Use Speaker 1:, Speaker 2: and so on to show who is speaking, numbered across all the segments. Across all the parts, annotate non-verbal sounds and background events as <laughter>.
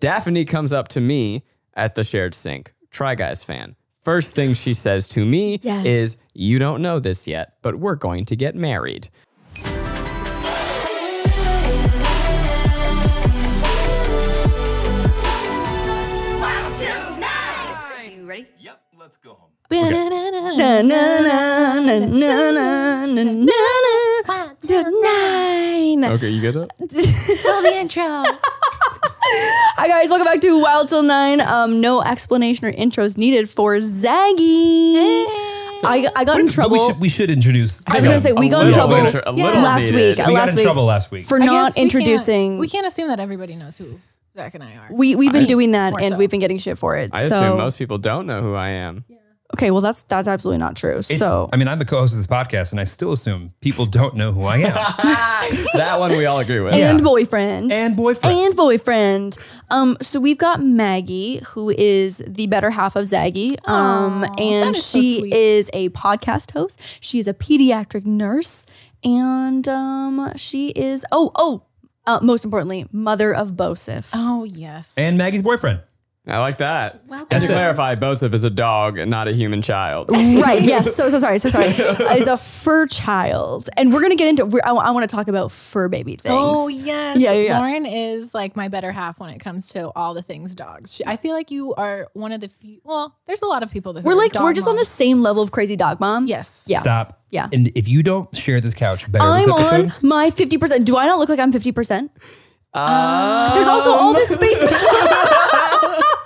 Speaker 1: Daphne comes up to me at the shared sink, Try Guys fan. First thing she says to me
Speaker 2: Yes.
Speaker 1: is, You don't know this yet, but we're going to get married.
Speaker 3: Yep, let's go home.
Speaker 2: Na, na, na, na, na, na, na, na, na. Nine.
Speaker 1: Okay, you get it?
Speaker 2: <laughs> Hi guys, welcome back to Wild Till Nine. Um, no explanation or intros needed for Zaggy. I, I got in
Speaker 3: But we
Speaker 2: trouble.
Speaker 3: should, we should introduce.
Speaker 2: I was gonna say we
Speaker 1: A
Speaker 2: got in
Speaker 1: little
Speaker 2: trouble
Speaker 1: intro- a little
Speaker 2: last
Speaker 1: needed.
Speaker 2: week.
Speaker 1: We
Speaker 3: We
Speaker 2: last
Speaker 3: got in
Speaker 2: week
Speaker 3: trouble last week.
Speaker 2: for
Speaker 4: I
Speaker 2: not
Speaker 4: guess we can't-
Speaker 2: introducing.
Speaker 4: We can't assume that everybody knows who Zach and I are.
Speaker 2: We we've been doing that,
Speaker 4: more
Speaker 2: and
Speaker 4: so.
Speaker 2: we've been getting shit for it.
Speaker 1: I
Speaker 2: so
Speaker 1: assume most people don't know who I am.
Speaker 2: okay, well that's that's absolutely not true.
Speaker 3: It's-
Speaker 2: so
Speaker 3: I mean, I'm the co-host of this podcast, and I still assume people don't know who
Speaker 2: <laughs>
Speaker 3: I am
Speaker 1: That one we all agree with.
Speaker 2: and boyfriend
Speaker 3: and boyfriend.
Speaker 2: and boyfriend. Um, so we've got Maggie, who is the better half of Zaggy. Um, and
Speaker 4: that is so
Speaker 2: she
Speaker 4: sweet.
Speaker 2: is a podcast host. She is a pediatric nurse, and um, she is oh oh. Uh, most importantly, mother of Bosif.
Speaker 4: oh yes.
Speaker 3: And Maggie's boyfriend.
Speaker 1: I like that.
Speaker 4: Welcome.
Speaker 1: And to
Speaker 4: That's it.
Speaker 1: clarify, Bosif is a dog and not a human child.
Speaker 2: <laughs> right.
Speaker 4: <laughs>
Speaker 2: Yes. So so sorry. So sorry. Is a fur child, and we're gonna get into. We're, I, want to talk about fur baby things.
Speaker 4: oh yes.
Speaker 2: Yeah, yeah, yeah.
Speaker 4: Lauren is like my better half when it comes to all the things dogs. She, I feel like you are one of the few. Well, there's a lot of people that
Speaker 2: We're like we're just on the same level of crazy dog mom.
Speaker 4: Yes.
Speaker 2: Yeah.
Speaker 3: Stop.
Speaker 2: Yeah.
Speaker 3: And if you don't share this couch better
Speaker 2: I'm
Speaker 3: this episode,
Speaker 2: on my 50%. Do I not look like I'm 50%?
Speaker 1: Uh,
Speaker 2: There's also
Speaker 4: Oh,
Speaker 2: all this space.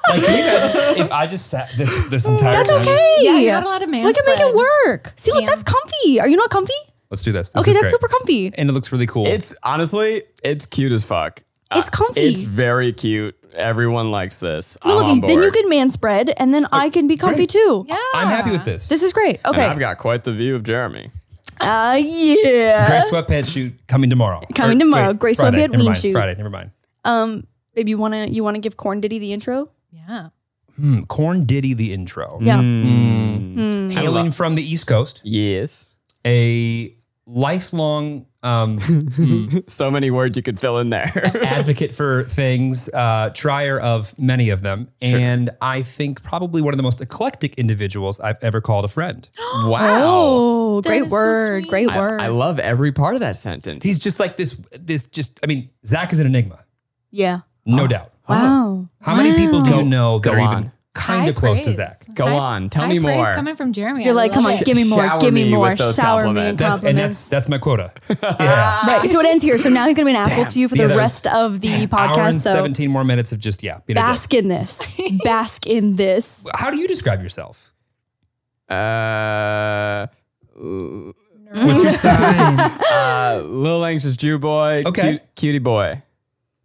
Speaker 3: like, can you imagine if I just sat this this
Speaker 2: <laughs>
Speaker 3: entire
Speaker 2: That's
Speaker 3: time?
Speaker 2: okay.
Speaker 4: Yeah, you're not allowed to
Speaker 2: We can make it
Speaker 4: manspread.
Speaker 2: work. See, look,
Speaker 4: Yeah.
Speaker 2: that's comfy. Are you not comfy?
Speaker 3: Let's do this. This
Speaker 2: Okay,
Speaker 3: is
Speaker 2: that's
Speaker 3: great.
Speaker 2: super comfy.
Speaker 3: And it looks really cool.
Speaker 1: It's honestly, it's cute as fuck. Uh,
Speaker 2: It's comfy.
Speaker 1: It's very cute. Everyone likes this.
Speaker 2: Well,
Speaker 1: I'm on
Speaker 2: look,
Speaker 1: board.
Speaker 2: then you can man spread, and then I can be comfy
Speaker 3: great.
Speaker 2: too.
Speaker 4: Yeah.
Speaker 3: I'm happy with this.
Speaker 2: uh, This is great.
Speaker 1: And
Speaker 2: Okay.
Speaker 1: I've got quite the view of Jeremy.
Speaker 2: Uh, yeah.
Speaker 3: Gray sweatpants shoot coming tomorrow.
Speaker 2: Coming tomorrow. Gray
Speaker 3: Friday.
Speaker 2: sweatpant
Speaker 3: Never
Speaker 2: ween
Speaker 3: mind.
Speaker 2: shoot.
Speaker 3: Friday. Never mind.
Speaker 2: Um, babe, you wanna you wanna give Corn Diddy the intro?
Speaker 4: Yeah.
Speaker 3: Hmm, Corn Diddy the intro.
Speaker 2: Yeah.
Speaker 1: Mm. Hmm.
Speaker 2: Hmm.
Speaker 3: Hailing from the East Coast,
Speaker 1: Yes.
Speaker 3: a lifelong
Speaker 1: <laughs>
Speaker 3: um,
Speaker 1: So many words you could fill in <laughs> there.
Speaker 3: advocate for things, uh, trier of many of them, and I think probably one of the most eclectic individuals I've ever called a
Speaker 1: <gasps>
Speaker 3: friend.
Speaker 1: wow.
Speaker 2: Oh,
Speaker 4: That
Speaker 2: great
Speaker 4: is so
Speaker 2: word.
Speaker 4: sweet.
Speaker 2: great
Speaker 1: I,
Speaker 2: word.
Speaker 1: I love every part of that sentence.
Speaker 3: He's just like this. This just, I mean, Zach is an enigma,
Speaker 2: yeah.
Speaker 3: no doubt.
Speaker 2: Wow.
Speaker 3: How many people do
Speaker 1: Go-
Speaker 3: you know that
Speaker 1: Ah. go
Speaker 3: are
Speaker 1: on.
Speaker 3: even kind
Speaker 4: High
Speaker 3: of close to
Speaker 4: praise.
Speaker 3: Zach?
Speaker 1: Go
Speaker 4: High-
Speaker 1: on, tell
Speaker 4: high
Speaker 1: me
Speaker 4: praise
Speaker 1: more.
Speaker 4: Coming from Jeremy.
Speaker 2: You're
Speaker 4: I
Speaker 2: like,
Speaker 4: love
Speaker 2: come on,
Speaker 4: it.
Speaker 2: give me more,
Speaker 1: Shower
Speaker 2: give me,
Speaker 1: me with
Speaker 2: more,
Speaker 1: those
Speaker 2: shower me in
Speaker 1: compliments.
Speaker 3: That's, and
Speaker 2: compliments.
Speaker 3: that's that's
Speaker 2: <laughs>
Speaker 3: my quota. Yeah.
Speaker 2: Right. So it ends here. So now he's gonna be an asshole to you for
Speaker 3: Yeah,
Speaker 2: the
Speaker 3: that was
Speaker 2: rest of the
Speaker 3: Hour
Speaker 2: podcast.
Speaker 3: and
Speaker 2: So
Speaker 3: 17 more minutes of just yeah. being a dick.
Speaker 2: bask in this. bask in this.
Speaker 3: How do you
Speaker 2: <laughs>
Speaker 3: describe yourself?
Speaker 1: uh,
Speaker 2: <laughs>
Speaker 3: What's your sign?
Speaker 1: uh, little anxious Jew boy.
Speaker 3: Okay.
Speaker 1: cute- cutie boy.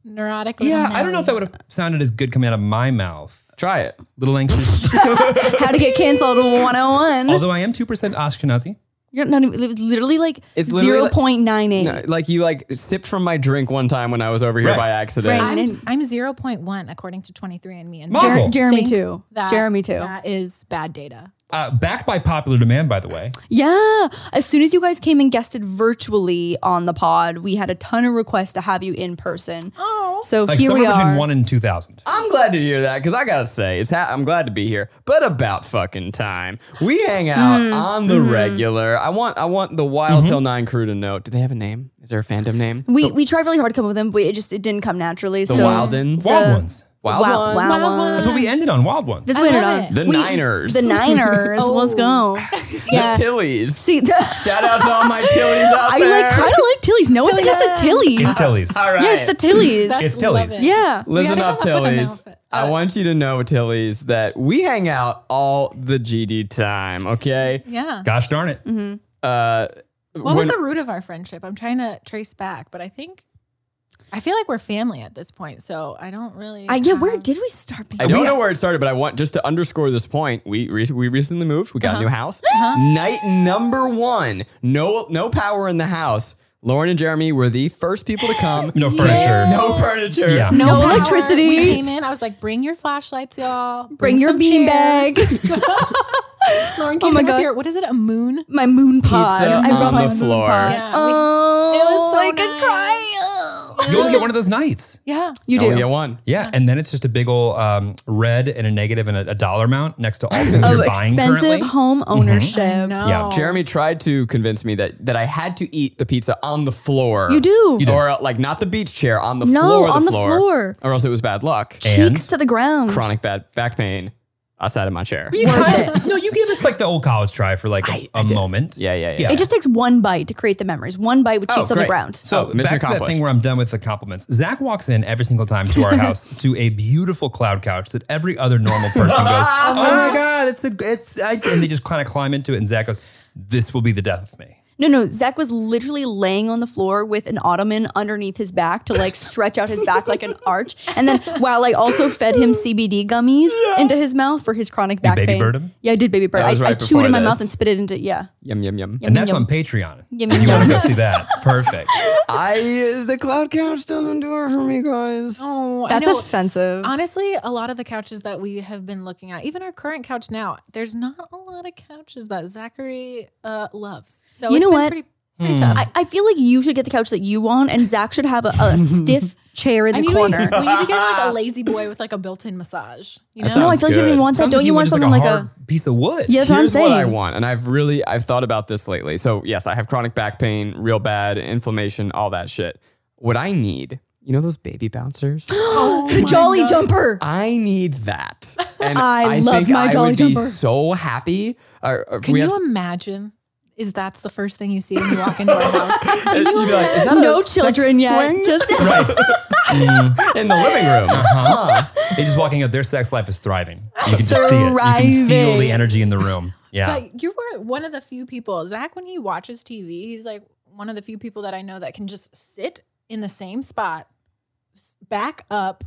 Speaker 4: neurotic. little
Speaker 3: yeah, I don't know if that
Speaker 4: Nelly.
Speaker 3: would have sounded as good coming out of my mouth.
Speaker 1: Try it.
Speaker 2: <laughs>
Speaker 3: Little anxious.
Speaker 2: How to get canceled 101.
Speaker 3: Although I am 2% Ashkenazi.
Speaker 2: You're not even, it was literally like
Speaker 1: It's literally like-
Speaker 2: 0.98.
Speaker 1: No, like you like sipped from my drink one time when I was over here
Speaker 3: Right.
Speaker 1: by accident.
Speaker 2: Right.
Speaker 4: I'm, I'm 0.1 according to 23andMe. And
Speaker 3: Mazel.
Speaker 2: Jer- Jeremy
Speaker 4: thinks
Speaker 2: too.
Speaker 4: that-
Speaker 2: Jeremy too.
Speaker 4: That is bad data.
Speaker 3: Uh, backed by popular demand, by the way.
Speaker 2: Yeah. As soon as you guys came and guested virtually on the pod, we had a ton of requests to have you in person.
Speaker 4: Oh.
Speaker 2: So
Speaker 3: Like
Speaker 2: here we
Speaker 3: somewhere between
Speaker 2: are. Uh,
Speaker 3: one and 2,000.
Speaker 1: I'm glad to hear that because I gotta say, it's ha- I'm glad to be here, but about fucking time. We hang out on the regular. I want I want the Wild Till Nine crew to know. Do they have a name? Is there a fandom name?
Speaker 2: we, we tried really hard to come up with them, but it just it didn't come naturally.
Speaker 1: The
Speaker 2: so
Speaker 1: Wildens.
Speaker 3: Wild ones.
Speaker 1: Wild
Speaker 2: Wow,
Speaker 1: Ones.
Speaker 2: wow,
Speaker 4: Wild
Speaker 2: wow.
Speaker 3: That's what we ended on. Wild ones.
Speaker 2: Just
Speaker 4: I
Speaker 2: win it
Speaker 4: love
Speaker 2: on
Speaker 4: it.
Speaker 1: The
Speaker 2: We-
Speaker 1: Niners.
Speaker 2: The Niners. Let's go. Yeah.
Speaker 1: <laughs> The
Speaker 2: <laughs>
Speaker 1: Tillies.
Speaker 2: See,
Speaker 1: Shout out to all my Tillies out
Speaker 2: I
Speaker 1: there.
Speaker 2: like kind of like Tillies. No, it's just the Tillies.
Speaker 3: It's Tilly's.
Speaker 1: all right.
Speaker 2: Yeah, it's the Tillies.
Speaker 4: That's-
Speaker 3: It's Tilly's.
Speaker 4: love it.
Speaker 2: yeah.
Speaker 1: Listen
Speaker 4: gotta
Speaker 1: up,
Speaker 4: come up with an
Speaker 1: Tillies.
Speaker 4: outfit.
Speaker 1: I
Speaker 4: Uh,
Speaker 1: want you to know, Tillies, that we hang out all the GD time, okay?
Speaker 4: Yeah.
Speaker 3: Gosh darn it.
Speaker 2: Mm-hmm.
Speaker 4: What was
Speaker 1: When-
Speaker 4: the root of our friendship? I'm trying to trace back, but I think I feel like we're family at this point. So I don't really.
Speaker 2: I, yeah, where
Speaker 4: have-
Speaker 2: did we start? being-
Speaker 1: I don't know where it started, but I want just to underscore this point. We re- we recently moved. We got
Speaker 2: Uh-huh.
Speaker 1: a new
Speaker 2: <gasps>
Speaker 1: house. Night number one. No no power in the house. Lauren and Jeremy were the first people to come.
Speaker 3: No furniture.
Speaker 1: No furniture.
Speaker 3: Yeah.
Speaker 2: No,
Speaker 4: Power.
Speaker 2: electricity.
Speaker 4: We came in. I was like, "Bring your flashlights, y'all.
Speaker 2: Bring your
Speaker 4: some
Speaker 2: beanbag. Oh
Speaker 4: chairs." <laughs> Lauren came
Speaker 2: my
Speaker 4: in with
Speaker 2: God.
Speaker 4: your, what is it? A moon?
Speaker 2: My moon pod.
Speaker 1: Pizza
Speaker 2: I
Speaker 1: on
Speaker 2: brought
Speaker 1: the
Speaker 2: my moon
Speaker 1: floor.
Speaker 2: pod.
Speaker 4: Yeah, we-
Speaker 2: oh,
Speaker 4: it was so
Speaker 2: I could
Speaker 4: nice.
Speaker 2: cry.
Speaker 3: You only get one of those nights.
Speaker 4: Yeah.
Speaker 2: You do.
Speaker 1: Only get one.
Speaker 3: Yeah, and then it's just a big old um, red and a negative and a, a dollar amount next to all the things
Speaker 2: Of
Speaker 3: you're buying currently.
Speaker 2: Oh, expensive home ownership.
Speaker 3: Yeah,
Speaker 1: Mm-hmm. Jeremy
Speaker 2: Um,
Speaker 1: tried to convince me that that I had to eat the pizza on the floor.
Speaker 2: You do. You do.
Speaker 1: or uh, like not the beach chair on the
Speaker 2: No,
Speaker 1: floor. of
Speaker 2: on the floor.
Speaker 1: or else it was bad luck.
Speaker 2: Cheeks to the ground.
Speaker 1: Chronic bad back pain outside of my chair.
Speaker 3: You
Speaker 2: Worth
Speaker 3: kind of- <laughs> no, you gave us like the old college try for like a a moment.
Speaker 1: Yeah, yeah, yeah.
Speaker 3: Yeah.
Speaker 2: It just takes one bite to create the memories. One bite with
Speaker 1: Oh,
Speaker 2: cheeks on the
Speaker 1: great.
Speaker 2: ground.
Speaker 1: So
Speaker 3: Oh,
Speaker 1: mission
Speaker 3: back to that
Speaker 1: accomplished.
Speaker 3: thing where I'm done with the compliments. Zach walks in every single time to our house to a beautiful cloud couch that every other normal person goes, "Oh my god, it's a it's," I, and they just kind of climb into it. And Zach goes, "This will be the death of me."
Speaker 2: No, no. Zach was literally laying on the floor with an ottoman underneath his back to like stretch out his
Speaker 4: <laughs>
Speaker 2: back like an arch. And then while I also fed him CBD gummies into his mouth for his chronic back
Speaker 3: baby
Speaker 2: pain.
Speaker 3: bird him?
Speaker 2: Yeah, I did baby bird.
Speaker 1: was
Speaker 2: I, I
Speaker 1: right
Speaker 2: chewed it in
Speaker 1: before
Speaker 2: my mouth
Speaker 1: this.
Speaker 2: and spit it into yeah.
Speaker 1: Yum yum yum.
Speaker 2: Yum,
Speaker 3: And that's
Speaker 2: yum,
Speaker 3: on Patreon.
Speaker 2: Yum, yum,
Speaker 3: and you want
Speaker 2: yum. <laughs>
Speaker 3: to go see that? Perfect.
Speaker 1: I the cloud couch doesn't do it for me, guys.
Speaker 4: Oh, I
Speaker 2: That's
Speaker 4: know.
Speaker 2: offensive.
Speaker 4: Honestly, a lot of the couches that we have been looking at, even our current couch now, there's not a lot of couches that Zachary uh, loves. So
Speaker 2: You
Speaker 4: it's
Speaker 2: know
Speaker 4: been
Speaker 2: what?
Speaker 4: Pretty,
Speaker 1: Hmm.
Speaker 4: pretty tough.
Speaker 2: I, I feel like you should get the couch that you want, and Zach should have a,
Speaker 1: <laughs>
Speaker 2: a stiff chair in
Speaker 4: I
Speaker 2: the
Speaker 4: need
Speaker 2: corner.
Speaker 4: We, we need to get like a lazy boy with like a built-in massage. You know,
Speaker 1: That
Speaker 2: no, I
Speaker 1: Sounds
Speaker 2: feel like you don't
Speaker 1: good.
Speaker 2: even want that.
Speaker 3: Sometimes
Speaker 2: Don't you want
Speaker 3: just,
Speaker 2: something like a,
Speaker 3: hard piece of wood?
Speaker 2: Yeah, that's what I'm
Speaker 1: Here's
Speaker 2: saying.
Speaker 1: what I want, and I've really I've thought about this lately. So yes, I have chronic back pain, real bad inflammation, all that shit. What I need, you know, those baby bouncers.
Speaker 4: Oh
Speaker 2: the jolly jumper.
Speaker 1: I need
Speaker 2: <laughs>
Speaker 1: that, and
Speaker 2: I love my
Speaker 1: I
Speaker 2: Jolly
Speaker 1: would
Speaker 2: Jumper.
Speaker 1: Be so happy. Or, or
Speaker 4: Can
Speaker 1: we
Speaker 4: you
Speaker 1: have,
Speaker 4: imagine? Is that's the first thing you see when you walk into our house?
Speaker 1: uh, you'd be like, "Is that
Speaker 2: No
Speaker 1: a sex
Speaker 2: children yet.
Speaker 1: swing?" <laughs>
Speaker 2: Just
Speaker 1: in the living room.
Speaker 2: <laughs>
Speaker 3: Uh-huh. They're just walking up. Their sex life is thriving. You can just see it. You can feel
Speaker 2: Thriving.
Speaker 3: the energy in the room. Yeah.
Speaker 4: But you were one of the few people, Zach, when he watches TV, he's like one of the few people that I know that can just sit in the same spot, s- back up,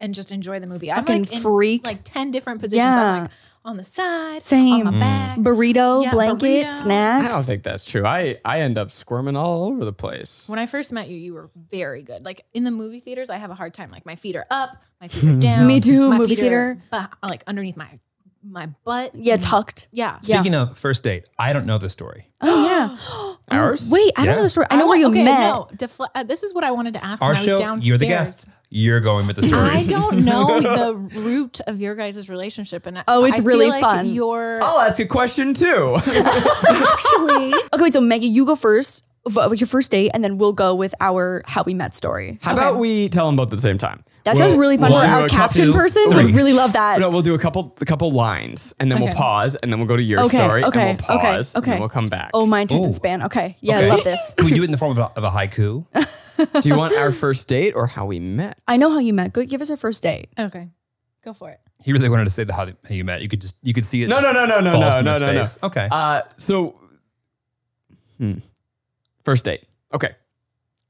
Speaker 4: and just enjoy the movie. I'm
Speaker 2: Fucking
Speaker 4: like in,
Speaker 2: freak.
Speaker 4: like 10 different positions.
Speaker 2: Yeah.
Speaker 4: I'm like on the side, on
Speaker 2: Same.
Speaker 4: my
Speaker 2: Mm.
Speaker 4: back.
Speaker 2: burrito,
Speaker 4: Yeah,
Speaker 2: blanket,
Speaker 4: burrito.
Speaker 1: I don't
Speaker 2: snacks.
Speaker 1: think that's true. I I end up squirming all over the place.
Speaker 4: When I first met you, you were very good. Like in the movie theaters, I have a hard time. Like my feet are up, my feet are down.
Speaker 2: <laughs> Me too,
Speaker 4: my
Speaker 2: movie
Speaker 4: feet are
Speaker 2: theater.
Speaker 4: bu- like underneath my my butt.
Speaker 2: Mm. Yeah, tucked.
Speaker 4: Yeah.
Speaker 3: Speaking of first date, I don't know the story.
Speaker 2: Oh yeah. <gasps>
Speaker 1: Ours?
Speaker 2: Wait, I don't know
Speaker 3: Yeah.
Speaker 2: the story. I know
Speaker 4: wa-
Speaker 2: where you
Speaker 4: okay,
Speaker 2: met.
Speaker 4: No, defle- uh, this is what I wanted to ask
Speaker 3: Our
Speaker 4: when I was
Speaker 3: show,
Speaker 4: downstairs.
Speaker 3: you're the guest. You're going with the
Speaker 4: I
Speaker 3: stories.
Speaker 4: don't
Speaker 2: <laughs>
Speaker 4: know the root of your guys' relationship, and
Speaker 2: Oh, it's
Speaker 4: I feel
Speaker 2: really
Speaker 4: like
Speaker 2: fun. Oh.
Speaker 4: Your
Speaker 1: I'll ask a question too.
Speaker 4: actually,
Speaker 2: <gasps> Okay, wait, so Megan, you go first. v- with Your first date, and then we'll go with our how we met story.
Speaker 1: How about we tell them both at the same time?
Speaker 2: That
Speaker 1: We'll-
Speaker 2: sounds really fun
Speaker 1: we'll
Speaker 2: for
Speaker 1: do
Speaker 2: our
Speaker 1: a
Speaker 2: caption
Speaker 1: couple-
Speaker 2: person. Would
Speaker 1: three.
Speaker 2: really love that.
Speaker 1: No, we'll do a couple a couple lines and then we'll
Speaker 4: Okay.
Speaker 1: pause and then we'll go to your
Speaker 2: Okay,
Speaker 1: story
Speaker 2: okay,
Speaker 1: and we'll
Speaker 2: okay,
Speaker 1: pause and
Speaker 2: okay.
Speaker 1: then we'll come back.
Speaker 2: Oh, my attention
Speaker 3: Ooh.
Speaker 2: span. Okay, yeah,
Speaker 3: Okay.
Speaker 2: I love this.
Speaker 3: Can we do it in the form of a, of a haiku?
Speaker 1: do you
Speaker 2: <laughs>
Speaker 1: want our first date or how we met?
Speaker 2: I know how you met. Go give us our first date.
Speaker 4: okay, go for it.
Speaker 3: He really wanted to say the how, how you met. You could just you could see it.
Speaker 1: No, no, no, no, no,
Speaker 3: falls
Speaker 1: no,
Speaker 3: from
Speaker 1: no,
Speaker 3: his
Speaker 1: no, no.
Speaker 3: face. Okay.
Speaker 1: Uh, so, hmm. first date. Okay.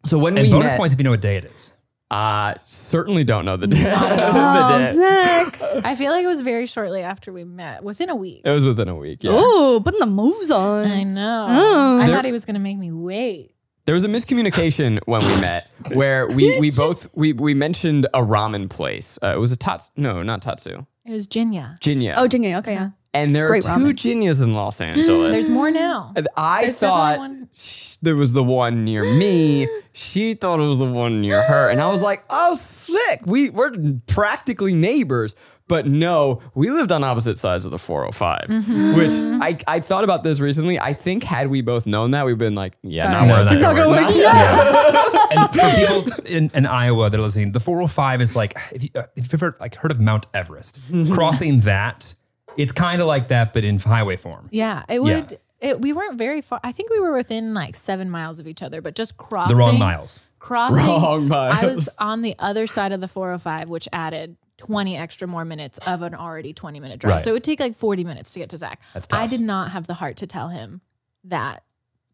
Speaker 1: So when
Speaker 3: and
Speaker 1: we
Speaker 3: bonus
Speaker 1: met,
Speaker 3: points if you know what day it
Speaker 1: <laughs>
Speaker 3: is.
Speaker 1: I certainly don't know <laughs> <laughs> the
Speaker 3: <laughs>
Speaker 1: day.
Speaker 2: Oh,
Speaker 1: The day.
Speaker 2: Zach.
Speaker 4: I feel like it was very shortly after we met, within a week.
Speaker 1: It was within a week. Yeah.
Speaker 2: Oh, putting the moves on.
Speaker 4: I know.
Speaker 2: Oh.
Speaker 4: I
Speaker 1: There-
Speaker 4: thought he was gonna make me wait.
Speaker 1: There was a miscommunication when we met where we, we both we, we mentioned a ramen place. Uh, it was a Tatsu. No, not Tatsu.
Speaker 4: It was Jinya.
Speaker 1: Ginya.
Speaker 2: Oh, Jingy. Okay, yeah.
Speaker 1: and there are
Speaker 2: great
Speaker 1: two
Speaker 2: ramen.
Speaker 1: Ginyas in Los Angeles.
Speaker 4: There's more now.
Speaker 1: And I
Speaker 4: There's definitely
Speaker 1: thought
Speaker 4: one-
Speaker 1: sh- there was the one near
Speaker 4: <gasps>
Speaker 1: me. she thought it was the one near her, and I was like, "Oh, sick! We we're practically neighbors." But no, we lived on opposite sides of the 405,
Speaker 4: Mm-hmm.
Speaker 1: which I, I thought about this recently. I think had we both known that, we'd been like, "Yeah,
Speaker 4: Sorry.
Speaker 1: not
Speaker 3: No,
Speaker 1: worth
Speaker 3: not
Speaker 1: it. <laughs>
Speaker 2: It's not
Speaker 1: Not-
Speaker 2: gonna work. Yeah.
Speaker 3: and for people in, in Iowa that are listening, the 405 is like if, you, uh, if you've ever like heard of Mount Everest,
Speaker 1: Mm-hmm.
Speaker 3: crossing that, it's kind of like that, but in highway form.
Speaker 4: Yeah, it would. It, we weren't very far. I think we were within like seven miles of each other, but just
Speaker 3: The
Speaker 4: crossing
Speaker 3: wrong miles.
Speaker 4: Crossing.
Speaker 1: Wrong
Speaker 4: I was
Speaker 1: miles.
Speaker 4: on the other side of the 405, which added 20 extra more minutes of an already 20 minute drive.
Speaker 3: Right.
Speaker 4: So it would take like 40 minutes to get to Zach.
Speaker 3: That's
Speaker 4: I
Speaker 3: tough.
Speaker 4: did not have the heart to tell him that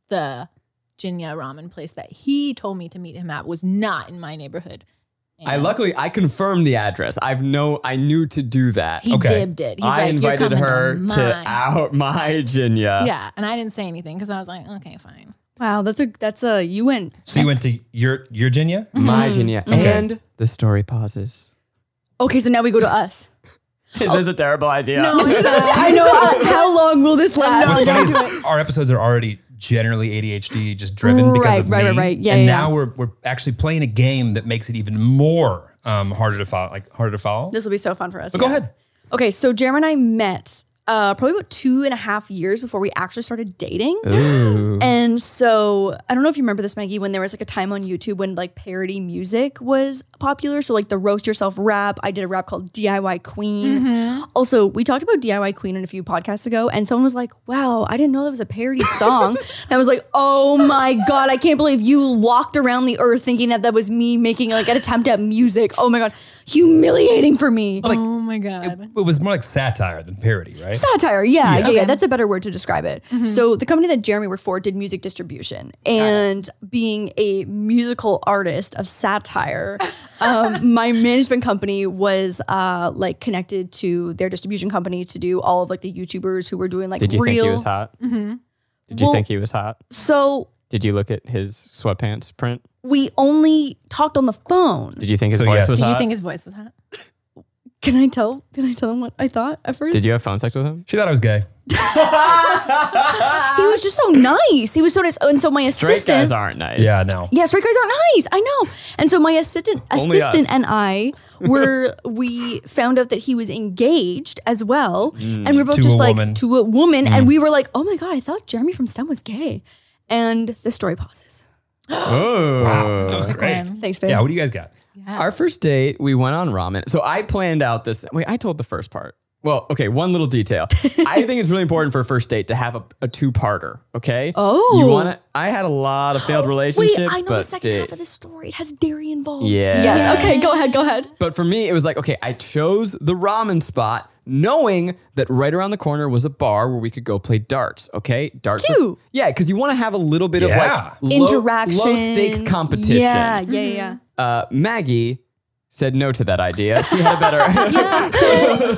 Speaker 4: the Jinya ramen place that he told me to meet him at was not in my neighborhood.
Speaker 1: I luckily I confirmed the address. I've no, I knew to do that.
Speaker 4: He
Speaker 3: Okay.
Speaker 4: dibbed it. He's
Speaker 1: I
Speaker 4: like, You're
Speaker 1: invited
Speaker 4: coming
Speaker 1: her
Speaker 4: to,
Speaker 1: to
Speaker 4: mine."
Speaker 1: out my Ginya.
Speaker 4: Yeah. And I didn't say anything because I was like, okay, fine.
Speaker 2: Wow, that's a that's a you went.
Speaker 3: So you went to your your Virginia?
Speaker 1: My
Speaker 4: Mm-hmm.
Speaker 1: Ginya.
Speaker 3: Okay.
Speaker 1: And the story pauses.
Speaker 2: Okay, so now we go
Speaker 1: <laughs>
Speaker 2: to us.
Speaker 1: Is this a terrible idea?
Speaker 4: No, it's not.
Speaker 2: I know. uh, how long will this last?
Speaker 3: What's funny is our episodes are already generally ADHD just driven because
Speaker 2: Right,
Speaker 3: of
Speaker 2: right,
Speaker 3: me.
Speaker 2: right, right. Yeah,
Speaker 3: and
Speaker 2: yeah,
Speaker 3: now
Speaker 2: yeah.
Speaker 3: we're we're actually playing a game that makes it even more um, harder to follow, like harder to follow.
Speaker 2: This will be so fun for us.
Speaker 3: but go
Speaker 2: yeah.
Speaker 3: ahead.
Speaker 2: Okay, so Jeremy and I met uh, probably about two and a half years before we actually started dating. And so I don't know if you remember this, Maggie, when there was like a time on YouTube when like parody music was popular. So like the roast yourself rap. I did a rap called DIY Queen. Also, we talked about DIY Queen in a few podcasts ago, and someone was like, "Wow, I didn't know that was a parody song." and I was like, "Oh my god, I can't believe you walked around the earth thinking that that was me making like an attempt at music." Oh my god, humiliating for me.
Speaker 4: oh my god.
Speaker 3: It was more like satire than parody, right?
Speaker 2: Satire, yeah, yeah, yeah, That's a better word to describe it.
Speaker 1: Mm-hmm.
Speaker 2: So the company that Jeremy worked for did music distribution, and being a musical artist of satire,
Speaker 1: <laughs>
Speaker 2: um, my management company was uh, like connected to their distribution company to do all of like the YouTubers who were doing like
Speaker 1: Did you
Speaker 2: real. Mm-hmm.
Speaker 1: think he was hot? Did you
Speaker 2: Well-
Speaker 1: think he was hot?
Speaker 2: So
Speaker 1: Did you look at his sweatpants print?
Speaker 2: we only talked on the phone.
Speaker 1: Did you think his
Speaker 3: So,
Speaker 1: voice
Speaker 3: yes.
Speaker 1: was
Speaker 4: Did
Speaker 1: hot?
Speaker 4: you think his voice was hot?
Speaker 2: Can I tell? Can I tell them what I thought at first?
Speaker 1: Did you have phone sex with him?
Speaker 3: She thought I was gay.
Speaker 2: he was just so nice. He was so nice, and so my
Speaker 1: Straight
Speaker 2: assistant.
Speaker 1: guys aren't nice.
Speaker 3: Yeah,
Speaker 1: <gasps>
Speaker 3: no.
Speaker 2: Yeah, straight guys aren't nice. I know. And so my assistant
Speaker 1: Only
Speaker 2: assistant
Speaker 1: us.
Speaker 2: and
Speaker 1: <laughs>
Speaker 2: I were we found out that he was engaged as well.
Speaker 1: Mm.
Speaker 2: and we were both
Speaker 3: To
Speaker 2: just
Speaker 3: a
Speaker 2: like
Speaker 3: woman.
Speaker 2: to a woman. And we were like, oh my God, I thought Jeremy from STEM was gay. And the story pauses.
Speaker 1: Oh.
Speaker 4: Um,
Speaker 2: Thanks, babe.
Speaker 3: Yeah, what do you guys got?
Speaker 1: Our first date, we went on ramen. So I planned out this. Wait, I told the first part. Well, okay, one little
Speaker 2: <laughs>
Speaker 1: detail. I think it's really important for a first date to have a, a two-parter. Okay.
Speaker 2: Oh.
Speaker 1: You want to? I had a lot of failed
Speaker 2: <gasps> Wait,
Speaker 1: relationships.
Speaker 2: I know the
Speaker 1: but
Speaker 2: second half
Speaker 1: dates.
Speaker 2: of this story. It has dairy involved.
Speaker 1: Yeah.
Speaker 2: Yes. Okay, go ahead, go ahead.
Speaker 1: But for me, it was like, okay, I chose the ramen spot knowing that right around the corner was a bar where we could go play darts. Okay. Darts. are-
Speaker 2: Cute.
Speaker 1: yeah. Cause you want to have a little bit
Speaker 3: Yeah.
Speaker 1: of like low-
Speaker 2: Interaction.
Speaker 1: low stakes competition.
Speaker 2: Yeah, yeah, yeah.
Speaker 1: Uh, Maggie said no to that idea. She had a better.
Speaker 2: <laughs>
Speaker 1: <laughs>
Speaker 4: Yeah. So,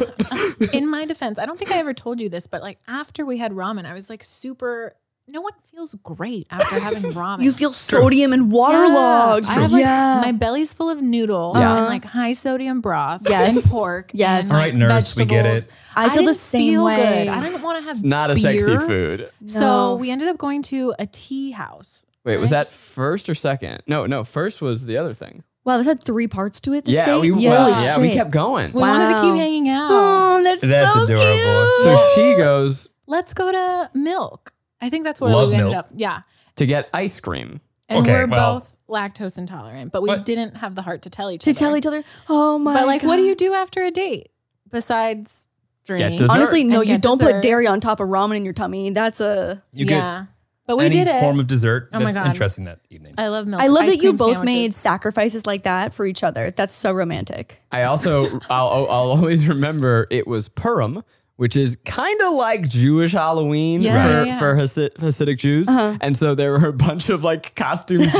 Speaker 4: <laughs> in my defense, I don't think I ever told you this, but like after we had ramen, I was like super. No one feels great after having ramen.
Speaker 2: <laughs> You feel sodium and waterlogged.
Speaker 4: I have like
Speaker 2: yeah.
Speaker 4: my belly's full of noodle
Speaker 1: Yeah.
Speaker 4: and like high sodium broth
Speaker 2: Yes.
Speaker 4: and pork.
Speaker 2: Yes.
Speaker 4: and,
Speaker 2: All
Speaker 4: like,
Speaker 3: right, nurse, we get
Speaker 4: vegetables.
Speaker 3: it.
Speaker 2: I feel the
Speaker 4: didn't
Speaker 2: same
Speaker 4: feel
Speaker 2: way.
Speaker 4: Good. I didn't want to have
Speaker 1: Not a sexy
Speaker 4: beer.
Speaker 1: food.
Speaker 2: No.
Speaker 4: So we ended up going to a tea house.
Speaker 1: Wait, was
Speaker 4: Right?
Speaker 1: that first or second? No, no, first was the other thing.
Speaker 2: wow, this had three parts to it this
Speaker 1: yeah,
Speaker 2: day.
Speaker 1: we
Speaker 2: Holy
Speaker 1: well, yeah, we
Speaker 2: shit.
Speaker 1: kept going.
Speaker 4: We wanted to
Speaker 2: Wow.
Speaker 4: keep hanging out.
Speaker 2: Oh, that's,
Speaker 3: That's
Speaker 2: so
Speaker 3: adorable.
Speaker 2: cute.
Speaker 1: So she goes
Speaker 4: Let's go to Milk. I think that's where
Speaker 3: Love
Speaker 4: we ended
Speaker 3: Milk.
Speaker 4: up. Yeah.
Speaker 1: to get ice cream.
Speaker 4: And
Speaker 3: Okay,
Speaker 4: we're
Speaker 3: well-
Speaker 4: both lactose intolerant, but we
Speaker 3: But-
Speaker 4: didn't have the heart to tell each
Speaker 2: to
Speaker 4: other.
Speaker 2: tell each other, oh my.
Speaker 4: But like,
Speaker 2: God.
Speaker 4: what do you do after a date besides drinking?
Speaker 1: dessert.
Speaker 2: Honestly, no,
Speaker 4: and
Speaker 2: you
Speaker 4: get
Speaker 2: don't put
Speaker 4: dessert?
Speaker 2: dairy on top of ramen in your tummy. That's a.
Speaker 3: You
Speaker 4: yeah. But
Speaker 3: get
Speaker 4: we
Speaker 3: any
Speaker 4: did it.
Speaker 3: form of dessert
Speaker 4: Oh my
Speaker 3: that's
Speaker 4: God.
Speaker 3: interesting that evening.
Speaker 2: Uh,
Speaker 4: I love milk.
Speaker 2: I love
Speaker 4: ice
Speaker 2: that you
Speaker 4: cream
Speaker 2: both
Speaker 4: sandwiches.
Speaker 2: made sacrifices like that for each other. That's so romantic.
Speaker 1: I also I'll, I'll always remember it was Purim, which is kind of like Jewish Halloween
Speaker 4: Yeah,
Speaker 1: for,
Speaker 4: yeah. Uh-huh.
Speaker 1: for Hasi- Hasidic Jews, and so there were a bunch of like costumed
Speaker 4: <laughs>
Speaker 1: Jews,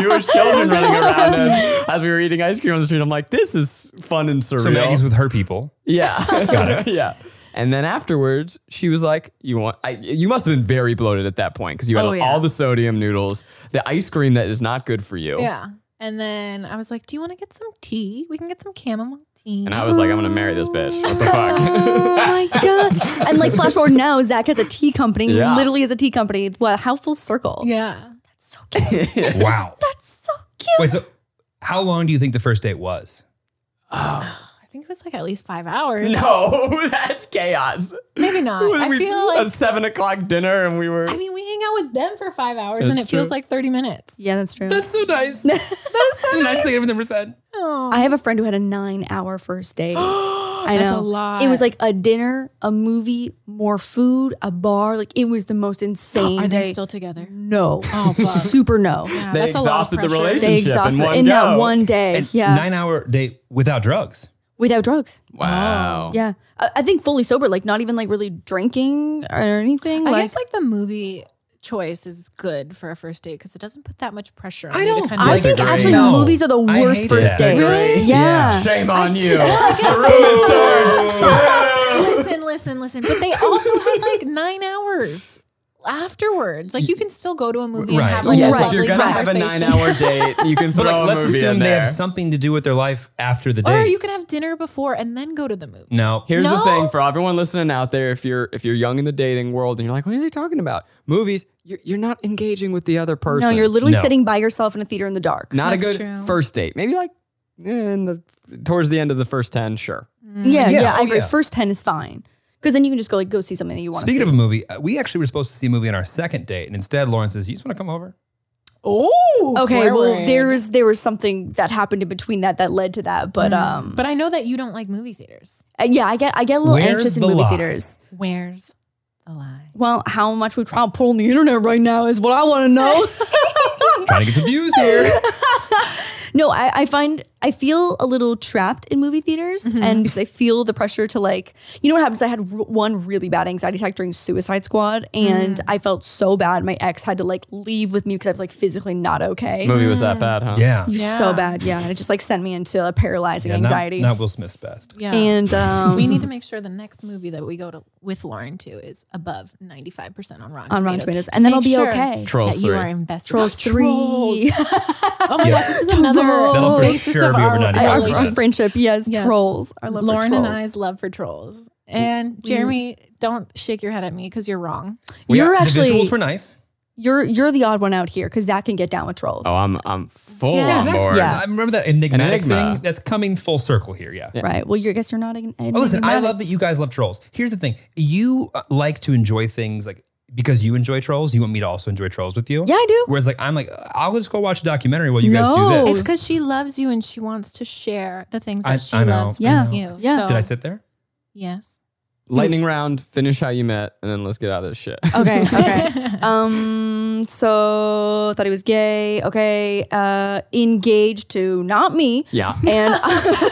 Speaker 1: Jewish children running around us as we were eating ice cream on the street. I'm like, this is fun and surreal.
Speaker 3: so Maggie's with her people.
Speaker 2: <laughs>
Speaker 1: yeah, <laughs> got it. yeah. And then afterwards, she was like, "You want? I, you must have been very bloated at that point because you had
Speaker 4: Oh, yeah.
Speaker 1: all the sodium noodles, the ice cream that is not good for you."
Speaker 4: Yeah. And then I was like, "Do you want to get some tea? We can get some chamomile tea."
Speaker 1: And I was like, "I'm gonna marry this bitch. What the fuck?"
Speaker 2: <laughs> Oh my god! And like flash forward now, Zach has a tea company.
Speaker 1: Yeah.
Speaker 2: Literally, has a tea company. Well, how full circle?
Speaker 4: yeah.
Speaker 2: That's so cute.
Speaker 3: Wow.
Speaker 2: That's so cute.
Speaker 3: Wait, so how long do you think the first date was?
Speaker 4: I think it was like at least five hours.
Speaker 3: <laughs>
Speaker 1: no, <laughs> that's chaos.
Speaker 4: Maybe not. I
Speaker 1: we-
Speaker 4: feel like
Speaker 1: a seven o'clock dinner, and we were.
Speaker 4: I mean, we hang out with them for five hours and
Speaker 1: That's
Speaker 4: it feels
Speaker 1: true.
Speaker 4: like 30 minutes.
Speaker 2: Yeah, that's true.
Speaker 3: so nice. <laughs> that is so nice. thing I've ever said.
Speaker 4: Oh.
Speaker 2: I have a friend who had a nine-hour
Speaker 4: <gasps>
Speaker 2: first date. I know.
Speaker 4: That's a lot.
Speaker 2: It was like a dinner, a movie, more food, a bar. Like it was the most insane.
Speaker 4: Are
Speaker 2: day.
Speaker 4: they still together?
Speaker 2: No.
Speaker 4: Oh, fuck.
Speaker 2: Super no.
Speaker 4: Yeah,
Speaker 1: They
Speaker 4: that's a lot of
Speaker 1: exhausted the
Speaker 4: pressure.
Speaker 1: relationship.
Speaker 2: They
Speaker 1: in
Speaker 2: exhausted in,
Speaker 1: one
Speaker 2: that
Speaker 1: go.
Speaker 2: one day. yeah.
Speaker 3: Nine hour date without drugs.
Speaker 2: Without drugs.
Speaker 1: wow.
Speaker 2: Yeah. I, I think fully sober, like not even like really drinking or anything.
Speaker 4: I
Speaker 2: like,
Speaker 4: guess like the movie choice is good for a first date because it doesn't put that much pressure on
Speaker 3: I
Speaker 4: you
Speaker 3: don't
Speaker 4: to kind
Speaker 2: I
Speaker 4: of <laughs>
Speaker 2: think
Speaker 3: Disagree.
Speaker 2: actually
Speaker 3: No.
Speaker 2: movies are the
Speaker 3: I
Speaker 2: worst
Speaker 3: hate
Speaker 2: first
Speaker 3: it.
Speaker 2: date.
Speaker 1: Disagree.
Speaker 2: Yeah.
Speaker 1: Shame on you. the room is turned.
Speaker 2: <laughs>
Speaker 4: listen, listen, listen. But they also had like nine hours. afterwards. Like you can still go to a movie
Speaker 3: Right.
Speaker 4: and have like
Speaker 2: Yes,
Speaker 4: a
Speaker 2: if
Speaker 1: if you're
Speaker 4: lovely
Speaker 1: gonna have a
Speaker 4: conversation.
Speaker 1: nine-hour date, you can
Speaker 3: But
Speaker 1: throw
Speaker 3: like,
Speaker 1: a
Speaker 3: let's
Speaker 1: movie in
Speaker 3: assume they
Speaker 1: there.
Speaker 3: have something to do with their life after the date.
Speaker 4: Or you can have dinner before and then go to the movie.
Speaker 3: no.
Speaker 1: Here's the
Speaker 4: No.
Speaker 1: thing for everyone listening out there: if you're if you're young in the dating world and you're like, what are they talking about? Movies? You're, you're not engaging with the other person.
Speaker 2: No, you're literally
Speaker 3: No.
Speaker 2: sitting by yourself in a theater in the dark.
Speaker 1: not a
Speaker 4: That's
Speaker 1: good
Speaker 4: true.
Speaker 1: first date. Maybe like eh, in the towards the end of the first ten, sure.
Speaker 2: Yeah,
Speaker 3: Yeah,
Speaker 2: yeah, I
Speaker 3: oh,
Speaker 2: agree.
Speaker 3: yeah.
Speaker 2: First ten is fine because then you can just go like go see something that you want to see.
Speaker 3: Speaking of a movie, uh, we actually were supposed to see a movie on our second date, and instead Lauren says, "You just want to come over?"
Speaker 4: Oh,
Speaker 2: okay, well there's there was something that happened in between that that led to that, but um,
Speaker 4: Mm. But I know that you don't like movie theaters.
Speaker 2: uh, yeah, I get I get a little
Speaker 3: Where's
Speaker 2: anxious in
Speaker 3: the
Speaker 2: movie
Speaker 3: lie?
Speaker 2: theaters.
Speaker 4: Where's the lie?
Speaker 2: Well, how much we try and pull on the internet right now is what I want to
Speaker 4: <laughs>
Speaker 2: know.
Speaker 3: Trying to get some views
Speaker 2: <laughs>
Speaker 3: here.
Speaker 2: no, I, I find I feel a little trapped in movie theaters,
Speaker 4: Mm-hmm.
Speaker 2: and because I feel the pressure to like, you know what happens? I had r- one really bad anxiety attack during Suicide Squad, and
Speaker 4: Mm.
Speaker 2: I felt so bad. My ex had to like leave with me because I was like physically not okay.
Speaker 1: Movie was that bad, huh?
Speaker 3: Yeah,
Speaker 2: So
Speaker 4: Yeah.
Speaker 2: bad, yeah. And it just like sent me into a paralyzing
Speaker 3: Yeah, not-
Speaker 2: anxiety.
Speaker 3: Not, Will Smith's best.
Speaker 4: Yeah.
Speaker 2: And um,
Speaker 4: we need to make sure the next movie that we go to with Lauren to is above 95% on Rotten Tomatoes.
Speaker 2: on Rotten Tomatoes,
Speaker 4: to
Speaker 2: and then I'll
Speaker 4: make
Speaker 2: be
Speaker 4: sure
Speaker 2: okay.
Speaker 1: Trolls
Speaker 4: that you
Speaker 1: three.
Speaker 4: are invested.
Speaker 2: Trolls three,
Speaker 4: Trolls. <laughs> Oh my
Speaker 3: Yeah.
Speaker 4: gosh, this is another
Speaker 2: That'll for
Speaker 4: basis
Speaker 3: sure
Speaker 4: of
Speaker 3: be over
Speaker 4: our,
Speaker 3: 95%.
Speaker 2: our,
Speaker 3: Yeah, we
Speaker 2: our
Speaker 3: should.
Speaker 2: friendship. Yes,
Speaker 4: Yes.
Speaker 2: trolls. Our love for
Speaker 4: Lauren and
Speaker 2: trolls.
Speaker 4: I's love for trolls. And Jeremy, don't shake your head at me because you're wrong.
Speaker 3: We
Speaker 2: You're
Speaker 3: got-
Speaker 2: actually-
Speaker 3: the visuals were nice.
Speaker 2: You're you're the odd one out here because Zach can get down with trolls.
Speaker 1: Oh, I'm I'm full
Speaker 4: Yeah.
Speaker 1: on
Speaker 3: That's-
Speaker 1: board.
Speaker 2: Yeah.
Speaker 3: I remember that enigmatic
Speaker 1: Enigma.
Speaker 3: thing that's coming full circle here. Yeah.
Speaker 2: Right. Well, you guess you're not an.
Speaker 3: Oh, listen, I
Speaker 2: enigmatic.
Speaker 3: love that you guys love trolls. Here's the thing: you uh, like to enjoy things like because you enjoy trolls. You want me to also enjoy trolls with you.
Speaker 2: Yeah, I do.
Speaker 3: Whereas, like, I'm like, I'll just go watch a documentary while you guys do
Speaker 2: No.
Speaker 3: this.
Speaker 4: It's because she loves you and she wants to share the things that
Speaker 3: I-
Speaker 4: she
Speaker 3: I know,
Speaker 4: loves
Speaker 2: I
Speaker 4: with
Speaker 2: know.
Speaker 4: you.
Speaker 2: Yeah.
Speaker 4: So,
Speaker 3: Did I sit there?
Speaker 4: <laughs> Yes.
Speaker 1: Lightning round. Finish how you met, and then let's get out of this shit.
Speaker 2: <laughs>
Speaker 4: <laughs>
Speaker 2: Okay. Okay.
Speaker 4: Uh,
Speaker 2: um. So thought he was gay. Okay. Uh. Engaged to not me.
Speaker 1: <laughs> yeah.
Speaker 2: And
Speaker 4: <laughs>
Speaker 2: <laughs>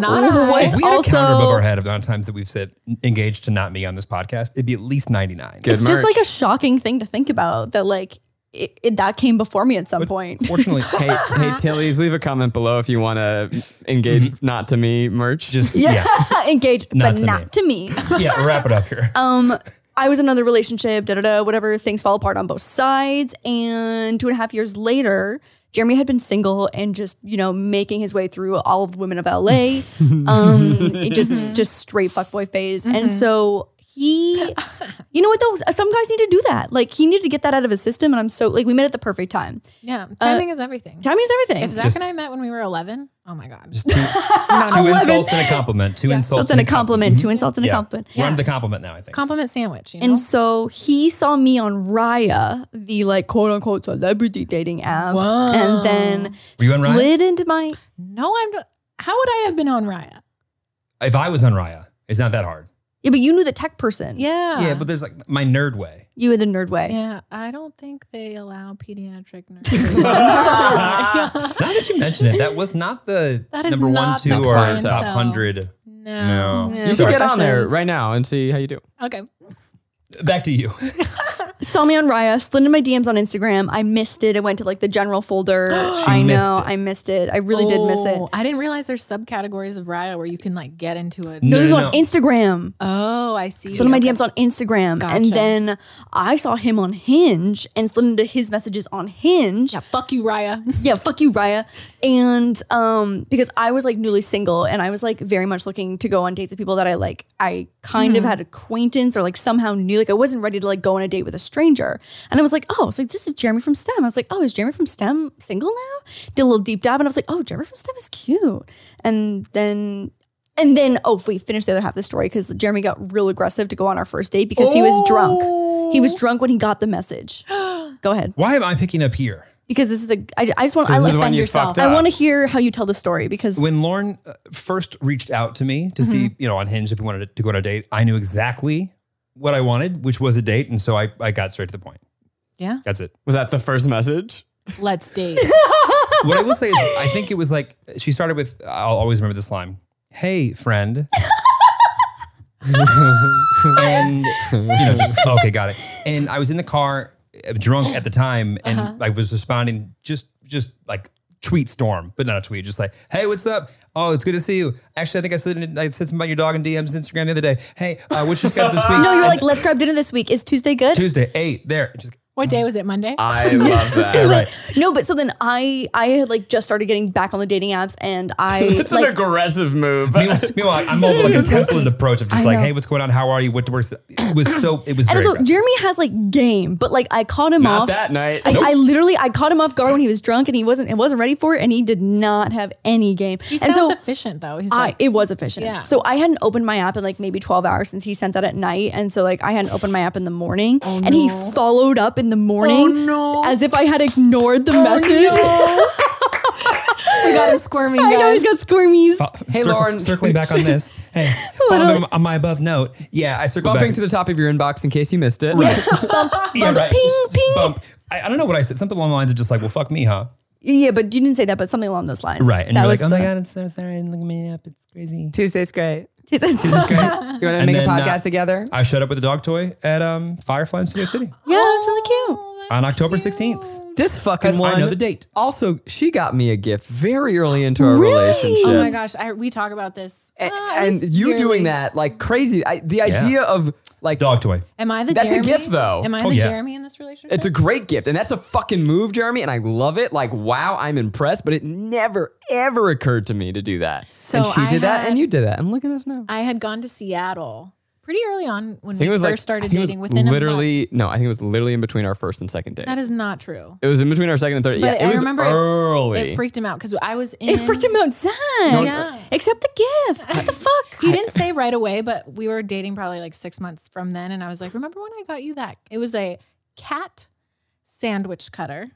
Speaker 4: Not
Speaker 2: Ooh,
Speaker 4: I.
Speaker 2: what?
Speaker 3: If we had
Speaker 2: also-
Speaker 3: a counter above our head of the amount of times that we've said engaged to not me on this podcast, it'd be at least 99.
Speaker 1: Good.
Speaker 2: it's just
Speaker 1: merch.
Speaker 2: like a shocking thing to think about that like it, it that came before me at some point.
Speaker 3: Fortunately,
Speaker 1: Hey, hey, Tillies, leave a comment below if you want to engage not to me merch. Mm-hmm. Just
Speaker 2: <laughs> Yeah. <laughs> Engaged,
Speaker 3: Not
Speaker 2: but
Speaker 3: to
Speaker 2: not to me.
Speaker 3: yeah, wrap it up here.
Speaker 2: um. I was in another relationship. Da da da. Whatever. Things fall apart on both sides. And two and a half years later. Jeremy had been single and just, you know, making his way through all of Women of <laughs> LA. um it just just straight fuckboy phase and so he you know what though some guys need to do that like he needed to get that out of his system and i'm so like we met at the perfect time
Speaker 4: Yeah. Timing is everything.
Speaker 2: timing is everything
Speaker 4: If Zach
Speaker 3: Just-
Speaker 4: and I met when we were 11, oh my God.
Speaker 3: Just
Speaker 4: <laughs>
Speaker 3: two, two insults and a compliment. Two insults
Speaker 2: that's in a compliment Mm-hmm. two insults and a
Speaker 3: Yeah.
Speaker 2: compliment
Speaker 3: We're on the compliment now, I think.
Speaker 4: compliment sandwich. You know?
Speaker 2: and so he saw me on Raya, the like quote unquote celebrity dating app, and then
Speaker 3: Were you on Raya?
Speaker 2: slid into my.
Speaker 4: no, I'm. not- How would I have been on Raya?
Speaker 3: if I was on Raya, it's not that hard.
Speaker 2: Yeah, but you knew the tech person.
Speaker 4: Yeah.
Speaker 3: yeah, but there's like my nerd way.
Speaker 2: you were the nerd way.
Speaker 4: yeah, I don't think they allow pediatric
Speaker 2: <laughs>
Speaker 4: nurses.
Speaker 3: Now that you mention it, that was not the
Speaker 4: That is
Speaker 3: number one,
Speaker 4: not
Speaker 3: two,
Speaker 4: the
Speaker 3: or top
Speaker 4: clientele.
Speaker 3: 100.
Speaker 4: <laughs> no.
Speaker 3: No.
Speaker 2: Yeah.
Speaker 1: you should
Speaker 3: Sorry.
Speaker 1: get on there
Speaker 2: Professions.
Speaker 1: right now and see how you do.
Speaker 4: Okay.
Speaker 3: Back to you.
Speaker 2: Saw me on Raya, slid into my DMs on Instagram. I missed it. It went to like the general
Speaker 4: <gasps>
Speaker 2: folder. I
Speaker 3: missed
Speaker 2: know,
Speaker 3: it.
Speaker 2: I missed it. I really did miss it.
Speaker 4: Oh, I didn't realize there's subcategories of Raya where you can like get into it.
Speaker 2: No, this was on Instagram.
Speaker 4: Oh, I see.
Speaker 2: Slid in my
Speaker 4: Okay.
Speaker 2: DMs on Instagram. And
Speaker 4: Gotcha.
Speaker 2: then I saw him on Hinge and slid into his messages on Hinge.
Speaker 4: Yeah, fuck you, Raya.
Speaker 2: Yeah, fuck you, Raya. And um, because I was like newly single and I was like very much looking to go on dates with people that I like, I kind
Speaker 1: Hmm.
Speaker 2: of had acquaintance or like somehow knew. Like I wasn't ready to like go on a date with a stranger. And I was like, oh, it's like this is Jeremy from STEM. I was like, oh, is Jeremy from STEM single now? Did a little deep dive and I was like, oh, Jeremy from STEM is cute. And then. And then, oh, we finished the other half of the story because Jeremy got real aggressive to go on our first date because he was drunk.
Speaker 4: Oh.
Speaker 2: He
Speaker 1: Oh.
Speaker 2: was drunk when he got the message. Go ahead,
Speaker 3: Why am I picking up here?
Speaker 2: because this is the. I, I just want. I
Speaker 1: This is
Speaker 2: like
Speaker 1: when you
Speaker 4: yourself.
Speaker 1: fucked up.
Speaker 2: I want to hear how you tell the story because
Speaker 3: When Lauren uh, first reached out to me to see, you know, on Hinge if we wanted to go on a date, I knew exactly what I wanted, which was a date. And so I, I got straight to the point.
Speaker 4: Yeah.
Speaker 3: That's it.
Speaker 1: Was that the first message?
Speaker 4: Let's
Speaker 2: <laughs>
Speaker 4: date.
Speaker 3: what I will say is, I think it was like she started with. I'll always remember this line. Hey, friend. and you know, just, okay, got it.
Speaker 2: Uh-huh.
Speaker 3: And I was in the car, uh, drunk at the time, and I was responding just, just like tweet storm, but not a tweet. Just like, hey, what's up? Oh, it's good to see you. Actually, I think I said I said something about your dog in DMs Instagram the other day. Hey, uh, what you got this
Speaker 2: <laughs>
Speaker 3: week?
Speaker 2: No, you're
Speaker 3: And
Speaker 2: like, let's grab dinner this week. Is Tuesday good?
Speaker 3: Tuesday eight there. Just,
Speaker 4: What day was it? Monday?
Speaker 1: I love that.
Speaker 3: right.
Speaker 2: No, but so then I I had like just started getting back on the dating apps and I
Speaker 1: <laughs> It's an
Speaker 2: like
Speaker 1: aggressive move.
Speaker 3: Meanwhile, meanwhile, I'm over like a template approach of just
Speaker 2: I
Speaker 3: like,
Speaker 2: know.
Speaker 3: hey, what's going on? How are you? What the worst? It was so. It was
Speaker 2: and
Speaker 3: very.
Speaker 2: so
Speaker 3: aggressive.
Speaker 2: Jeremy has like game, but like I caught him
Speaker 1: Not
Speaker 2: off
Speaker 1: that night.
Speaker 2: I, I literally I caught him off guard when he was drunk and he wasn't it wasn't ready for it and he did not have any game.
Speaker 4: he
Speaker 2: and
Speaker 4: sounds
Speaker 2: so
Speaker 4: efficient though. He's
Speaker 2: I, <laughs>
Speaker 4: like,
Speaker 2: it was efficient.
Speaker 4: Yeah.
Speaker 2: So I hadn't opened my app in like maybe 12 hours since he sent that at night. And so like I hadn't opened my app in the morning
Speaker 1: Oh,
Speaker 2: and he followed up in the morning
Speaker 4: no.
Speaker 2: as if I had ignored
Speaker 1: Oh,
Speaker 2: the message.
Speaker 4: we got him squirming.
Speaker 2: I know he's got squirmies.
Speaker 1: Hey,
Speaker 3: Oh, Uh, Circle-
Speaker 1: Lauren.
Speaker 3: circling back on this.
Speaker 2: <laughs>
Speaker 3: Hey, follow
Speaker 2: Literally.
Speaker 3: up on my above note. Yeah, I
Speaker 1: <laughs>
Speaker 3: circled
Speaker 1: Bumping
Speaker 3: back
Speaker 1: to the top of your inbox in case you missed it. <laughs>
Speaker 2: bump,
Speaker 3: Yeah,
Speaker 2: bump,
Speaker 3: right.
Speaker 2: ping, ping.
Speaker 3: Bump. I, I don't know what I said. Something along the lines of just like, well, fuck me, huh?
Speaker 2: Yeah, but you didn't say that, but something along those lines.
Speaker 3: Right. And
Speaker 2: that
Speaker 3: you're like,
Speaker 2: was
Speaker 3: oh my
Speaker 2: the- <laughs>
Speaker 3: god, it's so sorry. Look me up. It's crazy.
Speaker 1: Tuesday's great.
Speaker 3: yeah,
Speaker 1: You want
Speaker 2: <laughs>
Speaker 1: to
Speaker 3: And
Speaker 1: make a
Speaker 3: then, uh,
Speaker 1: podcast together?
Speaker 3: I showed up with a dog toy at um, Firefly in Studio City
Speaker 2: Yeah, that's
Speaker 4: Oh,
Speaker 2: really cute.
Speaker 3: on October 16th.
Speaker 1: This fucking
Speaker 3: 'Cause I
Speaker 1: one.
Speaker 3: know the date.
Speaker 1: Also, she got me a gift very early into our
Speaker 2: Really?
Speaker 1: relationship.
Speaker 4: Oh my gosh, I, we talk about this.
Speaker 1: A-
Speaker 4: Ah,
Speaker 1: and
Speaker 4: he's
Speaker 1: you
Speaker 4: yearly.
Speaker 1: doing that like crazy. I, the idea of like
Speaker 3: Dog toy.
Speaker 4: Am I the
Speaker 1: That's a
Speaker 4: Jeremy?
Speaker 1: gift, though.
Speaker 4: Am I
Speaker 3: Oh,
Speaker 4: the
Speaker 3: yeah.
Speaker 4: Jeremy in this relationship?
Speaker 1: It's a great gift, and that's a fucking move, Jeremy, and I love it. Like, wow, I'm impressed, but it never, ever occurred to me to do that.
Speaker 4: So
Speaker 1: and she
Speaker 4: I
Speaker 1: did that, and
Speaker 4: had-
Speaker 1: you did that, and look at us now.
Speaker 4: I had gone to Seattle pretty early on when
Speaker 1: I think
Speaker 4: we
Speaker 1: it was
Speaker 4: first
Speaker 1: like I
Speaker 4: started
Speaker 1: think it was
Speaker 4: dating. Within a month.
Speaker 1: literally no, I think it was literally in between our first and second date.
Speaker 4: that is not true.
Speaker 1: it was in between our second and third.
Speaker 4: But
Speaker 1: yeah, it
Speaker 4: I
Speaker 1: was
Speaker 4: remember it-
Speaker 1: early.
Speaker 4: It freaked him out because I was in.
Speaker 2: It freaked him out, Zach.
Speaker 4: Yeah.
Speaker 2: Except the gift. What the fuck?
Speaker 4: He didn't say right away, but we were dating probably like six months from then, and I was like, "Remember when I got you that? It was a cat sandwich cutter,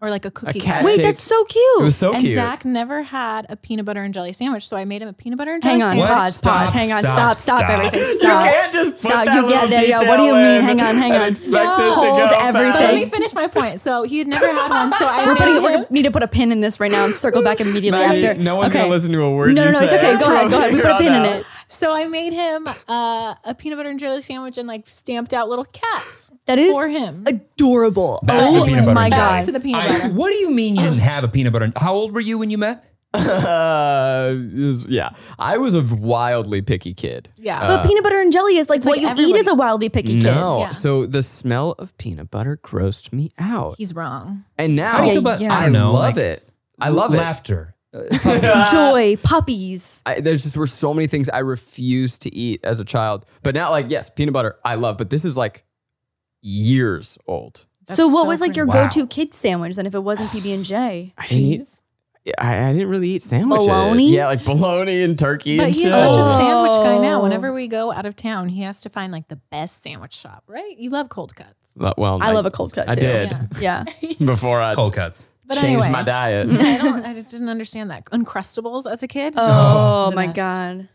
Speaker 4: or like a cookie
Speaker 1: cat
Speaker 4: cutter."
Speaker 2: Wait,
Speaker 1: shaped-
Speaker 2: that's so cute.
Speaker 1: it was so
Speaker 4: and
Speaker 1: cute.
Speaker 4: Zach never had a peanut butter and jelly sandwich, so I made him a peanut butter and jelly
Speaker 2: Hang on,
Speaker 4: sandwich.
Speaker 3: What?
Speaker 2: pause,
Speaker 3: Stop,
Speaker 2: pause. Hang on,
Speaker 3: stop,
Speaker 2: stop, stop,
Speaker 3: stop.
Speaker 2: everything.
Speaker 3: You
Speaker 2: Stop.
Speaker 1: just put
Speaker 2: Stop. You get there. Yeah. What do you
Speaker 1: detail
Speaker 2: mean?
Speaker 1: in
Speaker 2: Hang on, hang
Speaker 1: and
Speaker 2: on.
Speaker 1: expect it to
Speaker 2: Hold
Speaker 1: go
Speaker 2: everything.
Speaker 1: fast.
Speaker 4: But let me
Speaker 2: Thanks.
Speaker 4: finish my point. So he had never had one, so I
Speaker 2: <laughs> We're putting.
Speaker 4: made
Speaker 2: We're
Speaker 4: him-
Speaker 2: gonna need to put a pin in this right now and circle back immediately
Speaker 1: Maggie,
Speaker 2: after.
Speaker 1: No one's
Speaker 2: okay.
Speaker 1: gonna listen to a word.
Speaker 2: No, no,
Speaker 1: you
Speaker 2: no. It's
Speaker 1: say
Speaker 2: okay. Go ahead. Go
Speaker 1: from
Speaker 2: ahead. We
Speaker 1: here
Speaker 2: put a
Speaker 1: on
Speaker 2: pin in
Speaker 1: out.
Speaker 2: it.
Speaker 4: So I made him uh, a peanut butter and jelly sandwich and like stamped out little cats.
Speaker 2: That is
Speaker 4: for him.
Speaker 2: adorable.
Speaker 3: Back to the
Speaker 2: oh
Speaker 3: peanut butter
Speaker 2: my
Speaker 3: and jelly.
Speaker 4: Back
Speaker 2: god.
Speaker 4: to the peanut
Speaker 3: I,
Speaker 4: butter.
Speaker 3: what do you mean you didn't have a peanut butter? How old were you when you met?
Speaker 1: Uh, <laughs> is- yeah, I was a wildly picky kid.
Speaker 4: Yeah.
Speaker 1: Uh,
Speaker 2: but peanut butter and jelly is like
Speaker 4: like
Speaker 2: what you eat
Speaker 4: everybody-
Speaker 2: is a wildly picky kid.
Speaker 1: no,
Speaker 4: Yeah.
Speaker 1: so the smell of peanut butter grossed me out,
Speaker 4: He's wrong.
Speaker 1: and now
Speaker 2: do you
Speaker 1: I,
Speaker 2: feel about- yeah.
Speaker 1: I
Speaker 3: I don't know,
Speaker 1: love
Speaker 3: like-
Speaker 1: it. I love it. Uh,
Speaker 3: Laughter.
Speaker 4: Uh,
Speaker 2: Joy, puppies.
Speaker 1: I, there's just were so many things I refused to eat as a child, but now like yes, peanut butter I love, but this is like years old.
Speaker 2: so what
Speaker 4: so
Speaker 2: was like your
Speaker 3: funny.
Speaker 2: go-to kid sandwich then if it wasn't PB and J?
Speaker 1: I didn't eat. I, I didn't really eat sandwiches.
Speaker 2: Bologna?
Speaker 1: Yeah, like bologna and turkey.
Speaker 4: But
Speaker 1: and
Speaker 4: he's
Speaker 1: shit.
Speaker 4: such a
Speaker 2: Oh.
Speaker 4: sandwich guy now. Whenever we go out of town, he has to find like the best sandwich shop, right? You love cold cuts.
Speaker 1: But, well,
Speaker 2: I love a cold cut
Speaker 1: I
Speaker 2: too.
Speaker 1: did
Speaker 4: Yeah.
Speaker 2: Yeah.
Speaker 1: before I
Speaker 3: Cold cuts.
Speaker 4: But
Speaker 1: changed
Speaker 4: anyway,
Speaker 1: my diet.
Speaker 4: <laughs> I, don't, I just didn't understand that. Uncrustables as a kid?
Speaker 2: Oh
Speaker 4: The
Speaker 2: my
Speaker 4: best.
Speaker 2: god.
Speaker 3: you don't-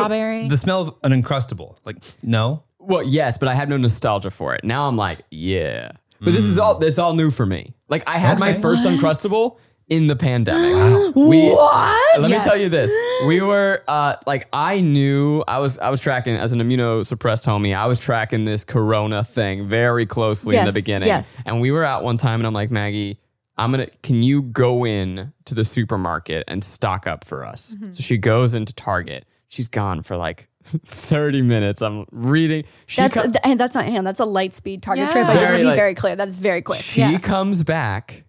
Speaker 4: Strawberry.
Speaker 3: the smell of an uncrustable. Like no.
Speaker 1: Well, yes, but I have no nostalgia for it. Now I'm like, yeah. But this is all this all new for me. Like I had my
Speaker 3: Mm. Okay.
Speaker 1: first uncrustable in the pandemic.
Speaker 2: what?
Speaker 1: Let
Speaker 2: Yes.
Speaker 1: me tell you this. We were uh, like I knew I was I was tracking as an immunosuppressed homie, I was tracking this corona thing very closely in the
Speaker 2: Yes,
Speaker 1: beginning.
Speaker 2: yes.
Speaker 1: And we were out one time and I'm like, Maggie, I'm gonna can you go in to the supermarket and stock up for us?
Speaker 4: Mm-hmm.
Speaker 1: So she goes into Target. She's gone for like <laughs> 30 minutes. I'm reading. She
Speaker 2: That's
Speaker 1: co-
Speaker 2: th- and that's not him. That's a light speed target trip. I
Speaker 4: Yeah.
Speaker 2: just want
Speaker 1: Very,
Speaker 2: to be
Speaker 1: like-
Speaker 2: very clear. That is very quick.
Speaker 1: She
Speaker 4: Yes.
Speaker 1: comes back.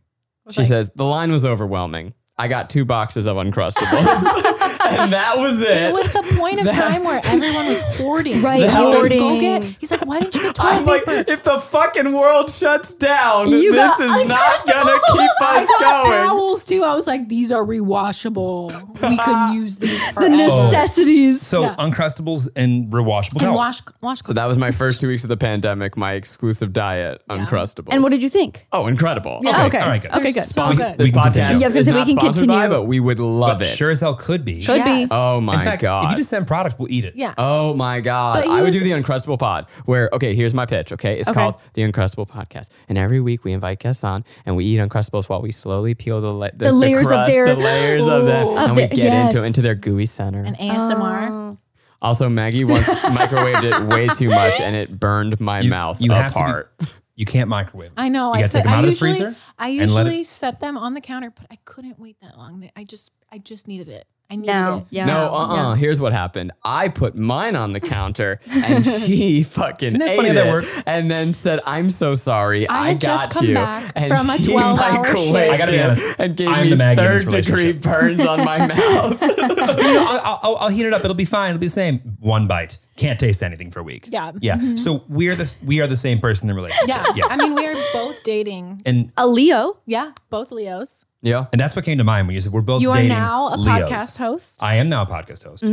Speaker 1: She
Speaker 4: like-
Speaker 1: says, The line was overwhelming. I got two boxes of
Speaker 4: <laughs>
Speaker 1: Uncrustables. <laughs> and that was it.
Speaker 4: It was the point
Speaker 1: <laughs>
Speaker 4: of
Speaker 1: That-
Speaker 4: time where everyone was hoarding.
Speaker 2: Right,
Speaker 4: He's like,
Speaker 1: hoarding.
Speaker 4: "Go get-" he's like, why didn't you get toilet
Speaker 1: I'm like,
Speaker 4: paper?
Speaker 1: if the fucking world shuts down,
Speaker 2: You
Speaker 1: this
Speaker 2: got
Speaker 1: is not gonna keep
Speaker 4: I
Speaker 1: us
Speaker 4: got
Speaker 1: going.
Speaker 4: towels too. I was like, these are rewashable. We could use these for
Speaker 2: The necessities.
Speaker 3: So uncrustables and rewashable
Speaker 4: and
Speaker 3: towels.
Speaker 4: wash wash.
Speaker 1: So that was my first two weeks of the pandemic, my exclusive diet, Uncrustables.
Speaker 2: And what did you think?
Speaker 1: Oh, incredible.
Speaker 4: Yeah.
Speaker 2: Okay.
Speaker 4: Okay,
Speaker 2: okay.
Speaker 3: all right, good.
Speaker 2: Okay, good.
Speaker 4: There's so
Speaker 3: We-
Speaker 4: good.
Speaker 1: This
Speaker 3: we can continue.
Speaker 1: podcast
Speaker 2: Oh. Yeah, I was gonna
Speaker 1: is
Speaker 2: say we
Speaker 1: not
Speaker 2: can
Speaker 1: sponsored by,
Speaker 2: continue.
Speaker 1: but we would love it.
Speaker 3: Sure as hell could be.
Speaker 2: Could be.
Speaker 4: Yes.
Speaker 1: Oh my
Speaker 3: In fact,
Speaker 1: god.
Speaker 3: if you just send product, we'll eat it.
Speaker 4: yeah.
Speaker 1: Oh my God.
Speaker 4: But he
Speaker 1: I would
Speaker 4: was-
Speaker 1: do the Uncrustable Pod where, okay, here's my pitch, okay? It's called the Uncrustable Podcast. And every week we invite guests on and we eat Uncrustables while we slowly peel the, la- the,
Speaker 2: layers of
Speaker 1: crust,
Speaker 2: their-
Speaker 1: the layers of that.
Speaker 4: Ooh.
Speaker 1: and
Speaker 2: Of
Speaker 1: we
Speaker 2: their-
Speaker 1: get
Speaker 2: yes. Oh.
Speaker 1: into into their gooey center.
Speaker 4: and ASMR.
Speaker 1: Also, Maggie
Speaker 2: <laughs>
Speaker 1: once microwaved it way too much and it burned my mouth apart.
Speaker 3: Have to be, you can't microwave. <laughs>
Speaker 4: I know.
Speaker 3: You
Speaker 4: I
Speaker 3: gotta
Speaker 4: said
Speaker 3: take 'em
Speaker 4: I
Speaker 3: out of the
Speaker 4: usually
Speaker 3: freezer
Speaker 4: I
Speaker 3: and let it-
Speaker 4: usually set them on the counter, but I couldn't wait that long. They- I just I just needed it. I needed
Speaker 2: No,
Speaker 4: it.
Speaker 2: yeah,
Speaker 1: no,
Speaker 4: Um,
Speaker 1: uh
Speaker 3: uh-uh.
Speaker 1: uh
Speaker 2: yeah.
Speaker 1: Here's what happened. I put mine on the counter and she fucking
Speaker 3: Isn't that
Speaker 1: ate
Speaker 3: funny how
Speaker 1: it
Speaker 3: that works?
Speaker 1: and then said, I'm so sorry.
Speaker 4: I
Speaker 1: I,
Speaker 4: had
Speaker 1: got
Speaker 4: just come
Speaker 1: you.
Speaker 4: back
Speaker 1: and
Speaker 4: from a
Speaker 1: she <laughs>
Speaker 4: 12-hour shift.
Speaker 1: microwaved
Speaker 3: I gotta be
Speaker 1: it
Speaker 3: honest,
Speaker 1: And gave
Speaker 3: I'm
Speaker 1: me
Speaker 3: the Maggie in this
Speaker 1: third degree
Speaker 3: relationship.
Speaker 1: burns on my mouth.
Speaker 3: <laughs> I'll, I'll, I'll heat it up. It'll be fine. It'll be the same. One bite. Can't taste anything for a week.
Speaker 4: Yeah. Mm-hmm.
Speaker 3: Yeah. So we're the we are the same person in the relationship.
Speaker 4: Yeah. I mean, we are both dating.
Speaker 3: And
Speaker 2: A Leo.
Speaker 4: Yeah, both Leos.
Speaker 1: yeah.
Speaker 3: and that's what came to mind when you said we're both.
Speaker 4: You are
Speaker 3: dating
Speaker 4: now a
Speaker 3: Leos.
Speaker 4: podcast host. Mm-hmm.
Speaker 3: I am now a podcast host.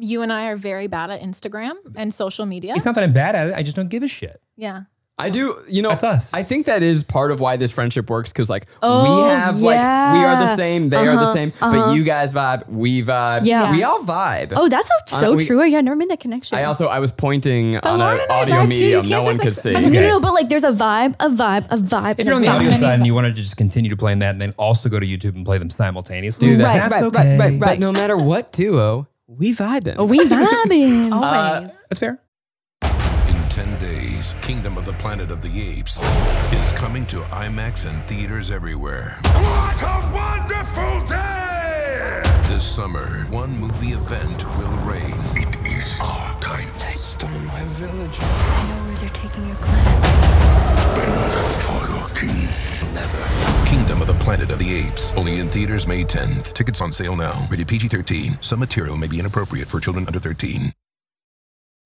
Speaker 4: You and I are very bad at Instagram and social media.
Speaker 3: It's not that I'm bad at it. I just don't give a shit.
Speaker 4: Yeah.
Speaker 1: I do, you know,
Speaker 3: That's us.
Speaker 1: I think that is part of why this friendship works because, like,
Speaker 2: Oh,
Speaker 1: we have, like, we are the
Speaker 2: yeah.
Speaker 1: same, they are the same, but you guys vibe, we vibe.
Speaker 2: Yeah.
Speaker 1: We all vibe.
Speaker 2: Oh, that's a- so
Speaker 1: Uh, we-
Speaker 2: true. Yeah, I never made that connection.
Speaker 1: I also, I was pointing on
Speaker 4: Lauren
Speaker 1: an
Speaker 4: and I
Speaker 1: audio
Speaker 4: vibe too. You
Speaker 1: medium.
Speaker 4: can't
Speaker 1: No
Speaker 4: just,
Speaker 1: one
Speaker 4: like,
Speaker 1: could see.
Speaker 4: I was
Speaker 2: No,
Speaker 3: Okay.
Speaker 2: no, no, but like there's a vibe, a vibe, a vibe.
Speaker 3: If you're on
Speaker 2: and
Speaker 3: the
Speaker 2: a
Speaker 3: audio
Speaker 2: vibe.
Speaker 3: side and you wanted to just continue to play that and then also go to YouTube and play them simultaneously,
Speaker 2: Do that.
Speaker 3: that's
Speaker 2: Right, right, right,
Speaker 3: okay.
Speaker 2: right,
Speaker 1: But no matter what duo, we vibing.
Speaker 2: Oh,
Speaker 1: <laughs>
Speaker 2: we
Speaker 3: Uh,
Speaker 2: vibing.
Speaker 4: Oh. Always.
Speaker 3: That's fair.
Speaker 5: In 10 days, Kingdom of the Planet of the Apes is coming to IMAX and theaters everywhere.
Speaker 6: What a wonderful day!
Speaker 5: This summer, one movie event will reign.
Speaker 6: It is our time. They stole my village.
Speaker 7: I know where they're taking your clan.
Speaker 6: Bend for your king.
Speaker 5: Kingdom of the Planet of the Apes, only in theaters May 10th. Tickets on sale now. Rated PG 13. Some material may be inappropriate for children under 13.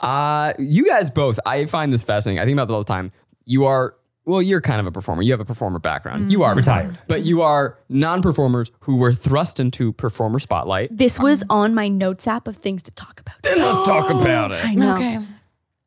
Speaker 1: Uh, you guys both, I find this fascinating. I think about this all the time. You are, well, you're kind of a performer. You have a performer background. You are
Speaker 3: Retired.
Speaker 1: But you are non performers who were thrust into performer
Speaker 2: <laughs>
Speaker 1: spotlight.
Speaker 2: This was on my notes app of things to talk about.
Speaker 1: Let's talk about it.
Speaker 2: <laughs> I know.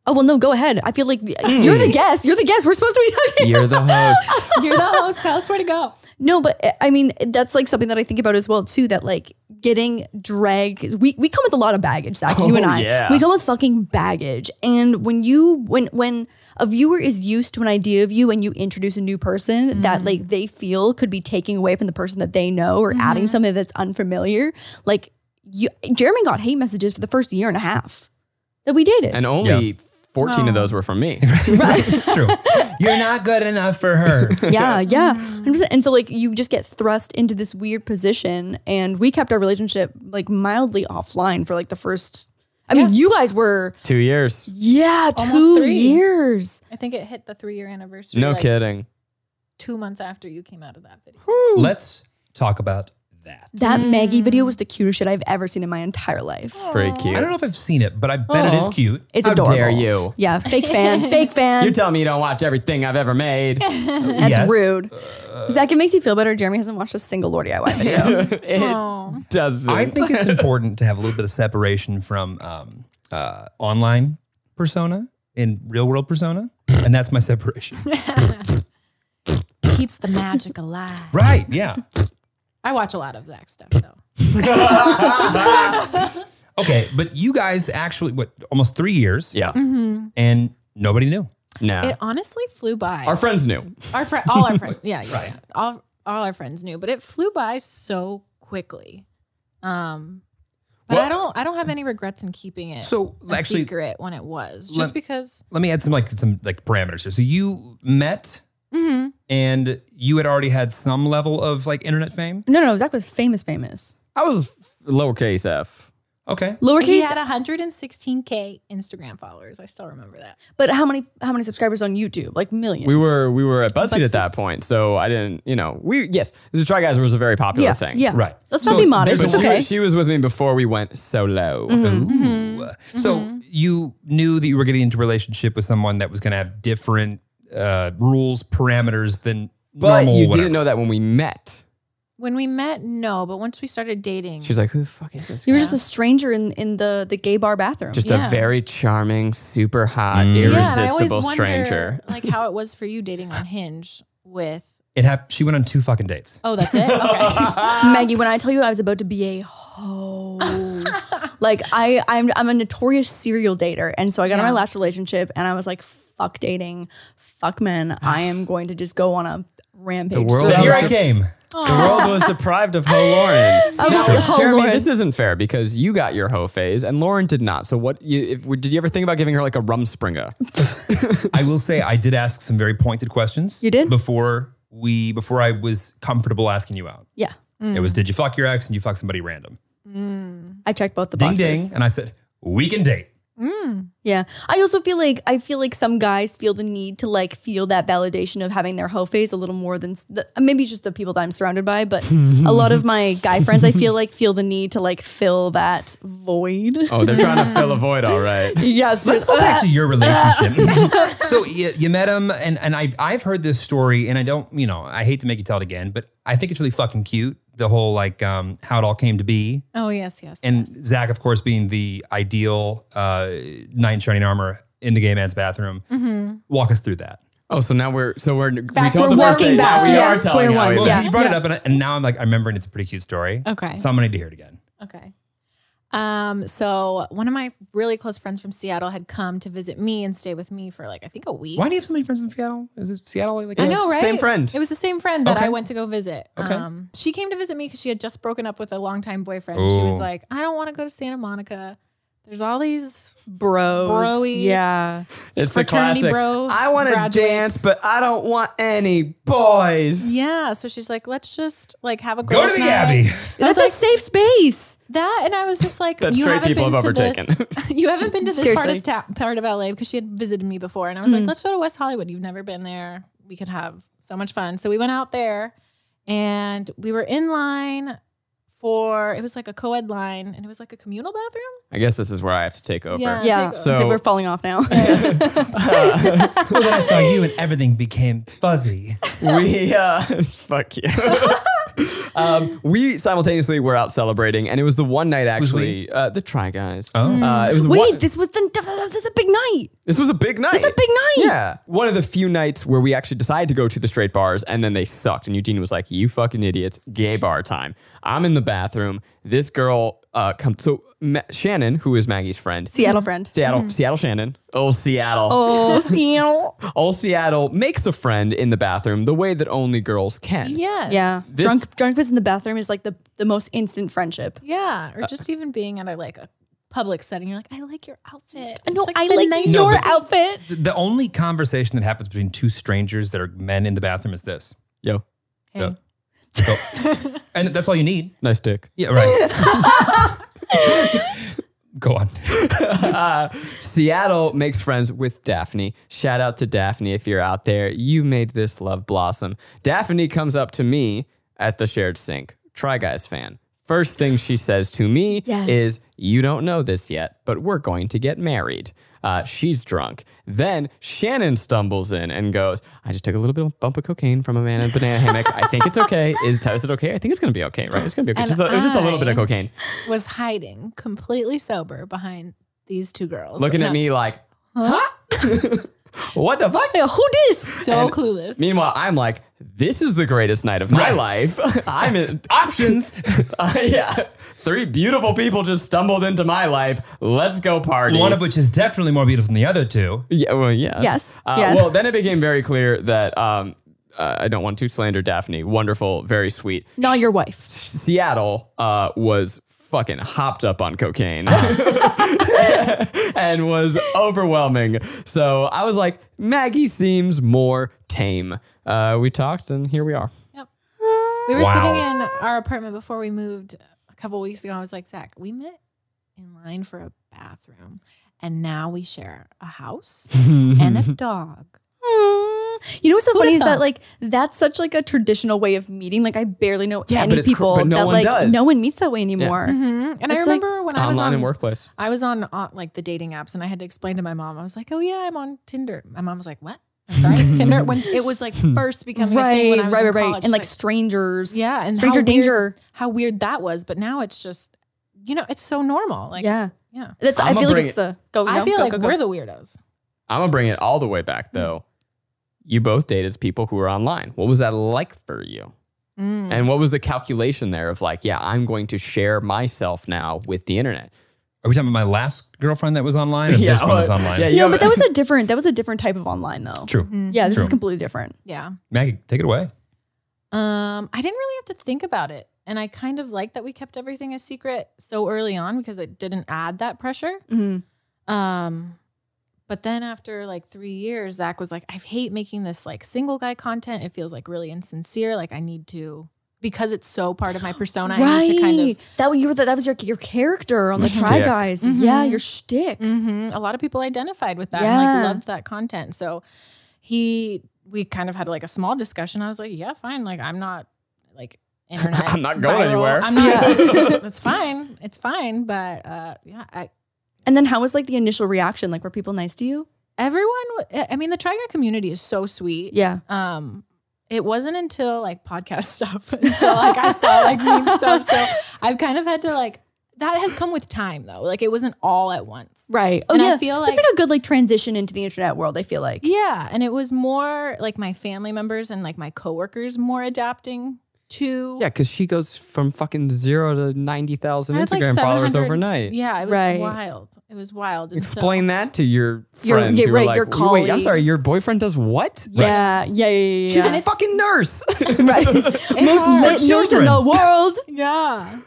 Speaker 2: Oh well, no, go ahead. I feel like you're the guest. You're the guest. We're supposed to be.
Speaker 1: Hmm. You're the host.
Speaker 4: You're the host. Tell us where to go.
Speaker 2: <laughs> no, but uh, I mean that's like something that I think about as well too. That like getting dragged. We we come with a lot of baggage, Zach. you and
Speaker 1: Oh,
Speaker 2: I.
Speaker 1: yeah.
Speaker 2: We come with fucking baggage. And when you when when a viewer is used to an idea of you and you introduce a new person
Speaker 1: Mm.
Speaker 2: that like they feel could be taking away from the person that they know or adding
Speaker 1: Mm-hmm.
Speaker 2: something that's unfamiliar, like you, Jeremy got hate messages for the first year and a half that we dated.
Speaker 1: and only 14
Speaker 2: Oh.
Speaker 1: of those were from me.
Speaker 3: True. You're not good enough for her.
Speaker 1: <laughs>
Speaker 2: yeah, yeah. 100%. And so like you just get thrust into this weird position and we kept our relationship like mildly offline for like the first I mean, you guys were
Speaker 1: Two years.
Speaker 2: yeah,
Speaker 4: Almost
Speaker 2: 2
Speaker 4: three.
Speaker 2: years.
Speaker 4: I think it hit the three year anniversary.
Speaker 1: No
Speaker 4: like,
Speaker 1: kidding.
Speaker 4: Two months after you came out of that video.
Speaker 3: Let's talk about that.
Speaker 2: That Maggie video was the cutest shit I've ever seen in my entire life.
Speaker 1: Pretty cute.
Speaker 3: I don't know if I've seen it, but I bet it
Speaker 1: Aw.
Speaker 3: is cute.
Speaker 2: It's
Speaker 1: How
Speaker 2: adorable.
Speaker 1: dare you.
Speaker 2: Yeah, fake <laughs> fan, fake fan.
Speaker 1: You're telling me you don't watch everything I've ever
Speaker 2: <laughs>
Speaker 1: made.
Speaker 2: <laughs>
Speaker 1: <laughs>
Speaker 2: That's
Speaker 3: Yes.
Speaker 2: rude.
Speaker 1: Uh,
Speaker 2: Zach, it makes you feel better. Jeremy hasn't watched a single Lord <laughs> DIY video.
Speaker 1: it doesn't.
Speaker 3: I think it's important to have a little bit of separation from um, uh, online persona and real world persona. And that's my separation.
Speaker 4: Keeps the magic alive.
Speaker 3: right. Yeah.
Speaker 4: <laughs> I watch a lot of Zach stuff though.
Speaker 3: Okay. But you guys actually, what, almost three years
Speaker 1: yeah.
Speaker 2: Mm-hmm.
Speaker 3: and nobody knew.
Speaker 1: No.
Speaker 4: It honestly flew by.
Speaker 1: Uh, Our friends knew.
Speaker 4: our friend, all our
Speaker 1: <laughs>
Speaker 4: friends, yeah, yeah, yeah. all all our friends knew, but it flew by so quickly. Um, but I
Speaker 3: Well-
Speaker 4: don't, I don't have any regrets in keeping it
Speaker 3: So,
Speaker 4: a
Speaker 3: actually-
Speaker 4: secret when it was, just
Speaker 3: Let-
Speaker 4: because.
Speaker 3: Let me add some like some like parameters here. So you met
Speaker 2: Mm-hmm.
Speaker 3: and you had already had some level of like internet fame.
Speaker 2: no, no, Zach was famous, famous.
Speaker 1: I was lowercase f.
Speaker 3: Okay.
Speaker 4: He
Speaker 2: Lowercase,
Speaker 4: had 116k Instagram followers. I still remember that.
Speaker 2: but how many how many subscribers on YouTube? Like millions.
Speaker 1: We were we were at BuzzFeed, at that point, so I didn't. You know, we yes, the Try Guys was a very popular
Speaker 2: yeah,
Speaker 1: thing.
Speaker 2: yeah.
Speaker 3: Right.
Speaker 2: Let's
Speaker 3: So
Speaker 2: not be modest.
Speaker 1: But
Speaker 2: It's
Speaker 1: she,
Speaker 2: okay. Mm-hmm.
Speaker 1: she was with me before we went solo.
Speaker 3: Ooh. So you knew that you were getting into a relationship with someone that was going to have different uh, rules, parameters than
Speaker 1: But
Speaker 3: normal.
Speaker 1: you
Speaker 3: whatever.
Speaker 1: didn't know that when we met.
Speaker 4: When we met, no, but once we started dating,
Speaker 1: She was like, "Who the fuck is this?"
Speaker 2: You
Speaker 1: guy?
Speaker 2: were just a stranger in, in the, the gay bar bathroom.
Speaker 1: Just
Speaker 4: Yeah.
Speaker 1: a very charming, super hot,
Speaker 4: yeah, and I always
Speaker 1: irresistible
Speaker 4: wonder,
Speaker 1: stranger.
Speaker 2: <laughs>
Speaker 4: like how it was for you dating on Hinge with.
Speaker 3: It happened. She went on two fucking dates.
Speaker 4: Oh,
Speaker 3: <laughs>
Speaker 4: that's it. Okay.
Speaker 2: Maggie, when I tell you I was about to be a hoe, like I, I'm, I'm a notorious serial dater, and so I got in my last relationship, and I was like, "Fuck dating, fuck men. I am going to just go on a rampage."
Speaker 1: The world
Speaker 2: through
Speaker 3: But
Speaker 1: That
Speaker 3: here
Speaker 1: was
Speaker 3: I
Speaker 1: the-
Speaker 3: came.
Speaker 1: The world
Speaker 2: <laughs>
Speaker 1: was deprived of Ho Lauren.
Speaker 2: Of
Speaker 1: Now,
Speaker 2: Ho
Speaker 1: Jeremy,
Speaker 2: Oh, Lauren.
Speaker 1: this isn't fair because you got your Ho phase and Lauren did not. So what? You, if, did you ever think about giving her like a Rumspringa?
Speaker 3: I will say I did ask some very pointed questions.
Speaker 2: You did?
Speaker 3: before we before I was comfortable asking you out.
Speaker 2: yeah,
Speaker 3: It was did you fuck your ex and you fuck somebody random?
Speaker 2: I checked both the
Speaker 3: Ding
Speaker 2: boxes.
Speaker 3: ding, and I said we can date.
Speaker 2: Yeah, I also feel like I feel like some guys feel the need to like feel that validation of having their hoe phase a little more than s- the, maybe it's just the people that I'm surrounded by, but a lot of my guy
Speaker 3: <laughs>
Speaker 2: friends I feel like feel the need to like fill that void.
Speaker 1: Oh, they're trying to fill a void, all right.
Speaker 2: <laughs> yes,
Speaker 3: Let's go back to <laughs> your <laughs> relationship. so you, you met him, and and I I've heard this story, and I don't you know I hate to make you tell it again, but I think it's really fucking cute the whole like um, how it all came to be,
Speaker 4: oh yes, yes.
Speaker 3: and Zach of course being the ideal uh, knight in shining armor in the gay man's bathroom. Walk us through that.
Speaker 1: <laughs> Oh, so now we're so we're
Speaker 4: Back-
Speaker 1: told
Speaker 4: we're
Speaker 1: the first day-
Speaker 4: working back,
Speaker 1: Oh, Yeah, we
Speaker 4: yeah,
Speaker 1: are
Speaker 2: square
Speaker 1: telling how
Speaker 2: one,
Speaker 1: we
Speaker 3: Well,
Speaker 1: met.
Speaker 2: yeah.
Speaker 3: you brought it up, and, I- and now I'm like I remember, and it's a pretty cute story.
Speaker 4: okay.
Speaker 3: so I'm gonna need to hear it again.
Speaker 4: Okay. Um, so one of my really close friends from Seattle had come to visit me and stay with me for like I think a week.
Speaker 3: Why do you have so many friends in Seattle? Is it Seattle? Like
Speaker 4: I know, right?
Speaker 1: Same friend.
Speaker 4: It was the same friend that
Speaker 3: Okay.
Speaker 4: I went to go visit.
Speaker 3: Okay.
Speaker 4: Um, she came to visit me because she had just broken up with a longtime boyfriend. She was
Speaker 3: Ooh.
Speaker 4: like, I don't want to go to Santa Monica. There's all these
Speaker 2: <laughs> bros.
Speaker 4: Broy.
Speaker 2: Yeah.
Speaker 1: It's the
Speaker 4: fraternity
Speaker 1: classic.
Speaker 4: bro
Speaker 1: I want
Speaker 4: graduates."
Speaker 1: to dance, but I don't want any boys.
Speaker 4: yeah. So she's like, let's just like have a
Speaker 3: Go to
Speaker 4: girls'
Speaker 3: the
Speaker 4: night."
Speaker 3: Abbey.
Speaker 2: That's a safe space.
Speaker 4: That and I was just like,
Speaker 1: That
Speaker 4: you
Speaker 1: straight
Speaker 4: haven't
Speaker 1: people
Speaker 4: been
Speaker 1: have
Speaker 4: to
Speaker 1: overtaken. <laughs>
Speaker 4: this. <laughs> You haven't been to this part
Speaker 2: Seriously. Mm.
Speaker 4: of ta- part of LA because she had visited me before, and I was like, let's go to West Hollywood. You've never been there. We could have so much fun. So we went out there, and we were in line for it was like a co-ed line, and it was like a communal bathroom.
Speaker 1: I guess this is where I have to take over.
Speaker 4: Yeah.
Speaker 2: Yeah.
Speaker 4: take-
Speaker 2: So,
Speaker 1: So-
Speaker 2: we're falling
Speaker 4: <laughs>
Speaker 2: off now.
Speaker 3: well, then I saw you, and everything became fuzzy.
Speaker 1: we uh, <laughs> fuck you. um, we simultaneously were out celebrating, and it was the one night actually. Uh, the Try Guys.
Speaker 3: Oh.
Speaker 1: Uh, it was
Speaker 2: <laughs> Wait,
Speaker 1: one,
Speaker 2: this was the this is a big night.
Speaker 1: this was a big night.
Speaker 2: This is a big night.
Speaker 1: Yeah, one of the few nights where we actually decided to go to the straight bars, and then they sucked. And Eugene was like, "You fucking idiots, gay bar time." I'm in the bathroom. This girl uh, comes. So Ma- Shannon, who is Maggie's friend,
Speaker 3: Mm-hmm.
Speaker 2: Seattle friend.
Speaker 1: Seattle, Seattle Shannon. Oh, Seattle.
Speaker 2: Mm.
Speaker 3: <laughs>
Speaker 2: Oh, Seattle.
Speaker 1: Old Seattle makes a friend in the bathroom the way that only girls can.
Speaker 4: Yes.
Speaker 2: Yeah.
Speaker 1: This-
Speaker 2: drunk drunk person in the bathroom is like the, the most instant friendship.
Speaker 4: Yeah.
Speaker 1: Uh,
Speaker 4: Or just even being at a like a public setting, you're like, I like your outfit.
Speaker 2: No,
Speaker 4: It's
Speaker 2: I
Speaker 4: the
Speaker 2: like
Speaker 4: nicest-
Speaker 2: your
Speaker 3: No, but-
Speaker 2: outfit.
Speaker 3: The- The only conversation that happens between two strangers that are men in the bathroom is this.
Speaker 1: Yo,
Speaker 4: Hey.
Speaker 3: Yeah. So- and that's all you need.
Speaker 1: nice dick.
Speaker 3: Yeah, right. <laughs> Go on.
Speaker 1: Seattle makes friends with Daphne. Shout out to Daphne if you're out there. You made this love blossom. Daphne comes up to me at the shared sink. Try Guys fan. First thing she says to me
Speaker 2: Yes.
Speaker 1: is, You don't know this yet, but we're going to get married. Uh, she's drunk. Then Shannon stumbles in and goes, I just took a little bit of bump of cocaine from a man in a banana hammock. I think it's
Speaker 4: <laughs>
Speaker 1: okay. Is, is it okay? I think it's going to be okay, right? It's going to be okay.
Speaker 4: And
Speaker 1: Just a- it was just a little bit of
Speaker 4: I-
Speaker 1: cocaine.
Speaker 4: was hiding completely sober behind these two girls.
Speaker 1: Looking
Speaker 4: And
Speaker 1: at
Speaker 4: I'm
Speaker 1: me like, Huh? <laughs> what the fuck?
Speaker 2: Yeah, who dis?
Speaker 4: So
Speaker 1: and-
Speaker 4: clueless.
Speaker 1: Meanwhile, I'm like, this is the greatest night of my
Speaker 3: Right.
Speaker 1: life. <laughs> I'm in <laughs> options. yeah. Three beautiful people just stumbled into my life. Let's go party.
Speaker 3: One of which is definitely more beautiful than the other two.
Speaker 1: yeah, well, yes.
Speaker 2: Yes,
Speaker 1: Uh,
Speaker 2: yes.
Speaker 1: Well, then it became very clear that um, uh, I don't want to slander Daphne. Wonderful, very sweet.
Speaker 2: Not your wife.
Speaker 1: Seattle uh, was fucking hopped up on cocaine <laughs> and was overwhelming. So I was like, Maggie seems more tame. Uh, we talked, and here
Speaker 2: <laughs>
Speaker 1: we are.
Speaker 4: We were
Speaker 3: Wow.
Speaker 4: sitting in our apartment before we moved a couple weeks ago. I was like, Zach, we met in line for a bathroom, and now we share a house
Speaker 2: <laughs>
Speaker 4: and a dog.
Speaker 2: You know what's so
Speaker 4: Who'da
Speaker 2: funny is
Speaker 4: thought?
Speaker 2: that like that's such like a traditional way of meeting. Like I barely know
Speaker 1: Yeah, but
Speaker 2: any
Speaker 1: it's cr-
Speaker 2: people
Speaker 1: but no
Speaker 2: that
Speaker 1: one
Speaker 2: like
Speaker 1: does.
Speaker 2: no one meets that way anymore.
Speaker 4: Mhm. And I
Speaker 2: It's like
Speaker 4: remember when I uh, was
Speaker 1: Online
Speaker 4: on
Speaker 1: and workplace.
Speaker 4: I was on, on like the dating apps, and I had to explain to my mom. I was like, "Oh yeah, I'm on Tinder." My mom was like, "What?" Sorry,
Speaker 2: <laughs>
Speaker 4: Tinder when it was like first becoming a thing
Speaker 2: Right,
Speaker 4: when I
Speaker 2: right,
Speaker 4: was in
Speaker 2: right, right.
Speaker 4: college,
Speaker 2: And like,
Speaker 4: just,
Speaker 2: strangers.
Speaker 4: yeah, and
Speaker 2: stranger
Speaker 4: how weird-
Speaker 2: danger.
Speaker 4: how weird that was, but now it's just you know it's so normal. Like
Speaker 2: yeah.
Speaker 4: yeah.
Speaker 2: That's
Speaker 1: I'ma
Speaker 2: I feel like
Speaker 1: bring
Speaker 2: it's
Speaker 1: it-
Speaker 2: the go.
Speaker 4: I
Speaker 2: no,
Speaker 4: feel
Speaker 2: go,
Speaker 4: like
Speaker 2: go, go.
Speaker 4: we're the weirdos.
Speaker 1: I'm gonna bring it all the way back though. You both dated people who were online. What was that like for you?
Speaker 4: Mm.
Speaker 1: And what was the calculation there of like, yeah, I'm going to share myself now with the internet?
Speaker 3: Are we talking about my last girlfriend that was online or this one that's
Speaker 1: well,
Speaker 3: online?
Speaker 1: yeah, you
Speaker 2: No,
Speaker 1: have-
Speaker 2: but that was a different that was a different type of online though.
Speaker 3: True.
Speaker 2: Yeah, this
Speaker 3: True.
Speaker 2: is completely different.
Speaker 4: Yeah.
Speaker 3: Maggie, take it away.
Speaker 4: Um, I didn't really have to think about it. And I kind of like that we kept everything a secret so early on because it didn't add that pressure.
Speaker 2: Mhm.
Speaker 4: Um, but then after like three years, Zach was like, I hate making this like single guy content. It feels like really insincere. Like I need to, because it's so part of my persona, Oh, I need to kind of.
Speaker 2: that one- you were the, that was your your character on the Try
Speaker 1: shtick.
Speaker 2: Guys. Yeah,
Speaker 4: Mhm.
Speaker 2: your shtick.
Speaker 4: Mhm. A lot of people identified with that and
Speaker 2: Yeah.
Speaker 4: like loved that content. So he, we kind of had like a small discussion. I was like, yeah, fine. Like I'm not
Speaker 1: <laughs>
Speaker 4: like internet.
Speaker 1: I'm not going
Speaker 4: viral.
Speaker 1: anywhere.
Speaker 4: I'm not.
Speaker 1: Yeah.
Speaker 4: <laughs>
Speaker 1: <laughs>
Speaker 4: it's fine. It's fine. But uh, yeah, I,
Speaker 2: And then how was like the initial reaction? Like were people nice to you?
Speaker 4: everyone. w- I mean, the Trigon community is so sweet.
Speaker 2: Yeah.
Speaker 4: Um, it wasn't until like podcast <laughs> stuff until like I saw like meme stuff. So I've kind of had to like that has come with time though. Like it wasn't all at once.
Speaker 2: Right. Oh
Speaker 4: And I
Speaker 2: yeah.
Speaker 4: feel like-
Speaker 2: That's like a good like transition into the internet world, I feel like.
Speaker 4: Yeah, and it was more like my family members and like my coworkers more adapting to.
Speaker 1: Yeah, because she goes from fucking zero to 90,000
Speaker 4: I had, like,
Speaker 1: Instagram followers
Speaker 4: 700
Speaker 1: overnight.
Speaker 4: Yeah, it was
Speaker 2: Right.
Speaker 4: wild. It was wild. And so-
Speaker 1: Explain that to your
Speaker 2: Your-
Speaker 1: friends.
Speaker 2: yeah,
Speaker 1: who are
Speaker 2: right,
Speaker 1: like,
Speaker 2: your
Speaker 1: Wait, I'm sorry,
Speaker 2: colleagues.
Speaker 1: your boyfriend does what?
Speaker 2: Yeah, yeah, yeah, yeah.
Speaker 1: She's
Speaker 2: yeah.
Speaker 1: a fucking <laughs> nurse.
Speaker 2: right. Most
Speaker 4: hard.
Speaker 2: lit nurse in
Speaker 3: Children.
Speaker 2: the world.
Speaker 4: yeah,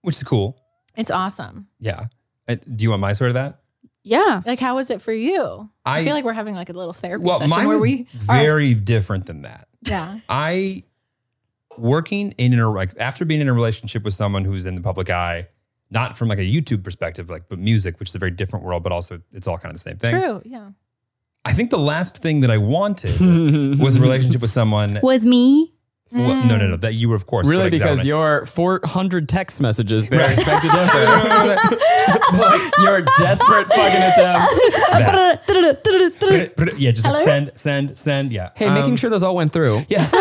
Speaker 3: Which is cool.
Speaker 4: it's awesome.
Speaker 3: Yeah. Uh, do you want my story to that?
Speaker 2: <laughs> Yeah.
Speaker 4: Like, how was it for you? I,
Speaker 3: I-
Speaker 4: feel like we're having like a little therapy
Speaker 3: Well,
Speaker 4: session
Speaker 3: mine
Speaker 4: where
Speaker 3: was
Speaker 4: we
Speaker 3: very different than that.
Speaker 4: <laughs> yeah.
Speaker 3: I working in an like after being in a relationship with someone who's in the public eye, not from like a YouTube perspective, like but music, which is a very different world, but also it's all kind of the same thing.
Speaker 4: True. Yeah.
Speaker 3: I think the last thing that I
Speaker 1: <laughs>
Speaker 3: wanted was a relationship with someone.
Speaker 2: Was me.
Speaker 3: Well, no, no, no. That you were, of course,
Speaker 1: Really,
Speaker 3: correct, that
Speaker 1: because
Speaker 3: one.
Speaker 1: your 400 text messages bear <laughs>
Speaker 3: Right. <laughs>
Speaker 1: expected your desperate fucking attempt.
Speaker 3: That.
Speaker 2: That's
Speaker 3: yeah, just like send, send, send. Yeah.
Speaker 1: Hey,
Speaker 3: Um,
Speaker 1: making sure those all went through.
Speaker 3: Yeah. <laughs>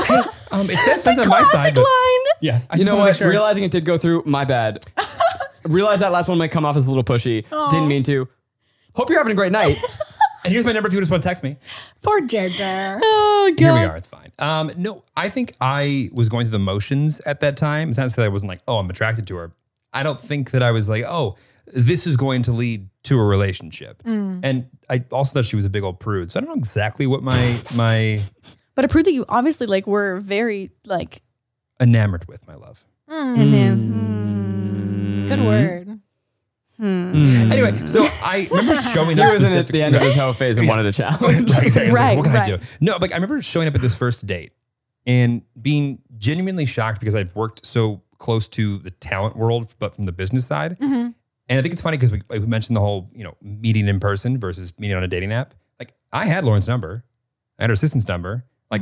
Speaker 3: Hey, um, it says something on my side.
Speaker 2: classic
Speaker 3: But,
Speaker 2: line.
Speaker 3: yeah. I
Speaker 1: you
Speaker 3: just
Speaker 1: know
Speaker 3: wanna
Speaker 1: what?
Speaker 3: make sure-
Speaker 1: Realizing it did go through, my bad. <laughs> Realize that last one might come off as a little pushy. Didn't mean to. Hope you're having a great <laughs> night.
Speaker 3: and here's my number if you just want to text me.
Speaker 4: Poor <laughs> Jared.
Speaker 2: Oh god.
Speaker 3: Here we are. It's fine. Um, no, I think I was going through the motions at that time. It's not to say that I wasn't like, oh, I'm attracted to her. I don't think that I was like, oh, this is going to lead to a relationship. And I also thought she was a big old prude. So I don't know exactly what my my
Speaker 2: But it proved that you obviously like were very like
Speaker 3: enamored with my love.
Speaker 4: Hmm. Good word.
Speaker 2: hmm.
Speaker 3: Mm.
Speaker 1: Mm.
Speaker 3: Anyway, so I remember showing
Speaker 1: He
Speaker 3: up.
Speaker 1: wasn't at
Speaker 3: specific-
Speaker 1: the end of his hoe phase and wanted a <laughs> challenge.
Speaker 3: Right, exactly.
Speaker 2: Right,
Speaker 3: what can I
Speaker 2: right.
Speaker 3: do? No, like I remember showing up at this first date and being genuinely shocked because I've worked so close to the talent world, but from the business side.
Speaker 2: Mm-hmm.
Speaker 3: And I think it's funny because we, like, we mentioned the whole, you know, meeting in person versus meeting on a dating app. Like I had Lauren's number, I had her assistant's number, like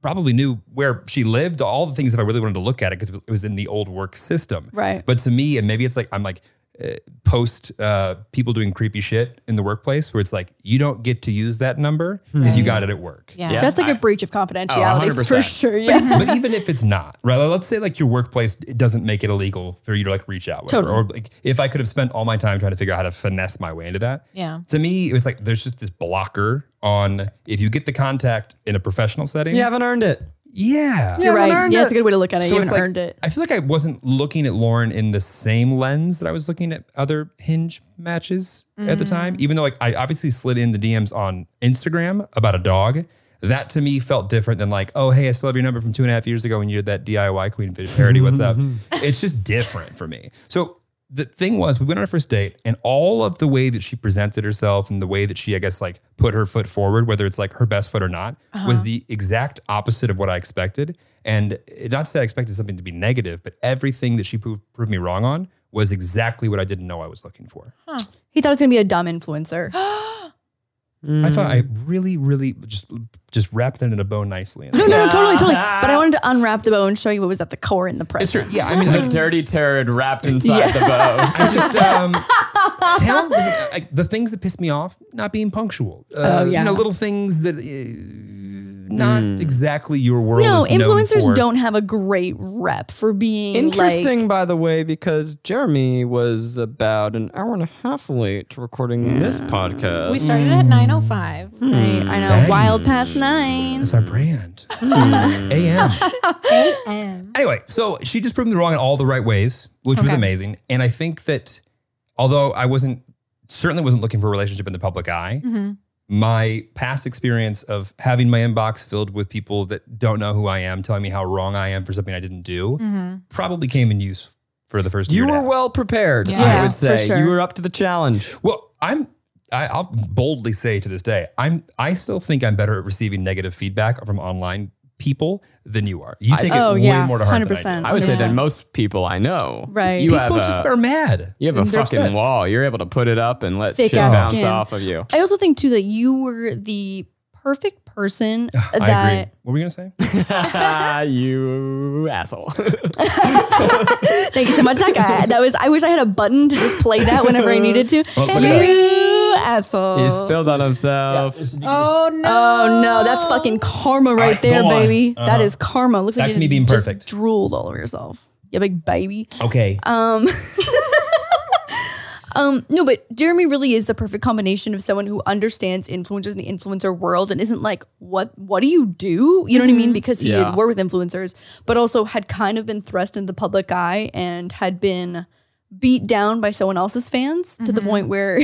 Speaker 3: probably knew where she lived, all the things if I really wanted to look at it because it was- it was in the old work system.
Speaker 2: Right.
Speaker 3: But to me, and maybe it's like I'm like uh, post uh, people doing creepy shit in the workplace where it's like you don't get to use that number if you got it at work.
Speaker 4: Yeah.
Speaker 1: Yeah.
Speaker 2: That's like a
Speaker 1: I-
Speaker 2: breach of
Speaker 3: Oh,
Speaker 2: confidentiality for
Speaker 1: 100%.
Speaker 2: sure. Yeah.
Speaker 3: <laughs> but even if it's not, right? like, Let's say like your workplace it doesn't make it illegal for you to like reach out, whatever.
Speaker 2: Totally.
Speaker 3: or like if I could have spent all my time trying to figure out how to finesse my way into that.
Speaker 4: Yeah.
Speaker 3: To me, it was like there's just this blocker on if you get the contact in a professional setting.
Speaker 1: you haven't earned it.
Speaker 3: yeah.
Speaker 2: You're
Speaker 1: haven't
Speaker 2: right.
Speaker 1: earned
Speaker 2: Yeah,
Speaker 1: it.
Speaker 2: that's a good way to look at it.
Speaker 3: So
Speaker 2: you
Speaker 3: it's
Speaker 2: haven't
Speaker 3: like,
Speaker 2: earned it.
Speaker 3: I feel like I wasn't looking at Lauren in the same lens that I was looking at other hinge matches at
Speaker 2: Mm-hmm.
Speaker 3: the time, even though like I obviously slid in the DMs on Instagram about a dog. That to me felt different than like, oh, hey, I still have your number from two and a half years ago when you did that DIY Queen Fit parody. What's up? It's just different for me. So the thing was, we went on our first date, and all of the way that she presented herself and the way that she, I guess, like put her foot forward, whether it's like her best foot or not, was the exact opposite of what I expected. And it- not to say I expected something to be negative, but everything that she proved, proved me wrong on was exactly what I didn't know I was looking for.
Speaker 2: He thought it was gonna be a dumb <gasps> influencer.
Speaker 3: I thought I really, really just just wrapped that in a bow nicely.
Speaker 2: No, no, no, totally,
Speaker 3: <laughs>
Speaker 2: totally. But I wanted to unwrap the bow and show you what was at the core in the present.
Speaker 3: It's true. Yeah, I
Speaker 1: <laughs>
Speaker 3: mean,
Speaker 1: The dirty turd wrapped inside the bow.
Speaker 3: I just um,
Speaker 2: <laughs>
Speaker 3: town doesn't- like, the things that piss me off not being punctual uh,
Speaker 2: Oh, yeah.
Speaker 3: you know little things that uh, not
Speaker 1: Hmm.
Speaker 3: exactly your world
Speaker 2: No,
Speaker 3: is known
Speaker 2: influencers
Speaker 3: for.
Speaker 2: don't have a great rep for being
Speaker 1: Interesting,
Speaker 2: Like,
Speaker 1: by the way, because Jeremy was about an hour and a half late to recording this podcast.
Speaker 4: We started at 9.05.
Speaker 2: Right, I know,
Speaker 3: Dang.
Speaker 2: wild past nine.
Speaker 3: that's our brand
Speaker 1: Hmm.
Speaker 3: am
Speaker 1: <laughs>
Speaker 4: And
Speaker 3: anyway so she just proved me wrong in all the right ways which was
Speaker 2: Okay.
Speaker 3: amazing and i think that although i wasn't certainly wasn't looking for a relationship in the public eye
Speaker 4: Mm-hmm.
Speaker 3: my past experience of having my inbox filled with people that don't know who I am, telling me how wrong I am for something I didn't do,
Speaker 2: Mm.
Speaker 4: Mm-hmm.
Speaker 3: probably came in use for the first year.
Speaker 1: you
Speaker 3: and a
Speaker 1: were
Speaker 3: half.
Speaker 1: well prepared, I
Speaker 4: Yeah,
Speaker 1: would
Speaker 2: for
Speaker 1: say.
Speaker 2: sure.
Speaker 1: You were up to the challenge.
Speaker 3: Well, I'm. I, I'll boldly say to this day, I'm. I still think I'm better at receiving negative feedback from online people than you are. You take it
Speaker 2: Oh,
Speaker 3: way
Speaker 2: yeah,
Speaker 3: more to heart than
Speaker 2: 100%.
Speaker 3: I
Speaker 1: I would say
Speaker 2: Yeah.
Speaker 1: that most people I know,
Speaker 2: Right.
Speaker 1: You
Speaker 3: do.
Speaker 1: have
Speaker 3: People just
Speaker 1: a,
Speaker 3: are mad.
Speaker 1: you have a
Speaker 3: and they're
Speaker 1: fucking
Speaker 3: upset.
Speaker 1: wall. You're able to put it up and let
Speaker 2: Thick
Speaker 1: shit
Speaker 2: ass
Speaker 1: bounce
Speaker 2: skin.
Speaker 1: off of you.
Speaker 2: I also think too that you were the perfect person
Speaker 3: <sighs> I agree.
Speaker 2: Uh, that
Speaker 3: What were you gonna say?
Speaker 1: <laughs>
Speaker 2: <laughs>
Speaker 1: you asshole.
Speaker 2: thank you so much that guy that was I wish I had a button to just play that whenever
Speaker 3: <laughs>
Speaker 2: I needed to
Speaker 3: Well, look at that.
Speaker 2: you asshole
Speaker 1: he spilled on himself.
Speaker 4: Oh, no.
Speaker 2: oh no that's fucking karma right,
Speaker 3: right,
Speaker 2: there
Speaker 3: go on.
Speaker 2: baby That
Speaker 3: Uh-huh.
Speaker 2: is karma looks like
Speaker 3: Back
Speaker 2: you
Speaker 3: to me being
Speaker 2: just
Speaker 3: perfect.
Speaker 2: drooled all over yourself yeah big baby
Speaker 3: Okay.
Speaker 2: Um, um, no, but Jeremy really is the perfect combination of someone who understands influencers in the influencer world and isn't like, what what do you do? You know what I mean? Because he
Speaker 1: Yeah.
Speaker 2: had worked with influencers, but also had kind of been thrust into the public eye and had been beat down by someone else's fans to the point where <laughs>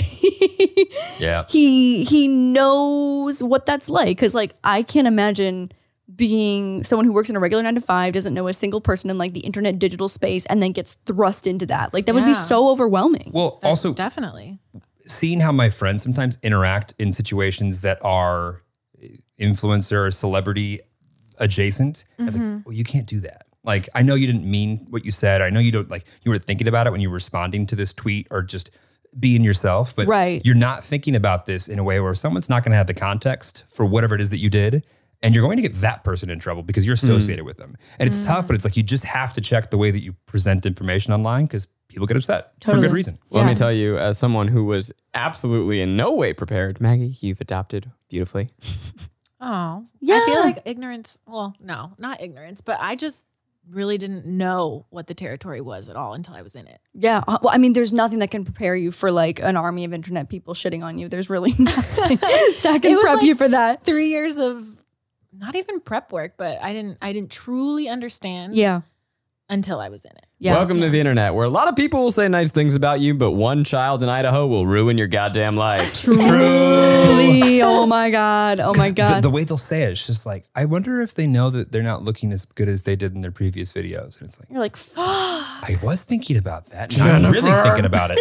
Speaker 3: yeah.
Speaker 2: he he knows what that's like because like i can't imagine being someone who works in a regular nine to five doesn't know a single person in like the internet digital space and then gets thrust into that like that would be
Speaker 4: Yeah.
Speaker 2: so overwhelming
Speaker 3: Well, also
Speaker 4: Definitely.
Speaker 3: seeing how my friends sometimes interact in situations that are influencer or celebrity adjacent, it's
Speaker 2: Mm-hmm.
Speaker 3: like, well, you can't do that. Like, I know you didn't mean what you said. I know you don't like you were thinking about it when you were responding to this tweet or just being yourself, but
Speaker 2: Right.
Speaker 3: you're not thinking about this in a way where someone's not going to have the context for whatever it is that you did. And you're going to get that person in trouble because you're associated with them. And it's tough,
Speaker 2: Mm.
Speaker 3: but it's like you just have to check the way that you present information online because people get upset for
Speaker 2: Totally.
Speaker 3: good reason.
Speaker 1: Well, Let me tell you, as someone who was absolutely in no way prepared, Maggie, you've adapted beautifully.
Speaker 4: Oh,
Speaker 2: Yeah.
Speaker 4: I feel like ignorance. Well, no, not ignorance, but I just really didn't know what the territory was at all until I was in it.
Speaker 2: yeah Uh, well i mean there's nothing that can prepare you for like an army of internet people shitting on you there's really <laughs> nothing that
Speaker 4: It
Speaker 2: can
Speaker 4: was
Speaker 2: prep
Speaker 4: like-
Speaker 2: you for that
Speaker 4: Three years of not even prep work, but I didn't. I didn't truly understand.
Speaker 2: yeah
Speaker 4: until I was in it.
Speaker 2: yeah
Speaker 1: Welcome to the internet, where a lot of people will say nice things about you, but one child in Idaho will ruin your goddamn
Speaker 2: <laughs>
Speaker 1: life.
Speaker 3: <laughs>
Speaker 2: truly oh my god oh my
Speaker 3: the,
Speaker 2: god
Speaker 3: the way they'll say it, it's just like, I wonder if they know that they're not looking as good as they did in their previous videos. And it's like,
Speaker 4: <gasps>
Speaker 2: you're like
Speaker 3: I was thinking about that. Now I'm really thinking about
Speaker 2: <laughs>
Speaker 3: it.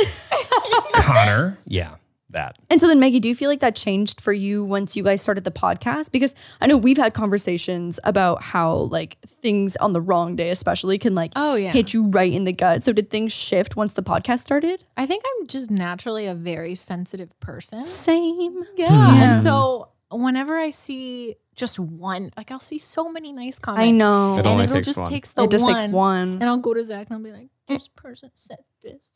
Speaker 3: Connor. Yeah, that.
Speaker 2: And so then, Maggie, do you feel like that changed for you once you guys started the podcast? Because I know we've had conversations about how like things on the wrong day, especially, can like
Speaker 4: Oh, yeah.
Speaker 2: hit you right in the gut. So did things shift once the podcast started?
Speaker 4: I think I'm just naturally a very sensitive person.
Speaker 2: Same.
Speaker 4: Yeah. And so whenever I see just one, like I'll see so many nice comments.
Speaker 2: I know.
Speaker 1: It
Speaker 4: And
Speaker 1: only
Speaker 4: it'll
Speaker 1: takes
Speaker 4: just
Speaker 1: one.
Speaker 4: takes the
Speaker 2: It just
Speaker 4: one,
Speaker 2: takes one.
Speaker 4: And I'll go to Zach and I'll be like, this person said
Speaker 2: <laughs>
Speaker 4: this.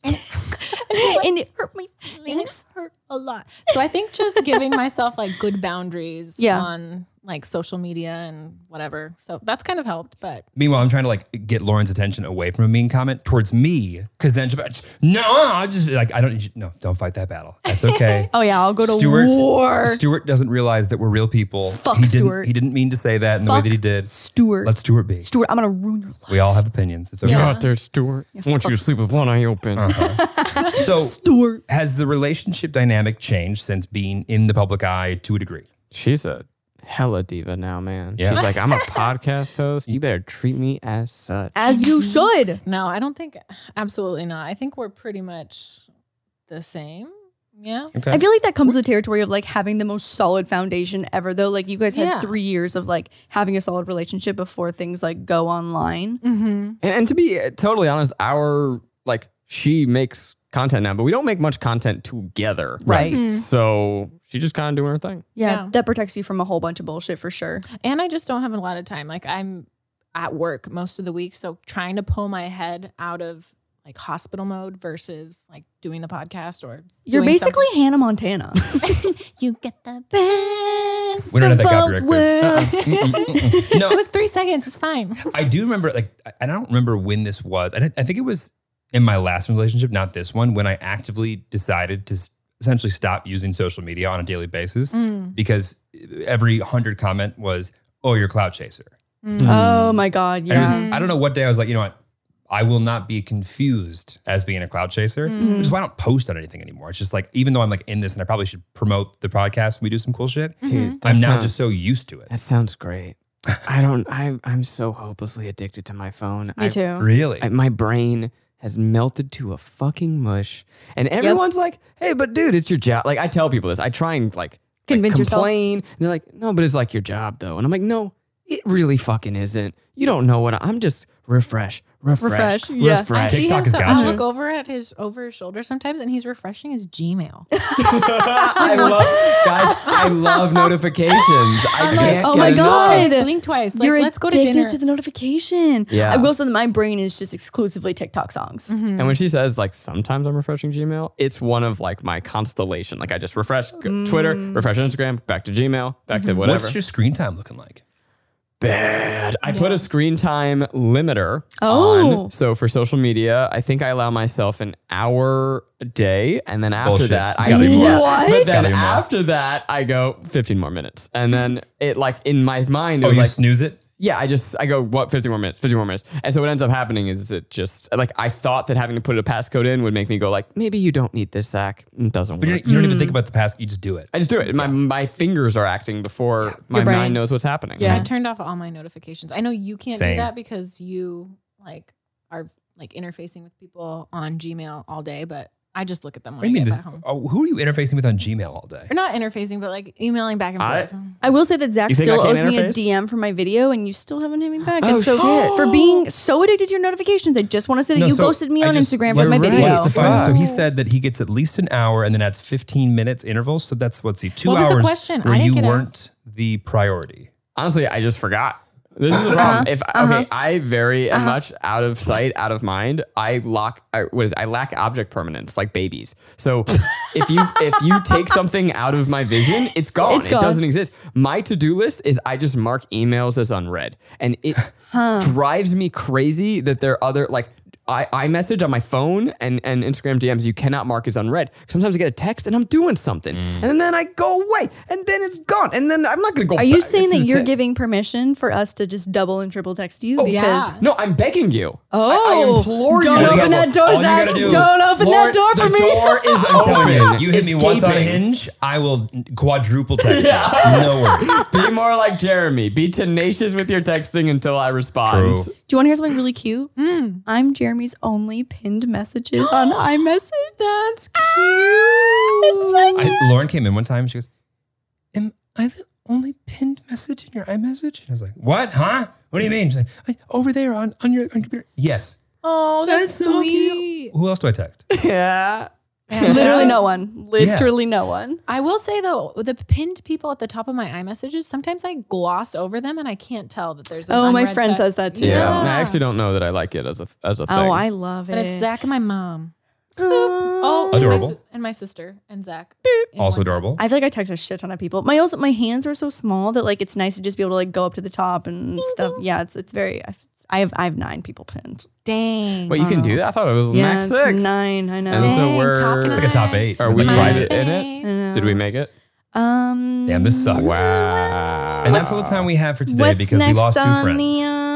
Speaker 2: And it hurt my
Speaker 4: and
Speaker 2: feelings.
Speaker 4: it hurt a lot. So I think just giving myself like good boundaries
Speaker 2: <laughs> Yeah.
Speaker 4: on like social media and whatever. So that's kind of helped. But
Speaker 3: Meanwhile, I'm trying to like get Lauren's attention away from a mean comment towards me. Cause then she'll be like, no, I just like, I don't, no, don't fight that battle.
Speaker 2: <laughs>
Speaker 3: That's okay.
Speaker 2: Oh yeah, I'll go to
Speaker 3: Stuart,
Speaker 2: war.
Speaker 3: Stuart doesn't realize that we're real people.
Speaker 2: Fuck
Speaker 3: he didn't,
Speaker 2: Stuart.
Speaker 3: He didn't mean to say that in the way
Speaker 2: Fuck
Speaker 3: that he did.
Speaker 2: Stuart.
Speaker 3: Let Stuart be.
Speaker 2: Stuart, I'm gonna ruin your life.
Speaker 3: We all have opinions. It's okay.
Speaker 1: You're out there, Stuart. I want you to sleep with one eye open.
Speaker 3: Uh-huh.
Speaker 2: <laughs>
Speaker 3: So
Speaker 2: Stuart.
Speaker 3: Has the relationship dynamic changed since being in the public eye to a degree?
Speaker 1: She's a hella diva now, man.
Speaker 3: Yeah.
Speaker 1: She's like, I'm a <laughs> podcast host. You better treat me as such.
Speaker 2: As you should.
Speaker 4: no, I don't think, absolutely not. I think we're pretty much the same. Yeah.
Speaker 3: Okay.
Speaker 2: I feel like that comes with the territory of like having the most solid foundation ever, though. Like you guys had
Speaker 4: Yeah.
Speaker 2: three years of like having a solid relationship before things like go online. Mm-hmm.
Speaker 1: And, and to be totally honest, our like she makes content now, but we don't make much content together.
Speaker 2: Right.
Speaker 1: So she just kind of doing her thing.
Speaker 2: Yeah,
Speaker 4: Yeah.
Speaker 2: That protects you from a whole bunch of bullshit for sure.
Speaker 4: And I just don't have a lot of time. Like I'm at work most of the week, so trying to pull my head out of like hospital mode versus like doing the podcast or
Speaker 2: You're
Speaker 4: doing something-
Speaker 2: basically Hannah Montana.
Speaker 8: You get the
Speaker 2: Best
Speaker 3: We don't have
Speaker 2: of
Speaker 3: that
Speaker 2: both
Speaker 3: copyright.
Speaker 2: worlds.
Speaker 3: clear.
Speaker 4: <laughs> It
Speaker 3: <laughs> no,
Speaker 4: was three seconds. It's fine.
Speaker 3: I do remember. Like, I- I don't remember when this was. I, don't- I think it was in my last relationship, not this one, when I actively decided to s- essentially stop using social media on a daily basis
Speaker 2: Mm.
Speaker 4: Mm,
Speaker 3: because every hundred comment was, "Oh, you're a cloud chaser."
Speaker 2: <laughs>
Speaker 4: mm.
Speaker 3: Hmm.
Speaker 4: Uh,
Speaker 2: Oh my God.
Speaker 3: And it was,
Speaker 2: Yeah.
Speaker 3: I don't know what day I was like, you know what? I will not be confused as being a cloud chaser,
Speaker 2: Mm. Mm-hmm.
Speaker 4: mm.
Speaker 3: which is why I don't post on anything anymore. It's just like, even though I'm like in this and I probably should promote the podcast when we do some cool shit,
Speaker 2: Mm-hmm.
Speaker 1: Dude, that
Speaker 3: I'm now
Speaker 1: sounds-
Speaker 3: just so used to it.
Speaker 2: <laughs>
Speaker 1: That sounds great. I don't. I'm I'm so hopelessly addicted to my phone.
Speaker 2: Me
Speaker 1: I-
Speaker 2: too.
Speaker 3: Really?
Speaker 1: I- my brain has melted to a fucking mush, and everyone's like, "Hey, but dude, it's your job." Like I tell people this. I try and like
Speaker 2: Convince
Speaker 1: like,
Speaker 2: yourself.
Speaker 1: complain, and they're like, "No, but it's like your job, though." And I'm like, "No, it really fucking isn't. You don't know what I, am just refresh, refresh,
Speaker 2: Refresh, yeah.
Speaker 4: I
Speaker 1: refresh."
Speaker 4: see
Speaker 3: TikTok
Speaker 4: him.
Speaker 3: has
Speaker 4: So
Speaker 3: got
Speaker 4: I
Speaker 3: you.
Speaker 4: look over at his over his shoulder sometimes, and he's refreshing his
Speaker 2: <laughs>
Speaker 4: Gmail.
Speaker 1: <laughs> I love guys. I love notifications. I
Speaker 4: I'm like,
Speaker 1: can't
Speaker 2: oh
Speaker 1: get
Speaker 2: my
Speaker 1: enough.
Speaker 2: God.
Speaker 4: Blink twice. Like,
Speaker 2: You're
Speaker 4: let's go to
Speaker 2: addicted
Speaker 4: dinner.
Speaker 2: to the notification.
Speaker 1: Yeah.
Speaker 2: I will say that my brain is just exclusively TikTok songs.
Speaker 4: Mm-hmm.
Speaker 1: And when she says like sometimes I'm refreshing Gmail, it's one of like my constellation. Like I just refresh go- Twitter,
Speaker 2: Mm.
Speaker 1: refresh Instagram, back to Gmail, back
Speaker 2: Mm-hmm.
Speaker 1: to whatever.
Speaker 3: What's your screen time looking like?
Speaker 1: Bad. I put a screen time limiter
Speaker 2: Oh.
Speaker 1: on. So for social media, I think I allow myself an hour a day, and then after
Speaker 3: Bullshit.
Speaker 1: that,
Speaker 3: It's
Speaker 1: I
Speaker 3: gotta be more.
Speaker 2: What?
Speaker 1: But then
Speaker 3: Gotta be more.
Speaker 1: after that, I go 15 more minutes, and then it like in my mind, it
Speaker 3: Oh,
Speaker 1: was
Speaker 3: you
Speaker 1: like
Speaker 3: snooze it?
Speaker 1: yeah, I just I go what 50 more minutes, 50 more minutes, and so what ends up happening is it just like I thought that having to put a passcode in would make me go like maybe you don't need this Zach, it doesn't
Speaker 3: But you
Speaker 1: work.
Speaker 3: don't, you
Speaker 4: Mm.
Speaker 3: don't even think about the past, you just do it.
Speaker 1: I just do it. My my fingers are acting before my
Speaker 2: brain.
Speaker 1: mind knows what's happening.
Speaker 4: I
Speaker 2: Yeah.
Speaker 4: turned off all my notifications. I know you can't
Speaker 3: Same.
Speaker 4: do that because you like are like interfacing with people on Gmail all day, but I just look at them
Speaker 3: What
Speaker 4: when
Speaker 3: do you
Speaker 4: I
Speaker 3: mean?
Speaker 4: get
Speaker 3: This,
Speaker 4: back home.
Speaker 3: oh, who are you interfacing with on Gmail all day?
Speaker 4: Or not interfacing, but like emailing back and
Speaker 1: I-
Speaker 4: forth.
Speaker 2: I will say that Zach
Speaker 1: You think
Speaker 2: still
Speaker 1: I
Speaker 2: owes
Speaker 1: can't
Speaker 2: me a
Speaker 1: interface?
Speaker 2: DM for my video, and you still haven't hit me back.
Speaker 1: Oh,
Speaker 2: and so
Speaker 1: shit.
Speaker 2: for being so addicted to your notifications, I just want to say that
Speaker 3: No,
Speaker 2: you
Speaker 3: so
Speaker 2: ghosted me
Speaker 3: I
Speaker 2: on
Speaker 3: just-
Speaker 2: Instagram
Speaker 3: what-
Speaker 2: for my
Speaker 1: You're
Speaker 3: what
Speaker 1: right.
Speaker 2: video.
Speaker 3: is the fine- So he
Speaker 1: Fuck.
Speaker 3: said that he gets at least an hour and then adds 15 minutes intervals. So that's what's he two
Speaker 4: What was
Speaker 3: hours
Speaker 4: the question? I
Speaker 3: where
Speaker 4: didn't
Speaker 3: you
Speaker 4: get
Speaker 3: weren't
Speaker 4: asked.
Speaker 3: the priority.
Speaker 1: Honestly, I just forgot. This is the problem. If okay, I very much out of sight, out of mind. I lock. I, what is? it? I lack object permanence, like babies. So if you if you take something out of my vision, it's gone.
Speaker 2: It's gone.
Speaker 1: It doesn't exist. My to do list is I just mark emails as unread, and it drives me crazy that there are other like. I, I message on my phone and, and Instagram DMs you cannot mark as unread. Sometimes I get a text and I'm doing something and then I go away and then it's gone and then I'm not gonna go.
Speaker 2: Are you
Speaker 1: back.
Speaker 2: saying
Speaker 1: It's-
Speaker 2: that you're
Speaker 1: it's-
Speaker 2: giving permission for us to just double and triple text you? because
Speaker 4: Oh, yeah.
Speaker 1: no, I'm begging you. I, I
Speaker 2: Oh,
Speaker 1: implore
Speaker 2: don't
Speaker 1: you.
Speaker 2: open
Speaker 1: Double.
Speaker 2: that door,
Speaker 3: All you
Speaker 2: Zach.
Speaker 3: gotta do-
Speaker 2: Don't open
Speaker 1: Lord,
Speaker 2: that door for
Speaker 1: the
Speaker 2: me. <laughs> Oh
Speaker 1: door
Speaker 4: Oh
Speaker 1: is
Speaker 3: I'm telling you,
Speaker 1: open.
Speaker 3: you hit me
Speaker 1: It's
Speaker 3: once on
Speaker 1: gaping.
Speaker 3: Hinge, I will
Speaker 4: <laughs>
Speaker 3: quadruple text you. No worries.
Speaker 1: Be more like Jeremy. Be tenacious with your texting until I respond.
Speaker 3: True.
Speaker 2: Do you want to hear something really cute?
Speaker 4: Mm.
Speaker 2: I'm Jeremy's only pinned messages
Speaker 4: <gasps>
Speaker 2: on iMessage. That's cute.
Speaker 3: I, Lauren came in one time. She goes, "Am I the only pinned message in your iMessage?" And I was like, "What? Huh? What do you mean?" She's like, "I- "Over there on on your on your computer." Yes.
Speaker 4: Oh, that's, sweet.
Speaker 3: Who else do I text?
Speaker 1: <laughs> Yeah.
Speaker 2: Literally no one. Literally no one.
Speaker 4: I will say though, the pinned people at the top of my iMessages, sometimes I gloss over them and I can't tell that there's. an
Speaker 2: Oh, my
Speaker 4: unread
Speaker 2: friend
Speaker 4: text.
Speaker 2: says that too.
Speaker 1: Yeah. I actually don't know that I like it as a as a thing.
Speaker 2: Oh, I love it.
Speaker 4: But it's Zach and my mom.
Speaker 2: Oh.
Speaker 4: Oh, and my
Speaker 3: Adorable.
Speaker 4: si- and my sister and Zach. in
Speaker 3: Also
Speaker 4: one.
Speaker 3: adorable.
Speaker 2: I feel like I text a shit ton of people. My also my hands are so small that like it's nice to just be able to like go up to the top and stuff. Yeah, it's it's very. I- I have I have nine people pinned.
Speaker 4: Dang.
Speaker 1: Wait, you can do that? I thought it was
Speaker 2: Yeah,
Speaker 1: max
Speaker 2: it's
Speaker 1: six.
Speaker 2: nine. I know.
Speaker 1: And so
Speaker 4: Dang,
Speaker 1: we're
Speaker 4: top
Speaker 3: it's like a top eight.
Speaker 1: Are
Speaker 3: with
Speaker 1: we
Speaker 3: the
Speaker 1: right
Speaker 3: priority.
Speaker 1: in
Speaker 2: I
Speaker 1: it?
Speaker 2: know.
Speaker 1: Did we make it?
Speaker 2: Um.
Speaker 3: Damn, this sucks.
Speaker 1: Wow.
Speaker 3: And that's all the time we have for today
Speaker 2: What's
Speaker 3: because
Speaker 2: next
Speaker 3: we lost two
Speaker 2: on
Speaker 3: friends.
Speaker 2: the um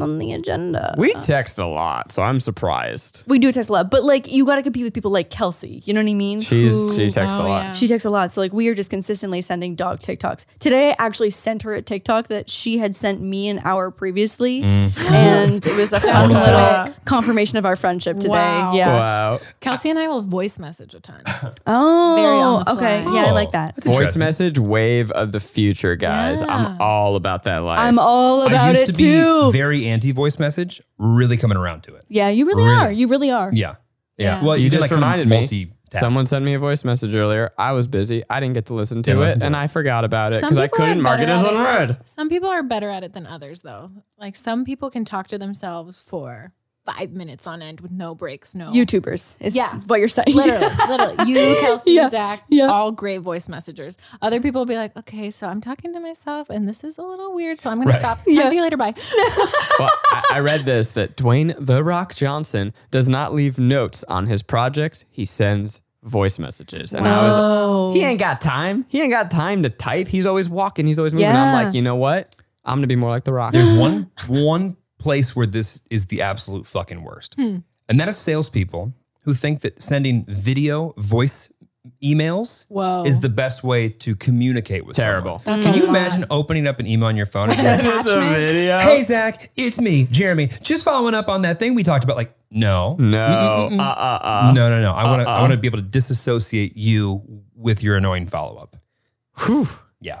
Speaker 2: on the agenda?
Speaker 1: we text a lot, so I'm surprised.
Speaker 2: We do text a lot, but like you got to compete with people like Kelsey. You know what I mean?
Speaker 1: She's
Speaker 2: Who-
Speaker 1: she texts
Speaker 4: Oh,
Speaker 1: a lot.
Speaker 4: yeah.
Speaker 2: she texts a lot. So like we are just consistently sending dog TikToks. Today I actually sent her a TikTok that she had sent me an hour previously,
Speaker 3: Mm.
Speaker 2: and it
Speaker 4: <laughs>
Speaker 2: was a fun
Speaker 3: Total
Speaker 2: little confirmation of our friendship today.
Speaker 4: Wow.
Speaker 2: Yeah.
Speaker 1: Wow.
Speaker 4: Kelsey and I will voice message
Speaker 1: <laughs>
Speaker 4: a ton. Very
Speaker 2: Oh.
Speaker 4: on the
Speaker 2: Okay.
Speaker 4: fly.
Speaker 2: Yeah, I
Speaker 3: Oh,
Speaker 2: like that.
Speaker 3: that's
Speaker 1: Voice
Speaker 3: interesting.
Speaker 1: message wave of the future, guys.
Speaker 4: Yeah.
Speaker 1: I'm all about that life.
Speaker 2: I'm all about
Speaker 3: I
Speaker 2: it
Speaker 3: used to
Speaker 2: too.
Speaker 3: be very anti voice message, really coming around to it.
Speaker 2: yeah, you really,
Speaker 3: Really.
Speaker 2: are. You really are.
Speaker 3: Yeah. Yeah.
Speaker 4: Yeah.
Speaker 3: Well,
Speaker 1: you,
Speaker 3: can,
Speaker 1: just
Speaker 3: like, kinda
Speaker 1: reminded me.
Speaker 3: multitask.
Speaker 1: Someone sent me a voice message earlier. I was busy. I didn't get to listen to
Speaker 3: Didn't
Speaker 1: it,
Speaker 3: listen to
Speaker 1: and
Speaker 3: it.
Speaker 1: I forgot about it
Speaker 4: Some
Speaker 1: because I
Speaker 4: people
Speaker 1: couldn't
Speaker 4: are
Speaker 1: mark it
Speaker 4: better
Speaker 1: as
Speaker 4: at it.
Speaker 1: unread.
Speaker 4: Some people are better at it than others, though. Like some people can talk to themselves for five minutes on end with no breaks, no
Speaker 2: YouTubers is
Speaker 4: Yeah.
Speaker 2: what you're <laughs> saying.
Speaker 4: literally, literally. You, Kelsey,
Speaker 2: <laughs> Yeah,
Speaker 4: Zach,
Speaker 2: yeah.
Speaker 4: all great voice messengers. Other people will be like, okay, so I'm talking to myself and this is a little weird, so I'm gonna stop. Talk to you later.
Speaker 2: <laughs>
Speaker 4: Bye.
Speaker 1: well, I, I read this that Dwayne The Rock Johnson does not leave notes on his projects. He sends voice messages. And I
Speaker 2: Oh.
Speaker 1: was he ain't got time. He ain't got time to type. He's always walking. He's always moving.
Speaker 2: Yeah.
Speaker 1: I'm like, you know what? I'm gonna be more like The Rock. <gasps>
Speaker 4: <gasps>
Speaker 3: There's one one place where this is the absolute fucking worst,
Speaker 4: Hmm.
Speaker 3: and that is salespeople who think that sending video voice emails
Speaker 4: Whoa.
Speaker 3: is the best way to communicate with
Speaker 1: Terrible.
Speaker 3: someone. Can you imagine opening up an email on your
Speaker 4: <laughs>
Speaker 3: phone? And
Speaker 4: An
Speaker 3: saying,
Speaker 4: attachment.
Speaker 3: hey Zach, it's me, Jeremy. Just following up on that thing we talked about. Like, no,
Speaker 1: No. Uh-uh. Uh, uh, uh.
Speaker 3: no, no, no. I want to. I want to be able to disassociate you with your annoying follow up. Yeah.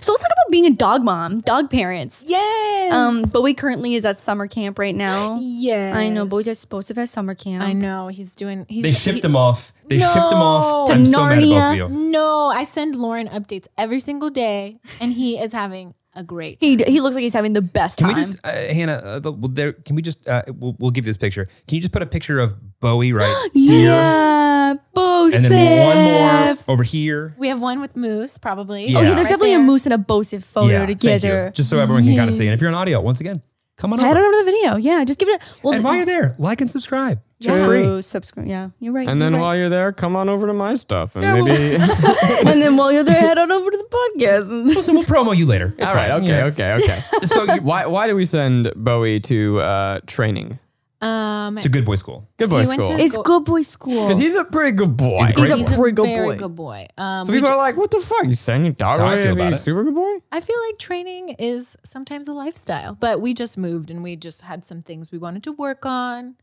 Speaker 2: So let's talk about being a dog mom, dog parents.
Speaker 4: Yes.
Speaker 2: Um, Bowie currently is at summer camp right now.
Speaker 4: yes.
Speaker 2: I know Bowie's supposed to be at summer camp.
Speaker 4: I know he's doing. He's,
Speaker 3: They shipped
Speaker 4: he-
Speaker 3: him off. They shipped him off.
Speaker 4: No.
Speaker 3: I'm so mad at both of
Speaker 2: Narnia.
Speaker 3: you.
Speaker 4: No, I send Lauren updates every single day, and he is having a great.
Speaker 2: He he looks like he's having the best
Speaker 3: Can
Speaker 2: time.
Speaker 3: we just, uh, Hannah? Uh, the- well, there, can we just? Uh, we'll, we'll give you this picture. Can you just put a picture of
Speaker 1: <gasps>
Speaker 3: Bowie right here,
Speaker 2: yeah, Bosif.
Speaker 3: and then one more over here?
Speaker 4: We have one with Moose, probably.
Speaker 3: Yeah.
Speaker 2: Oh yeah, there's
Speaker 4: Right
Speaker 2: definitely a
Speaker 4: there.
Speaker 2: moose and a Bosif photo
Speaker 3: thank
Speaker 2: together.
Speaker 3: you. Just so everyone can kind of see. And if you're on audio, once again, come on
Speaker 2: I
Speaker 3: over.
Speaker 2: don't know the video. Yeah, just give it. A, well,
Speaker 3: And while you're there, like and subscribe. Just
Speaker 2: yeah.
Speaker 3: free.
Speaker 2: Oh, subscribe. Yeah, you're right.
Speaker 1: And
Speaker 2: you're
Speaker 1: then
Speaker 2: right.
Speaker 1: while you're there, come on over to my stuff and maybe. <laughs>
Speaker 2: and then while you're there, head on over to the podcast.
Speaker 3: <laughs>
Speaker 2: And
Speaker 3: Listen, we'll promo you later. It's
Speaker 1: All right.
Speaker 3: fine.
Speaker 1: Okay.
Speaker 3: Yeah.
Speaker 1: Okay. Okay. <laughs> so you, why why do we send Bowie to uh, training?
Speaker 4: Um,
Speaker 3: To good boy school.
Speaker 1: Good boy
Speaker 4: He went
Speaker 1: school.
Speaker 4: to-
Speaker 2: it's good boy school.
Speaker 1: Because he's a pretty good boy.
Speaker 3: He's a
Speaker 2: He's
Speaker 3: great
Speaker 2: a
Speaker 3: boy.
Speaker 4: he's a
Speaker 2: pretty good
Speaker 4: very
Speaker 2: boy.
Speaker 4: good boy. Um,
Speaker 1: so
Speaker 4: we
Speaker 1: people
Speaker 4: ju-
Speaker 1: are like, "What the fuck? You send your dog
Speaker 3: That's how I
Speaker 1: away
Speaker 3: feel
Speaker 1: to be
Speaker 3: about it.
Speaker 1: super good boy?"
Speaker 4: I feel like training is sometimes a lifestyle, but we just moved and we just had some things we wanted to work on.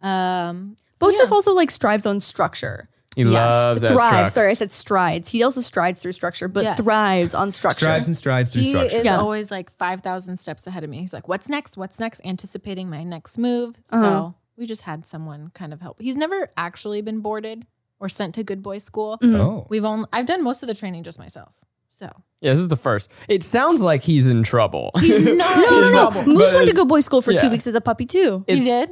Speaker 4: Um,
Speaker 2: Bosif also like strives on structure.
Speaker 1: He loves that
Speaker 2: thrives.
Speaker 1: structs.
Speaker 2: Sorry, I said strides. He also strides through structure, but
Speaker 4: Yes.
Speaker 2: thrives on structure.
Speaker 3: Strives and strides through
Speaker 4: he
Speaker 3: structure.
Speaker 4: is
Speaker 2: Yeah.
Speaker 4: always like 5,000 steps ahead of me. He's like, what's next? What's next? Anticipating my next move.
Speaker 2: Uh-huh.
Speaker 4: So we just had someone kind of help. He's never actually been boarded or sent to good boy school.
Speaker 1: Mm.
Speaker 3: Oh.
Speaker 4: We've only, I've done most of the training just myself. So
Speaker 1: Yeah, this is the first. It sounds like he's in trouble.
Speaker 4: <laughs> he's not
Speaker 2: No,
Speaker 4: in
Speaker 2: no, no.
Speaker 4: trouble.
Speaker 1: But
Speaker 2: Moose went to
Speaker 1: it's-
Speaker 2: good boy school for two
Speaker 1: yeah.
Speaker 2: weeks as a puppy too.
Speaker 4: He
Speaker 1: It's-
Speaker 4: did?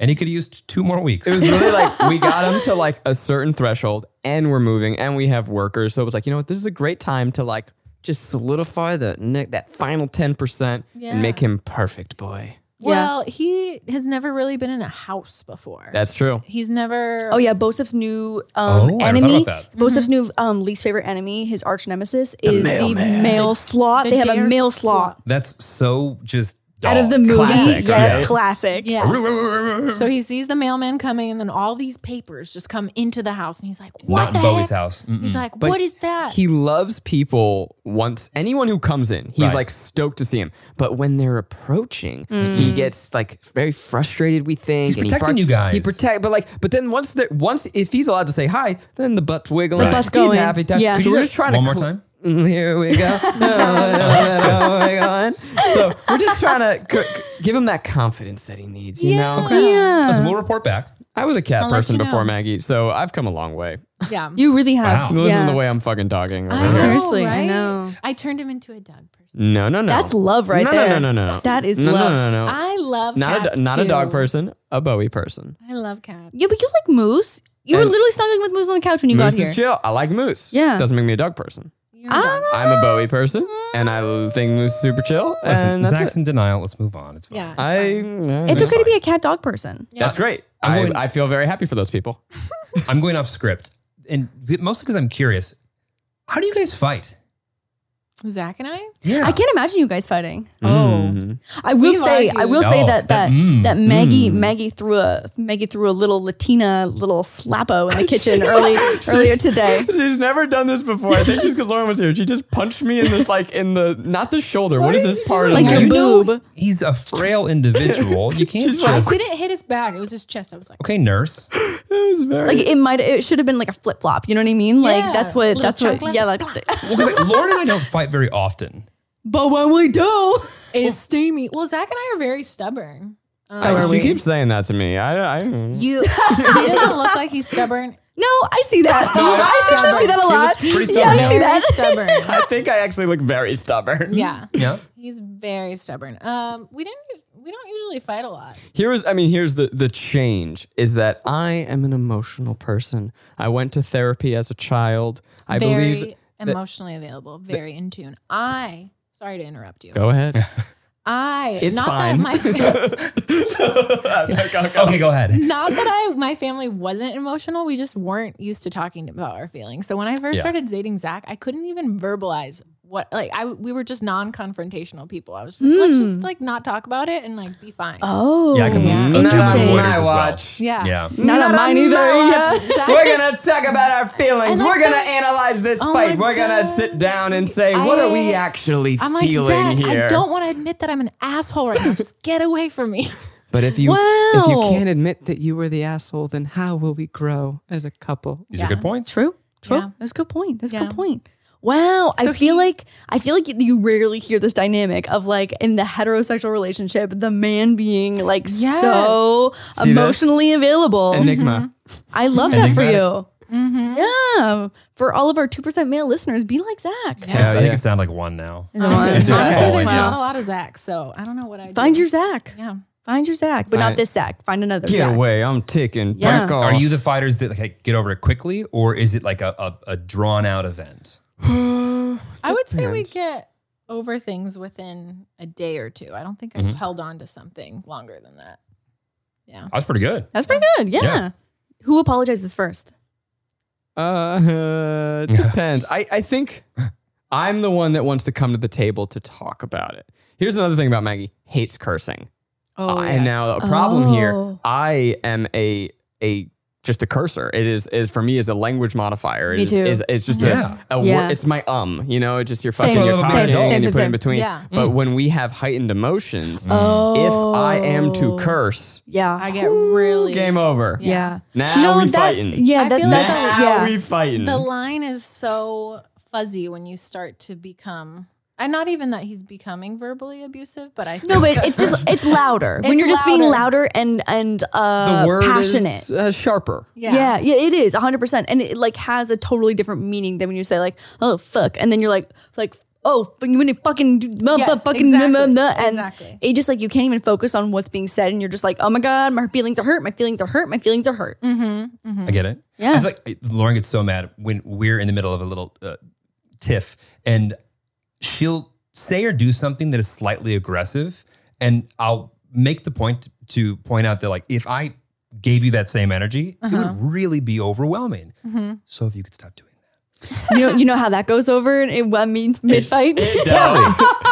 Speaker 3: And he could have used two more weeks.
Speaker 1: It was really like
Speaker 4: <laughs>
Speaker 1: we got him to like a certain threshold, and we're moving, and we have workers. So it was like, you know what? This is a great time to like just solidify the ne- that final ten percent
Speaker 4: Yeah.
Speaker 1: and make him perfect boy.
Speaker 2: Yeah.
Speaker 4: Well, he has never really been in a house before.
Speaker 1: That's true.
Speaker 4: he's never.
Speaker 2: Oh yeah, Bosif's new um,
Speaker 3: Oh, I never thought
Speaker 2: enemy.
Speaker 3: about that.
Speaker 2: Bosif's new um, least favorite enemy, his arch nemesis, is the,
Speaker 1: mailman.
Speaker 2: male sloth.
Speaker 4: The
Speaker 2: they have a
Speaker 4: dare
Speaker 2: male sloth,
Speaker 3: <laughs> That's so just
Speaker 2: out of
Speaker 3: dog.
Speaker 2: the movie.
Speaker 1: Classic,
Speaker 2: yeah,
Speaker 1: right?
Speaker 2: it's classic.
Speaker 4: Yes. so he sees the mailman coming, and then all these papers just come into the house, and he's like, "What
Speaker 3: Not
Speaker 4: the
Speaker 3: in Bowie's
Speaker 4: heck?"
Speaker 3: house.
Speaker 4: He's like,
Speaker 1: But
Speaker 4: "What is that?"
Speaker 1: He loves people once anyone who comes in, he's
Speaker 3: Right.
Speaker 1: like stoked to see him. But when they're approaching,
Speaker 4: Hmm.
Speaker 1: he gets like very frustrated, we think.
Speaker 3: He's
Speaker 1: and he
Speaker 3: protecting
Speaker 1: bark-
Speaker 3: you guys.
Speaker 1: He protect but like but then once that once if he's allowed to say hi, then the butt's wiggling.
Speaker 2: butt's
Speaker 1: He's
Speaker 2: going.
Speaker 1: happy time.
Speaker 2: Yeah. Could
Speaker 1: So
Speaker 2: you
Speaker 1: we're
Speaker 3: do
Speaker 1: just trying
Speaker 3: one
Speaker 1: to
Speaker 3: more
Speaker 1: cl-
Speaker 3: time?
Speaker 1: Mm, <laughs> Here we
Speaker 4: <laughs>
Speaker 1: go. so we're just trying to c- c- give him that confidence that he needs, you know?
Speaker 3: Listen, we'll report back.
Speaker 1: I was a cat
Speaker 4: I'll let
Speaker 1: person
Speaker 4: you
Speaker 1: before
Speaker 4: know.
Speaker 1: Maggie, so I've come a long way.
Speaker 4: yeah.
Speaker 2: You really have.
Speaker 3: Wow.
Speaker 1: Listen
Speaker 2: Yeah.
Speaker 1: to the way I'm fucking dogging.
Speaker 4: I
Speaker 1: over
Speaker 4: know,
Speaker 1: here.
Speaker 2: Seriously, I
Speaker 4: right?
Speaker 2: know.
Speaker 4: I turned him into a dog person.
Speaker 1: No, no, no.
Speaker 2: That's love right
Speaker 1: no,
Speaker 2: there.
Speaker 1: No, no, no, no.
Speaker 2: That is
Speaker 1: no,
Speaker 2: love.
Speaker 1: No, no, no.
Speaker 4: I love
Speaker 1: not a,
Speaker 4: cats
Speaker 1: do- not a dog
Speaker 4: too.
Speaker 1: person, a Bowie person.
Speaker 4: I love cats.
Speaker 2: Yeah, but you like Moose. You were
Speaker 1: And-
Speaker 2: literally snuggling with Moose on the couch when you
Speaker 1: moose
Speaker 2: got here.
Speaker 1: is chill. I like moose.
Speaker 2: Yeah.
Speaker 1: doesn't make me a dog person.
Speaker 4: You're a dog.
Speaker 1: I'm a Bowie person, and I think moose is super chill.
Speaker 3: Listen,
Speaker 1: and that's
Speaker 3: Zach's
Speaker 1: it.
Speaker 3: in denial. Let's move on. It's fine.
Speaker 4: Yeah. it's
Speaker 1: I, mm,
Speaker 4: fine.
Speaker 2: It's okay to be a cat dog person.
Speaker 1: That's great.
Speaker 3: I'm
Speaker 1: I,
Speaker 3: going-
Speaker 1: I feel very happy for those people.
Speaker 3: I'm going off script, and mostly because I'm curious. How do you guys fight?
Speaker 4: Zach and I.
Speaker 3: Yeah.
Speaker 2: I can't imagine you guys fighting.
Speaker 1: Mm.
Speaker 4: Oh,
Speaker 2: I will
Speaker 4: We've
Speaker 2: say, I
Speaker 4: argued.
Speaker 2: will say
Speaker 3: No,
Speaker 2: that
Speaker 3: Mm. that-
Speaker 2: that
Speaker 3: mm,
Speaker 2: that Maggie Maggie threw a Maggie threw a little Latina little slappo in the kitchen early earlier today.
Speaker 1: <laughs> She's never done this before. I think just because Lauren was here, she just punched me in this like in the not the shoulder. what is this part?
Speaker 2: Like
Speaker 1: of
Speaker 2: your
Speaker 1: me?
Speaker 2: boob.
Speaker 3: He's a frail individual. You can't
Speaker 1: She's
Speaker 4: I
Speaker 1: like-
Speaker 3: just.
Speaker 4: didn't hit his back. It was his chest. I was like,
Speaker 3: Okay, nurse.
Speaker 1: It was very.
Speaker 2: Like it might it should have been like a flip flop. You know what I mean?
Speaker 4: Yeah.
Speaker 2: Like that's what
Speaker 4: Little
Speaker 2: that's what
Speaker 4: chocolate.
Speaker 2: yeah like. <laughs>
Speaker 3: Well, 'cause, like, Lauren and I don't fight very often.
Speaker 2: but when we do,
Speaker 1: Oh.
Speaker 4: it's steamy. Well, Zach and I are very stubborn. Um,
Speaker 1: I-
Speaker 2: are
Speaker 1: you
Speaker 2: we.
Speaker 1: keep saying that to me. I, I
Speaker 4: you, he doesn't look like he's
Speaker 2: <laughs>
Speaker 4: stubborn.
Speaker 2: <laughs> no, I see that. I
Speaker 4: Stubborn.
Speaker 2: actually see that a lot.
Speaker 3: Pretty
Speaker 2: Yeah,
Speaker 3: stubborn.
Speaker 2: I see
Speaker 4: Very
Speaker 2: that.
Speaker 4: stubborn.
Speaker 1: I think I actually look very stubborn. <laughs>
Speaker 4: Yeah,
Speaker 3: Yeah.
Speaker 4: he's very stubborn. Um, we didn't. We don't usually fight a lot.
Speaker 1: Here is, I mean, here's the the change is that I am an emotional person. I went to therapy as a child. I
Speaker 4: very
Speaker 1: believe.
Speaker 4: emotionally available, very in tune. I sorry to interrupt you.
Speaker 1: Go ahead.
Speaker 4: I
Speaker 1: It's
Speaker 4: not
Speaker 1: fine.
Speaker 4: that
Speaker 1: <laughs>
Speaker 4: my fam-
Speaker 3: Okay, go ahead.
Speaker 4: not that I my family wasn't emotional. We just weren't used to talking about our feelings. So when I first started dating Zach, I couldn't even verbalize what like I we were just non-confrontational people. I was just, let's
Speaker 1: Hmm.
Speaker 4: just like not talk about it and like be fine.
Speaker 2: Oh,
Speaker 3: Yeah, I can-
Speaker 1: Not on
Speaker 2: Interesting.
Speaker 3: Waters
Speaker 1: my
Speaker 3: as well.
Speaker 1: watch.
Speaker 4: yeah.
Speaker 3: Yeah.
Speaker 2: not, on mine either. Yeah.
Speaker 4: Zach-
Speaker 1: We're gonna talk about our feelings.
Speaker 4: And
Speaker 1: We're
Speaker 4: I'm
Speaker 1: gonna
Speaker 4: so-
Speaker 1: analyze this
Speaker 4: Oh
Speaker 1: fight.
Speaker 4: my
Speaker 1: We're gonna
Speaker 4: God.
Speaker 1: sit down and say, what are we
Speaker 4: I-
Speaker 1: actually
Speaker 4: I'm like,
Speaker 1: feeling
Speaker 4: Zach,
Speaker 1: here?
Speaker 4: I don't want to admit that I'm an asshole right now. Just get away from
Speaker 1: <laughs>
Speaker 4: me.
Speaker 1: But if you if you
Speaker 2: Wow.
Speaker 1: can't admit that you were the asshole, then how will we grow as a couple?
Speaker 4: Mm-hmm.
Speaker 3: These are good points.
Speaker 2: True. True.
Speaker 4: Yeah.
Speaker 2: That's a good point. That's a
Speaker 4: Yeah.
Speaker 2: good point. Wow. I
Speaker 4: So
Speaker 2: feel
Speaker 4: he-
Speaker 2: like I feel like you rarely hear this dynamic of like in the heterosexual relationship, the man being like
Speaker 4: Yes.
Speaker 2: so
Speaker 1: See this?
Speaker 2: emotionally available.
Speaker 1: Enigma.
Speaker 2: I love that for you.
Speaker 3: Enigmatic.
Speaker 2: Mm-hmm. Yeah. For all of our two percent male listeners, be like Zach.
Speaker 4: Yeah.
Speaker 3: I think
Speaker 1: yeah.
Speaker 3: it sounded like one now.
Speaker 2: Is it one?
Speaker 4: <laughs> Honestly,
Speaker 3: always,
Speaker 4: there's
Speaker 3: yeah.
Speaker 4: not a lot of Zach, so I don't know what I
Speaker 2: <laughs> Find
Speaker 4: do.
Speaker 2: your Zach.
Speaker 4: Yeah.
Speaker 2: Find your Zach, but
Speaker 1: I-
Speaker 2: not this Zach. Find another
Speaker 1: Get
Speaker 2: Zach.
Speaker 1: away. I'm ticking.
Speaker 2: Yeah.
Speaker 1: Back off.
Speaker 3: Are you the fighters that like get over it quickly, or is it like a, a, a drawn out event?
Speaker 4: I would say we
Speaker 1: Depends.
Speaker 4: get over things within a day or two. I don't think
Speaker 1: Mm-hmm.
Speaker 4: I've held on to something longer than that. Yeah.
Speaker 3: I was pretty good.
Speaker 2: That's pretty good. Yeah.
Speaker 3: Yeah.
Speaker 2: Who apologizes first?
Speaker 1: <laughs> Uh, it depends. I, I think I'm the one that wants to come to the table to talk about it. Here's another thing about Maggie hates cursing.
Speaker 4: Oh,
Speaker 1: and now a problem here.
Speaker 2: Oh.
Speaker 1: I am a a just a cursor. It is is for me is a language modifier. It
Speaker 2: Me
Speaker 1: is-
Speaker 2: too.
Speaker 1: is- it's just
Speaker 3: Yeah.
Speaker 1: a, a wor-
Speaker 2: Yeah.
Speaker 1: it's my um. You know, it's just you're
Speaker 2: Same.
Speaker 1: fucking your
Speaker 3: Same,
Speaker 1: talking
Speaker 3: same,
Speaker 1: and you
Speaker 2: same,
Speaker 3: same,
Speaker 1: put in
Speaker 2: same.
Speaker 1: between.
Speaker 4: Yeah.
Speaker 1: But when we have heightened emotions,
Speaker 2: Oh.
Speaker 1: if I am to curse,
Speaker 2: Yeah.
Speaker 4: I get really
Speaker 1: game over.
Speaker 2: yeah.
Speaker 1: Now we
Speaker 2: that,
Speaker 1: fighting.
Speaker 2: Yeah,
Speaker 4: I
Speaker 2: that,
Speaker 4: feel like
Speaker 2: that's
Speaker 1: Now
Speaker 2: yeah.
Speaker 1: we fighting.
Speaker 4: The line is so fuzzy when you start to become and not even that he's becoming verbally abusive, but I
Speaker 2: No,
Speaker 4: think-
Speaker 2: but it's just it's louder when
Speaker 4: It's
Speaker 2: you're just being
Speaker 4: louder.
Speaker 2: louder and and uh,
Speaker 1: the word
Speaker 2: passionate.
Speaker 1: is uh, sharper.
Speaker 2: yeah. yeah, it is 100%. And it like has a totally different meaning than when you say like, "Oh fuck." And then you're like like, "Oh, but you wouldn't fucking do- blah, blah,
Speaker 4: Yes,
Speaker 2: fucking
Speaker 4: exactly,
Speaker 2: blah, blah, blah." and
Speaker 4: exactly.
Speaker 2: it just like you can't even focus on what's being said and you're just like, "Oh my god, my feelings are hurt. My feelings are hurt. My feelings are hurt."
Speaker 4: Mm.
Speaker 3: I get it.
Speaker 2: Yeah.
Speaker 3: I feel like uh, Lauren gets so mad when we're in the middle of a little uh, tiff and she'll say or do something that is slightly aggressive. And I'll make the point to point out that, like, if I gave you that same energy, it
Speaker 2: Uh-huh.
Speaker 3: would really be overwhelming.
Speaker 2: Mm-hmm.
Speaker 3: So if you could stop doing that.
Speaker 2: you know you know how that goes over in, in one mean mid-fight? <laughs>
Speaker 3: Poorly.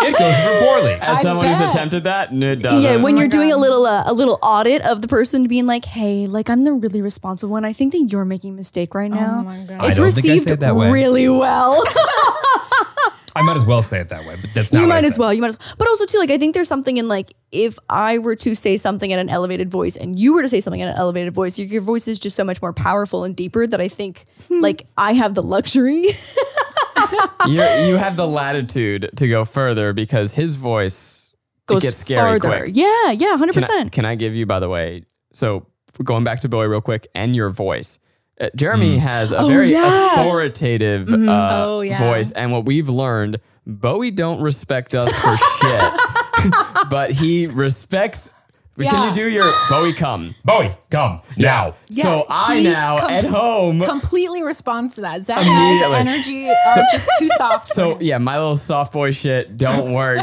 Speaker 3: it goes over poorly.
Speaker 1: As
Speaker 4: I
Speaker 1: someone who's
Speaker 4: bet.
Speaker 1: attempted that, no, it doesn't.
Speaker 2: Yeah, when
Speaker 3: oh
Speaker 4: my
Speaker 2: you're doing a
Speaker 4: God.
Speaker 2: little uh, a little audit of the person being like, "Hey, like I'm the really responsible one. I think that you're making a mistake right now."
Speaker 4: Oh my God.
Speaker 2: It's
Speaker 3: I don't think I
Speaker 2: received
Speaker 3: said that way.
Speaker 4: <laughs>
Speaker 2: really well.
Speaker 3: I might as well say it that way, but that's not
Speaker 2: you
Speaker 3: what I
Speaker 2: might as
Speaker 3: said.
Speaker 2: well. You might as well. But also too, like I think there's something in like if I were to say something at an elevated voice and you were to say something at an elevated voice, your, your voice is just so much more powerful and deeper that I think like I have the luxury. <laughs>
Speaker 1: you you have the latitude to go further because his voice
Speaker 2: goes
Speaker 1: it gets scary quick.
Speaker 2: Yeah, yeah, hundred
Speaker 1: Can I- <laughs>
Speaker 2: percent.
Speaker 1: Can I give you, by the way? So going back to Billy real quick and your voice. Uh, Jeremy has a
Speaker 2: Oh,
Speaker 1: very
Speaker 2: yeah. Mm-hmm.
Speaker 1: authoritative uh,
Speaker 4: Mm. Oh, yeah.
Speaker 1: voice, and what we've learned, Bowie don't respect us for
Speaker 2: <laughs>
Speaker 1: shit, but he respects. Can
Speaker 4: Yeah.
Speaker 1: you do your Bowie come?
Speaker 3: Bowie, come now.
Speaker 1: so I
Speaker 4: he
Speaker 1: now
Speaker 4: com-
Speaker 1: at home
Speaker 4: completely responds to that. Zach has
Speaker 1: Immediately.
Speaker 4: energy are just too soft.
Speaker 1: <laughs> So yeah, my little soft boy shit don't
Speaker 3: <laughs>
Speaker 1: work.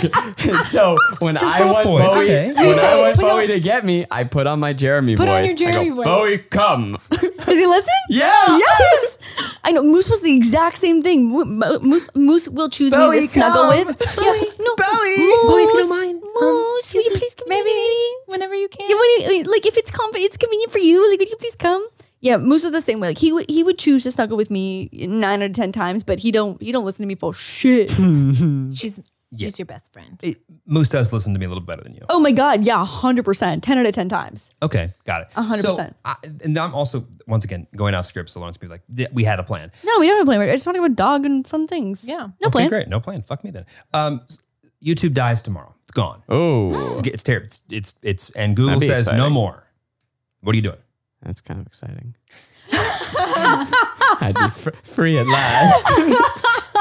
Speaker 1: so when I
Speaker 3: soft
Speaker 1: want
Speaker 3: boy, it's
Speaker 1: Bowie,
Speaker 3: okay.
Speaker 1: when I want
Speaker 4: Put on-
Speaker 1: Bowie to get me, I put on my Jeremy
Speaker 4: Put
Speaker 1: voice.
Speaker 4: on your
Speaker 1: I go,
Speaker 4: Jeremy voice.
Speaker 1: Bowie, come.
Speaker 2: Does he listen?
Speaker 1: yeah.
Speaker 2: Yes. I know Moose was the exact same thing. Mo- Mo- Moose, Moose will choose me
Speaker 1: Belly,
Speaker 2: to snuggle
Speaker 1: come.
Speaker 2: with. yeah, no,
Speaker 1: Belly.
Speaker 2: Moose,
Speaker 1: Boy,
Speaker 2: if you mind, um, Moose, will you please come
Speaker 4: Maybe
Speaker 2: here?
Speaker 4: whenever you can.
Speaker 2: Yeah, when you- like if it's convenient, it's convenient for you. Like, would you please come? Yeah, Moose was the same way. Like he would he would choose to snuggle with me nine out of ten times, but he don't he don't listen to me for shit.
Speaker 1: Hmm.
Speaker 4: she's she's your best friend.
Speaker 3: It, Moose does listen to me a little better than you.
Speaker 2: oh my god, yeah, hundred percent, ten out of ten times.
Speaker 3: Okay, got it.
Speaker 2: hundred
Speaker 3: So,
Speaker 2: percent.
Speaker 3: I- And I'm also once again going off script, so long as people like "Yeah, we had a plan.
Speaker 2: No, we don't have a plan. We're just talking about dog and fun things.
Speaker 4: Yeah.
Speaker 2: no
Speaker 3: Okay,
Speaker 2: plan.
Speaker 3: great. No plan. Fuck me then. Um, s- YouTube dies tomorrow. It's gone.
Speaker 1: Oh,
Speaker 3: It's, it's terrible. It's, it's it's and Google
Speaker 1: That'd be
Speaker 3: says no
Speaker 1: exciting.
Speaker 3: more. What are you doing?
Speaker 1: that's kind of exciting. <laughs> I'd be fr- free at last.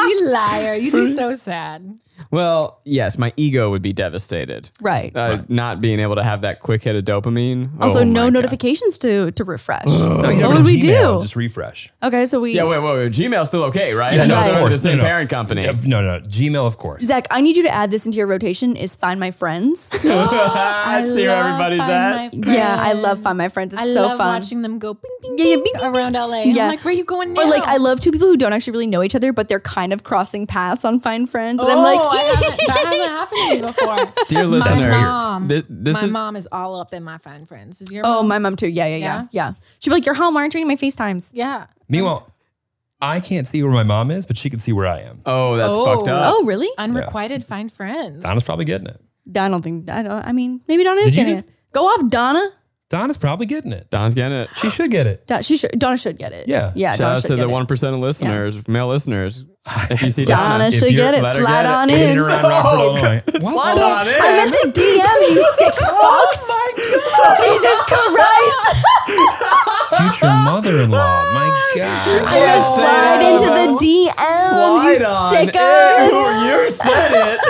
Speaker 4: you liar. You'd be so sad.
Speaker 1: well, yes, my ego would be devastated.
Speaker 2: Right.
Speaker 1: Uh, Not being able to have that quick hit of dopamine.
Speaker 2: also,
Speaker 1: Oh
Speaker 2: no
Speaker 1: my God.
Speaker 2: notifications to to refresh.
Speaker 3: No, you
Speaker 2: what
Speaker 3: don't
Speaker 2: would
Speaker 3: go to
Speaker 2: we
Speaker 3: Gmail,
Speaker 2: do?
Speaker 3: Just refresh.
Speaker 2: okay, so we
Speaker 1: Yeah, wait, wait, wait. Gmail's still okay, right?
Speaker 3: Yeah,
Speaker 1: I know
Speaker 2: no, of
Speaker 1: they're
Speaker 3: course.
Speaker 1: the same
Speaker 3: No, no.
Speaker 1: parent company.
Speaker 3: Yeah, No, no, no. Gmail, of course.
Speaker 2: Zach, I need you to add this into your rotation. Is find my <laughs> friends.
Speaker 1: <laughs> I see where
Speaker 4: love
Speaker 1: everybody's
Speaker 4: Find
Speaker 1: at.
Speaker 4: My
Speaker 2: yeah, I
Speaker 4: Friend.
Speaker 2: love find my friends. It's
Speaker 4: I
Speaker 2: so
Speaker 4: love
Speaker 2: fun.
Speaker 4: watching them go bing, bing,
Speaker 2: Yeah, yeah,
Speaker 4: bing,
Speaker 2: bing, bing,
Speaker 4: around LA. And
Speaker 2: Yeah.
Speaker 4: I'm like, where are you going now?
Speaker 2: Or like I love two people who don't actually really know each other, but they're kind of crossing paths on Find Friends, and I'm like,
Speaker 4: Oh, I haven't, that hasn't happened to me before.
Speaker 1: Dear listeners,
Speaker 4: mom.
Speaker 1: thi- this
Speaker 4: my
Speaker 1: is
Speaker 4: mom is all up in my friend friends. Is your
Speaker 2: <laughs> oh,
Speaker 4: mom?
Speaker 2: my mom too. Yeah, yeah, yeah,
Speaker 4: Yeah?
Speaker 2: yeah. She'd be like, you're home, aren't you? My Facetimes.
Speaker 4: yeah.
Speaker 3: Meanwhile, I can't see where my mom is, but she can see where I am.
Speaker 1: oh, that's
Speaker 4: Oh.
Speaker 1: fucked up.
Speaker 2: Oh, really?
Speaker 4: Unrequited find friends.
Speaker 3: Donna's probably getting it.
Speaker 2: I don't think. I don't. I mean, maybe Donna is
Speaker 3: Did you
Speaker 2: getting
Speaker 3: just-
Speaker 2: it. Go off, Donna.
Speaker 3: Donna's probably getting it.
Speaker 1: Don's getting it.
Speaker 3: She should get it.
Speaker 2: Da- she should. Donna should get it.
Speaker 3: Yeah.
Speaker 2: Yeah.
Speaker 1: Shout
Speaker 2: Donna
Speaker 1: out
Speaker 2: should
Speaker 1: to
Speaker 2: get
Speaker 1: the
Speaker 2: it.
Speaker 1: one percent of listeners, male
Speaker 3: <laughs>
Speaker 1: listeners. If you see
Speaker 2: Donna
Speaker 1: Donna,
Speaker 2: should
Speaker 3: you're-
Speaker 2: get it.
Speaker 1: let her
Speaker 2: Slide
Speaker 1: get it.
Speaker 2: on
Speaker 3: If
Speaker 2: in.
Speaker 3: you're
Speaker 2: <laughs>
Speaker 3: around Rockford, Illinois. What?
Speaker 1: Oh, on
Speaker 2: <laughs> I meant the DM, you <laughs> sick fox. Jesus Christ.
Speaker 3: <laughs> Future mother-in-law. My God.
Speaker 2: I
Speaker 3: <laughs>
Speaker 2: meant
Speaker 1: say
Speaker 2: slide
Speaker 1: that.
Speaker 2: into the DMs, you sickos.
Speaker 1: You said it.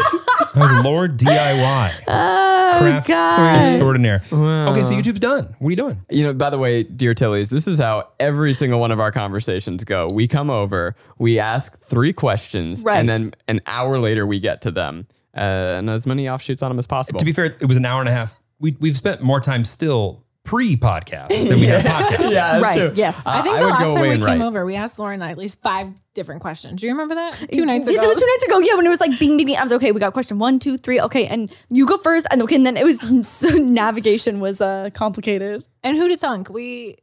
Speaker 3: That was Lord DIY.
Speaker 2: Oh,
Speaker 3: Craft
Speaker 2: God.
Speaker 3: extraordinaire. Okay, so YouTube's done. What are you doing?
Speaker 1: <laughs> You know, by the way, dear Tillies, this is how every single one of our conversations go. We come over, we ask three questions,
Speaker 2: Right.
Speaker 1: and then an hour later we get to them. Uh, and as many offshoots on them as possible.
Speaker 3: To be fair, it was an hour and a half. We, we've spent more time still pre-podcast than we had podcast.
Speaker 1: <laughs> yeah, that's
Speaker 2: Right,
Speaker 1: true.
Speaker 2: yes.
Speaker 1: Uh,
Speaker 4: I think the
Speaker 1: would
Speaker 4: last
Speaker 1: go
Speaker 4: time
Speaker 1: away
Speaker 4: we came
Speaker 1: and write.
Speaker 4: over, we asked Lauren at least five different questions. Do you remember that? Two nights
Speaker 2: Yeah,
Speaker 4: ago.
Speaker 2: It was two nights ago. Yeah, when it was like bing, bing, bing. I was okay. We got question one, two, three. Okay, and you go first, and okay, and then it was <laughs> so navigation was uh complicated.
Speaker 4: And who to thunk? We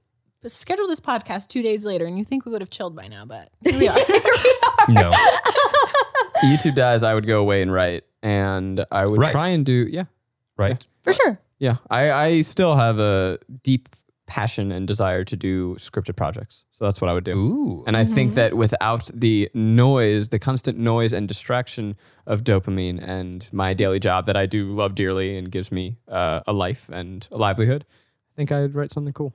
Speaker 4: scheduled this podcast two days later, and you think we would have chilled by now, but here we
Speaker 2: <laughs>
Speaker 4: are.
Speaker 3: No.
Speaker 1: YouTube dies, I would go away and write. And I would
Speaker 3: Right.
Speaker 1: try and do, yeah.
Speaker 3: Right?
Speaker 2: For sure.
Speaker 1: Yeah, I, I still have a deep passion and desire to do scripted projects. So that's what I would do.
Speaker 3: Ooh.
Speaker 1: And I think that without the noise, the constant noise and distraction of dopamine and my daily job that I do love dearly and gives me uh, a life and a livelihood, I think I'd write something cool.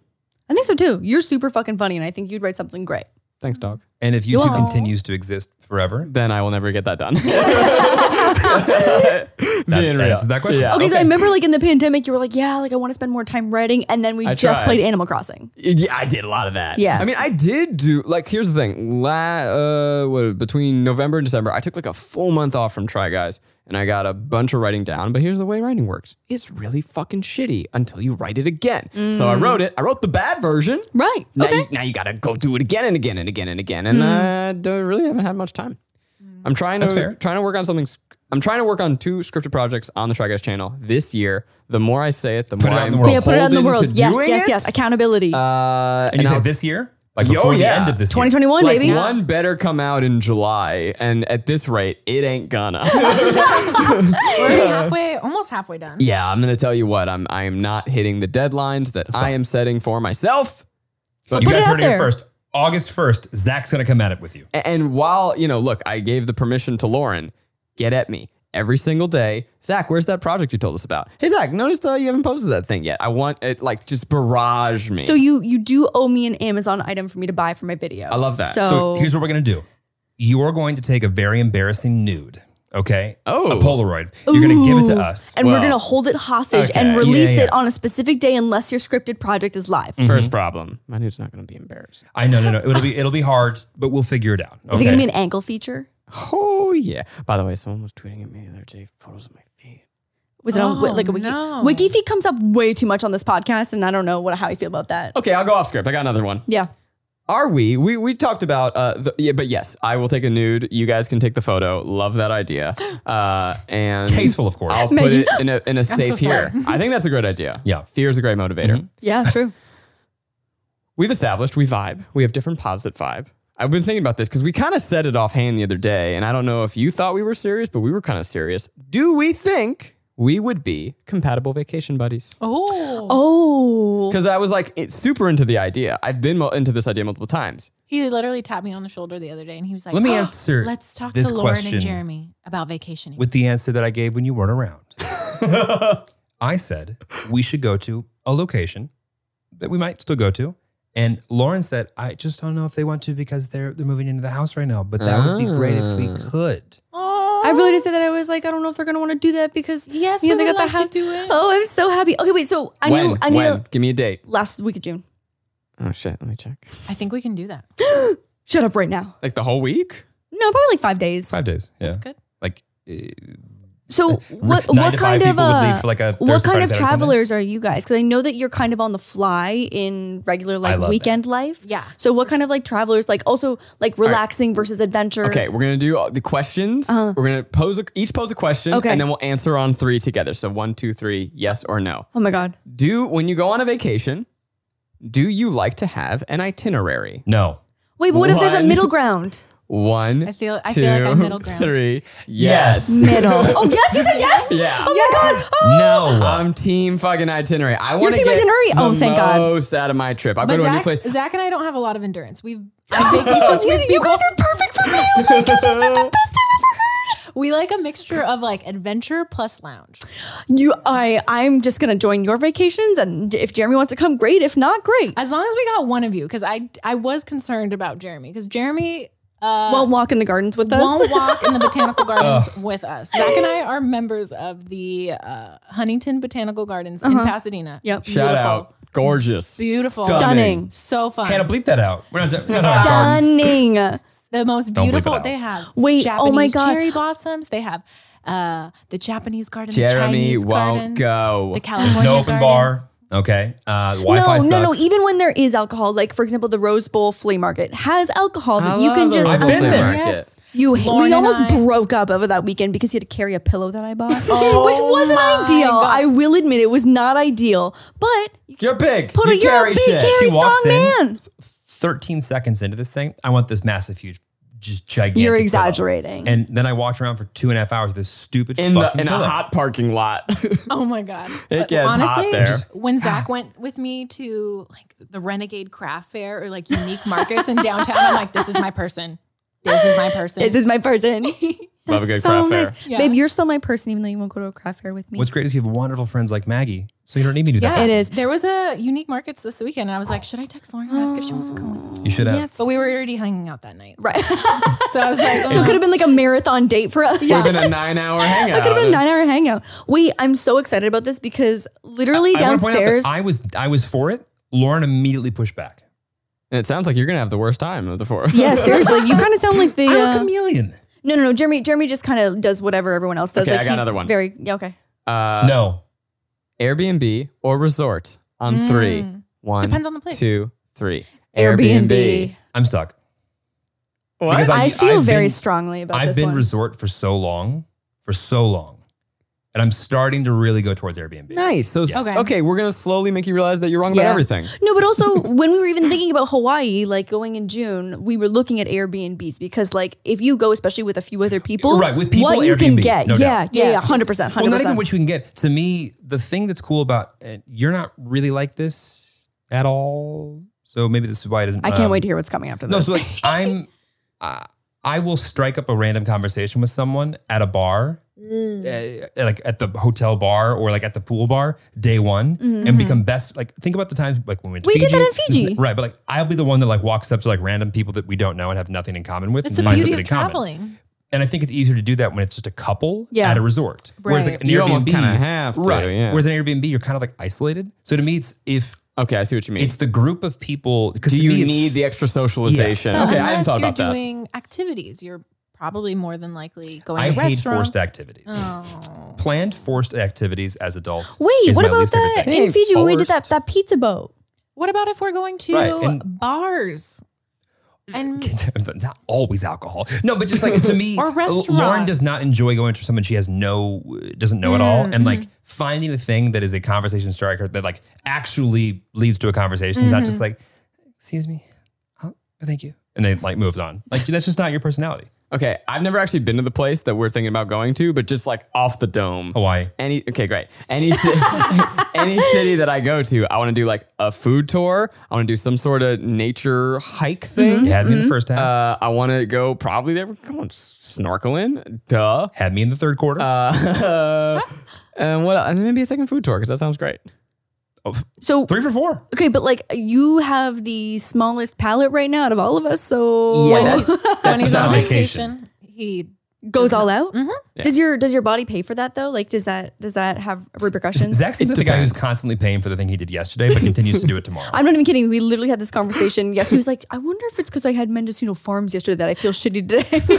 Speaker 2: I think so too. You're super fucking funny, and I think you'd write something great.
Speaker 1: Thanks, dog.
Speaker 3: And if YouTube continues to exist forever,
Speaker 1: Then I will never get that done. <laughs>
Speaker 3: that
Speaker 1: Being real.
Speaker 3: answers that question.
Speaker 1: Yeah.
Speaker 2: Okay, so I remember like in the pandemic, you were like, yeah, like I want to spend more time writing, and then we
Speaker 1: I
Speaker 2: just
Speaker 1: tried.
Speaker 2: played Animal Crossing.
Speaker 1: Yeah, I did a lot of that.
Speaker 2: Yeah.
Speaker 1: I mean, I did do like here's the thing. La, uh, what, between November and December, I took like a full month off from Try Guys, and I got a bunch of writing down. But here's the way writing works: it's really fucking shitty until you write it again. So I wrote it. I wrote the bad version.
Speaker 2: Right.
Speaker 1: Now,
Speaker 2: okay. Hmm.
Speaker 1: you, now you got to go do it again and again and again and again, and I don't- really haven't had much time. I'm trying to
Speaker 3: fair.
Speaker 1: trying to work on something. sc- I'm trying to work on two scripted projects on the Try Guys channel this year. The more I say it, the
Speaker 3: Put it
Speaker 1: more
Speaker 3: out in
Speaker 1: I'm
Speaker 3: the world.
Speaker 2: yeah, put it out in the
Speaker 1: beholden
Speaker 2: world.
Speaker 1: to
Speaker 2: Yes,
Speaker 1: doing
Speaker 2: yes,
Speaker 1: it.
Speaker 2: yes. Accountability.
Speaker 1: Uh,
Speaker 3: And you
Speaker 1: I'll-
Speaker 3: said this year? Like
Speaker 1: Yo,
Speaker 3: before the
Speaker 1: yeah.
Speaker 3: end of this year.
Speaker 2: 2021,
Speaker 1: like
Speaker 2: baby.
Speaker 1: one better come out in July, and at this rate, it ain't gonna. <laughs>
Speaker 4: We're already halfway, almost halfway done.
Speaker 1: yeah, I'm gonna tell you what, I'm I am not hitting the deadlines that I am setting for myself.
Speaker 3: You
Speaker 2: Put it
Speaker 3: guys
Speaker 2: out
Speaker 3: heard it here
Speaker 2: there.
Speaker 3: first. August 1st, Zach's going to come at it with you.
Speaker 1: A- And while you know, look, I gave the permission to Lauren. Get at me every single day, Zach. Where's that project you told us about? Hey, Zach, noticed uh, you haven't posted that thing yet. I want it like just barrage me.
Speaker 2: so you you do owe me an Amazon item for me to buy for my video. I
Speaker 1: love that.
Speaker 2: So,
Speaker 3: So here's what we're going to do. You're going to take a very embarrassing nude, okay?
Speaker 1: Oh.
Speaker 3: A Polaroid. You're going to give it to
Speaker 2: Ooh.
Speaker 3: us.
Speaker 2: and we're
Speaker 1: Well,
Speaker 2: gonna hold it hostage
Speaker 1: okay.
Speaker 2: and release
Speaker 3: Yeah, Mm-hmm. yeah.
Speaker 2: it on a specific day unless your scripted project is live.
Speaker 1: First problem, my dude's not gonna be embarrassed.
Speaker 3: I know, no, no. It'll be it'll be hard, but we'll figure it out.
Speaker 2: Is
Speaker 3: okay?
Speaker 2: it gonna be an ankle feature?
Speaker 1: Oh yeah. By the way, someone was tweeting at me the other day photos of my feet.
Speaker 2: Was it on wi-
Speaker 4: Oh,
Speaker 2: like a wiki?
Speaker 4: no.
Speaker 2: Wiki feed comes up way too much on this podcast, and I don't know what how I feel about that.
Speaker 1: Okay, I'll go off script. I got another one.
Speaker 2: Yeah.
Speaker 1: Are we? We we talked about uh, the, yeah, but yes, I will take a nude. You guys can take the photo. Love that
Speaker 4: <gasps>
Speaker 1: idea. Uh, and
Speaker 3: Tasteful, of course.
Speaker 1: I'll put
Speaker 2: Maggie.
Speaker 1: it in a
Speaker 4: <laughs>
Speaker 1: in a safe
Speaker 4: so
Speaker 1: here.
Speaker 4: sorry.
Speaker 1: I think that's a great idea.
Speaker 3: Yeah. Mm-hmm.
Speaker 1: fear is a great motivator.
Speaker 2: Yeah, true.
Speaker 1: We've established we vibe. We have different positive vibe. I've been thinking about this because we kind of said it offhand the other day, and I don't know if you thought we were serious, but we were kind of serious. Do we think we would be compatible vacation buddies?
Speaker 4: Oh.
Speaker 2: <laughs> Oh,
Speaker 1: Because I was like it's super into the idea. I've been mo- into this idea multiple times.
Speaker 4: He literally tapped me on the shoulder the other day and he was like,
Speaker 3: Let me
Speaker 4: "Oh,
Speaker 3: answer
Speaker 4: Let's talk
Speaker 3: this
Speaker 4: to Lauren
Speaker 3: question
Speaker 4: and Jeremy about vacationing.
Speaker 3: with the answer that I gave when you weren't <laughs> around. I said we should go to a location that we might still go to. And Lauren said, I just don't know if they want to because they're they're moving into the house right now, but that would be great if we could.
Speaker 2: I really did say that. I was like, I don't know if they're gonna want to do that because
Speaker 4: Yes,
Speaker 2: you know,
Speaker 4: we
Speaker 2: they
Speaker 4: would
Speaker 2: got the
Speaker 4: like to
Speaker 2: house.
Speaker 4: do it.
Speaker 2: Oh, I'm so happy. Okay, wait. So I
Speaker 1: when?
Speaker 2: knew. I knew.
Speaker 1: when? Give me a date.
Speaker 2: Last week of June.
Speaker 1: Oh shit, let me check.
Speaker 4: I think we can do that.
Speaker 2: Shut up right now.
Speaker 1: Like the whole week?
Speaker 2: No, probably like five days.
Speaker 3: Five days. Yeah. That's
Speaker 4: good.
Speaker 3: Like eh,
Speaker 2: So what?
Speaker 3: nine
Speaker 2: What
Speaker 3: to five
Speaker 2: kind of
Speaker 3: people would
Speaker 2: uh,
Speaker 3: leave for like a
Speaker 2: what
Speaker 3: Thursday,
Speaker 2: kind
Speaker 3: Friday,
Speaker 2: of
Speaker 3: Saturday, Sunday.
Speaker 2: travelers are you guys? Because I know that you're kind of on the fly in regular like
Speaker 3: love
Speaker 2: weekend life.
Speaker 4: Yeah.
Speaker 2: So what kind of like travelers? Like also like relaxing versus adventure.
Speaker 1: Okay, we're gonna do all the questions. We're gonna pose a, each pose a question,
Speaker 2: Uh-huh. Okay.
Speaker 1: and then we'll answer on three together. So one, two, three, yes or no.
Speaker 2: Oh my god.
Speaker 1: Do when you go on a vacation, do you like to have an itinerary?
Speaker 3: No.
Speaker 2: Wait, but what if there's a
Speaker 1: One.
Speaker 2: middle ground?
Speaker 1: One,
Speaker 4: I feel- I feel like I'm
Speaker 1: two,
Speaker 4: middle ground.
Speaker 1: three, yes.
Speaker 2: Middle. oh yes, you said yes.
Speaker 1: Yeah.
Speaker 2: Oh my god. Oh. <gasps>
Speaker 3: No.
Speaker 1: I'm team fucking itinerary. I want to
Speaker 2: team
Speaker 1: get
Speaker 2: itinerary?
Speaker 1: the
Speaker 2: Oh, thank God.
Speaker 1: most out of my trip. I go
Speaker 4: But
Speaker 1: to a new
Speaker 4: Zach,
Speaker 1: place.
Speaker 4: Zach and I don't have a lot of endurance. We've I <laughs> vacationed
Speaker 2: Oh, You,
Speaker 4: with
Speaker 2: you
Speaker 4: people.
Speaker 2: guys are perfect for me. Oh my god, this is the best thing I've ever heard.
Speaker 4: We like a mixture of like adventure plus lounge.
Speaker 2: You, I, I'm just gonna join your vacations, and if Jeremy wants to come, great. If not, great.
Speaker 4: As long as we got one of you, because I I was concerned about Jeremy because Jeremy
Speaker 2: won't walk in the gardens with us.
Speaker 4: Uh, won't walk in the
Speaker 3: <laughs>
Speaker 4: botanical gardens
Speaker 3: Oh.
Speaker 4: with us. Zach and I are members of the uh, Huntington Botanical Gardens
Speaker 3: Uh-huh.
Speaker 4: in Pasadena.
Speaker 2: <laughs> Yep.
Speaker 1: Shout out, gorgeous,
Speaker 4: Beautiful.
Speaker 2: Stunning.
Speaker 4: So fun.
Speaker 3: Hannah, bleep that out. We're not done. we're not done.
Speaker 2: Stunning.
Speaker 4: the most
Speaker 3: Don't bleep it
Speaker 4: beautiful
Speaker 3: out.
Speaker 4: they have.
Speaker 2: Wait,
Speaker 4: Japanese
Speaker 2: oh my God.
Speaker 4: Cherry blossoms. They have uh, the Japanese garden. the
Speaker 1: Jeremy
Speaker 4: Chinese
Speaker 1: won't
Speaker 4: gardens,
Speaker 1: go.
Speaker 4: The California
Speaker 3: No open bar.
Speaker 4: gardens.
Speaker 3: Okay. Uh,
Speaker 2: No,
Speaker 3: Wi-Fi
Speaker 2: no, no. e-
Speaker 3: sucks.
Speaker 2: Even when there is alcohol, like for example, the Rose Bowl flea market has alcohol
Speaker 1: I
Speaker 2: that you can
Speaker 1: love the
Speaker 2: just.
Speaker 1: Rose
Speaker 2: um,
Speaker 1: Bowl
Speaker 3: I've
Speaker 1: flea
Speaker 3: been there.
Speaker 1: market.
Speaker 4: Yes.
Speaker 2: You,
Speaker 4: Lauren
Speaker 2: we
Speaker 4: and
Speaker 2: almost
Speaker 4: I-
Speaker 2: broke up over that weekend because he had to carry a pillow that I bought,
Speaker 4: <laughs> Oh
Speaker 2: which wasn't
Speaker 4: my
Speaker 2: ideal.
Speaker 4: God.
Speaker 2: I will admit it was not ideal, but
Speaker 1: You're big.
Speaker 2: Put
Speaker 1: You
Speaker 2: a, you're a
Speaker 1: carry
Speaker 2: big,
Speaker 1: shit.
Speaker 2: carry,
Speaker 3: She walks
Speaker 2: strong
Speaker 3: in.
Speaker 2: man.
Speaker 3: 13 seconds into this thing, I want this massive, huge, just gigantic.
Speaker 2: You're
Speaker 3: pillow.
Speaker 2: exaggerating.
Speaker 3: And then I walked around for two and a half hours with this stupid
Speaker 1: in the
Speaker 3: fucking
Speaker 1: in a
Speaker 3: pillow.
Speaker 1: hot parking lot. <laughs>
Speaker 4: Oh my god.
Speaker 1: It gets hot
Speaker 4: Honestly,
Speaker 1: there.
Speaker 4: when Zach went with me to like the Renegade Craft Fair or like unique <laughs> markets in downtown, I'm like, this is my person. This is my person.
Speaker 2: This is
Speaker 4: <laughs>
Speaker 2: my person.
Speaker 1: Love a good craft
Speaker 2: so
Speaker 1: fair.
Speaker 2: nice. Babe, you're still my person, even though you won't go to a craft fair with me.
Speaker 3: What's great is you have wonderful friends like Maggie, so you don't need me to do
Speaker 4: yeah,
Speaker 3: that.
Speaker 2: It is.
Speaker 4: There was a unique markets this weekend, and I was like, should I text Lauren and ask if she wants to come with me?
Speaker 3: You should have.
Speaker 2: Yes.
Speaker 4: But we were already hanging out that night, <laughs>
Speaker 2: right. <laughs> so
Speaker 4: So I was like,
Speaker 2: it could have been like a marathon date for us.
Speaker 1: Would have been a nine
Speaker 2: <laughs>
Speaker 1: hour hangout.
Speaker 2: It could have been a nine hour hangout. Wait, I'm so excited about this because literally
Speaker 3: I wanna point out that
Speaker 2: downstairs.
Speaker 3: I was I was for it. Lauren immediately pushed back.
Speaker 1: And it sounds like you're gonna have the worst time of the four.
Speaker 2: <laughs> yeah, seriously, you kind of sound like the.
Speaker 3: I'm a
Speaker 2: Uh,
Speaker 3: chameleon.
Speaker 2: no, no, no. Jeremy, Jeremy just kind of does whatever everyone else does.
Speaker 1: Okay, I
Speaker 2: like
Speaker 1: got
Speaker 2: he's
Speaker 1: another one.
Speaker 2: Very yeah, okay.
Speaker 1: <laughs> Uh,
Speaker 3: no.
Speaker 1: Airbnb or resort on three. One
Speaker 4: Mm. Depends on the place.
Speaker 1: Two, three.
Speaker 3: I'm stuck.
Speaker 1: What?
Speaker 3: Because
Speaker 2: I feel
Speaker 3: I've
Speaker 2: very
Speaker 3: been-
Speaker 2: strongly about
Speaker 3: I've
Speaker 2: this
Speaker 3: been
Speaker 2: one.
Speaker 3: resort for so long, for so long. And I'm starting to really go towards Airbnb.
Speaker 1: nice. So okay.
Speaker 4: Okay.
Speaker 1: okay, we're gonna slowly make you realize that you're wrong
Speaker 2: Yeah.
Speaker 1: about everything.
Speaker 2: No, but
Speaker 3: <laughs>
Speaker 2: also when we were even thinking about Hawaii, like going in June, we were looking at Airbnbs because, like, if you go, especially with a few other people,
Speaker 3: Right, with people,
Speaker 2: what you can
Speaker 3: Airbnb,
Speaker 2: get,
Speaker 3: no
Speaker 2: yeah,
Speaker 3: doubt.
Speaker 2: yeah, yeah,
Speaker 4: Yes.
Speaker 2: hundred percent,
Speaker 3: Well,
Speaker 2: hundred
Speaker 3: not even
Speaker 2: percent.
Speaker 3: what you can get. To me, the thing that's cool about and you're not really like this at all. So maybe this is why it doesn't.
Speaker 2: I can't
Speaker 3: um,
Speaker 2: wait to hear what's coming after
Speaker 3: No,
Speaker 2: this.
Speaker 3: so
Speaker 2: <laughs>
Speaker 3: like I'm, uh, I will strike up a random conversation with someone at a bar, uh, like at the hotel bar or like at the pool bar, day one, and become best. Like think about the times like when we went to
Speaker 2: We did that in
Speaker 3: this and
Speaker 2: Fiji.
Speaker 3: right? But like I'll be the one that like walks up to like random people that we don't know and have nothing in common with,
Speaker 4: It's
Speaker 3: and
Speaker 4: the
Speaker 3: finds
Speaker 4: beauty
Speaker 3: something
Speaker 4: of
Speaker 3: in common.
Speaker 4: traveling.
Speaker 3: And I think it's easier to do that when it's just a couple
Speaker 2: Yeah.
Speaker 3: at a resort. Whereas like
Speaker 4: Right.
Speaker 3: an
Speaker 1: You
Speaker 3: Airbnb,
Speaker 1: almost kinda have to,
Speaker 3: right?
Speaker 1: yeah.
Speaker 3: Whereas an Airbnb, you're kind of like isolated. So to me, it's if
Speaker 1: Okay, I see what you mean.
Speaker 3: it's the group of people. Because
Speaker 1: Do
Speaker 3: to
Speaker 1: you
Speaker 3: me, it's-
Speaker 1: need the extra socialization?
Speaker 4: But
Speaker 1: Okay, I hadn't
Speaker 4: unless
Speaker 1: thought
Speaker 4: you're
Speaker 1: about that.
Speaker 4: doing activities, you're probably more than likely going
Speaker 3: I
Speaker 4: to
Speaker 3: hate
Speaker 4: restaurants. Oh.
Speaker 3: forced activities. Planned forced activities as adults.
Speaker 2: Oh. wait,
Speaker 3: is
Speaker 2: what
Speaker 3: my
Speaker 2: about
Speaker 3: least favorite
Speaker 2: that
Speaker 3: thing. <laughs>
Speaker 2: in Fiji when we did that
Speaker 1: forced.
Speaker 2: that pizza boat?
Speaker 4: What about if we're going to
Speaker 3: Right, and-
Speaker 4: bars? And
Speaker 3: not always alcohol. No, but just like
Speaker 2: <laughs>
Speaker 3: to me,
Speaker 4: Or
Speaker 3: L- Lauren
Speaker 4: restaurants.
Speaker 3: does not enjoy going to someone she has no doesn't know at all,
Speaker 2: Mm-hmm.
Speaker 3: and like finding a thing that is a conversation starter that like actually leads to a conversation. It's not just
Speaker 2: Mm-hmm.
Speaker 3: like, excuse me, oh, thank you, and then like moves on. Like that's just not your personality.
Speaker 1: Okay, I've never actually been to the place that we're thinking about going to, but just like off the dome.
Speaker 3: Hawaii.
Speaker 1: Any okay, great. Any ci- <laughs> any city that I go to, I want to do like a food tour. I want to do some sort of nature hike thing.
Speaker 3: You had
Speaker 2: Mm-hmm.
Speaker 3: me in the first half,
Speaker 1: Uh, I want to go probably there. Come on, snorkeling. Duh.
Speaker 3: had me in the third quarter.
Speaker 1: Uh, <laughs> and what? And maybe a second food tour because that sounds great.
Speaker 2: So
Speaker 3: Three for four.
Speaker 2: okay, but like you have the smallest palate right now out of all of us, so
Speaker 1: Yeah,
Speaker 4: when,
Speaker 1: that's-
Speaker 4: <laughs> he's, when
Speaker 3: that's
Speaker 4: he's
Speaker 3: not
Speaker 4: on
Speaker 3: a
Speaker 4: vacation, he
Speaker 2: goes all out.
Speaker 4: Mm-hmm.
Speaker 1: Yeah.
Speaker 2: Does your does your body pay for that though? Like does that does that have repercussions?
Speaker 3: Zach seems
Speaker 1: It
Speaker 3: like the guy who's
Speaker 1: depends.
Speaker 3: constantly paying for the thing he did yesterday, but continues to do
Speaker 2: <laughs>
Speaker 3: it tomorrow.
Speaker 2: I'm not even kidding. We literally had this conversation. Yes, he was like, I wonder if it's because I had Mendocino Farms yesterday that I feel
Speaker 4: <laughs>
Speaker 2: shitty today.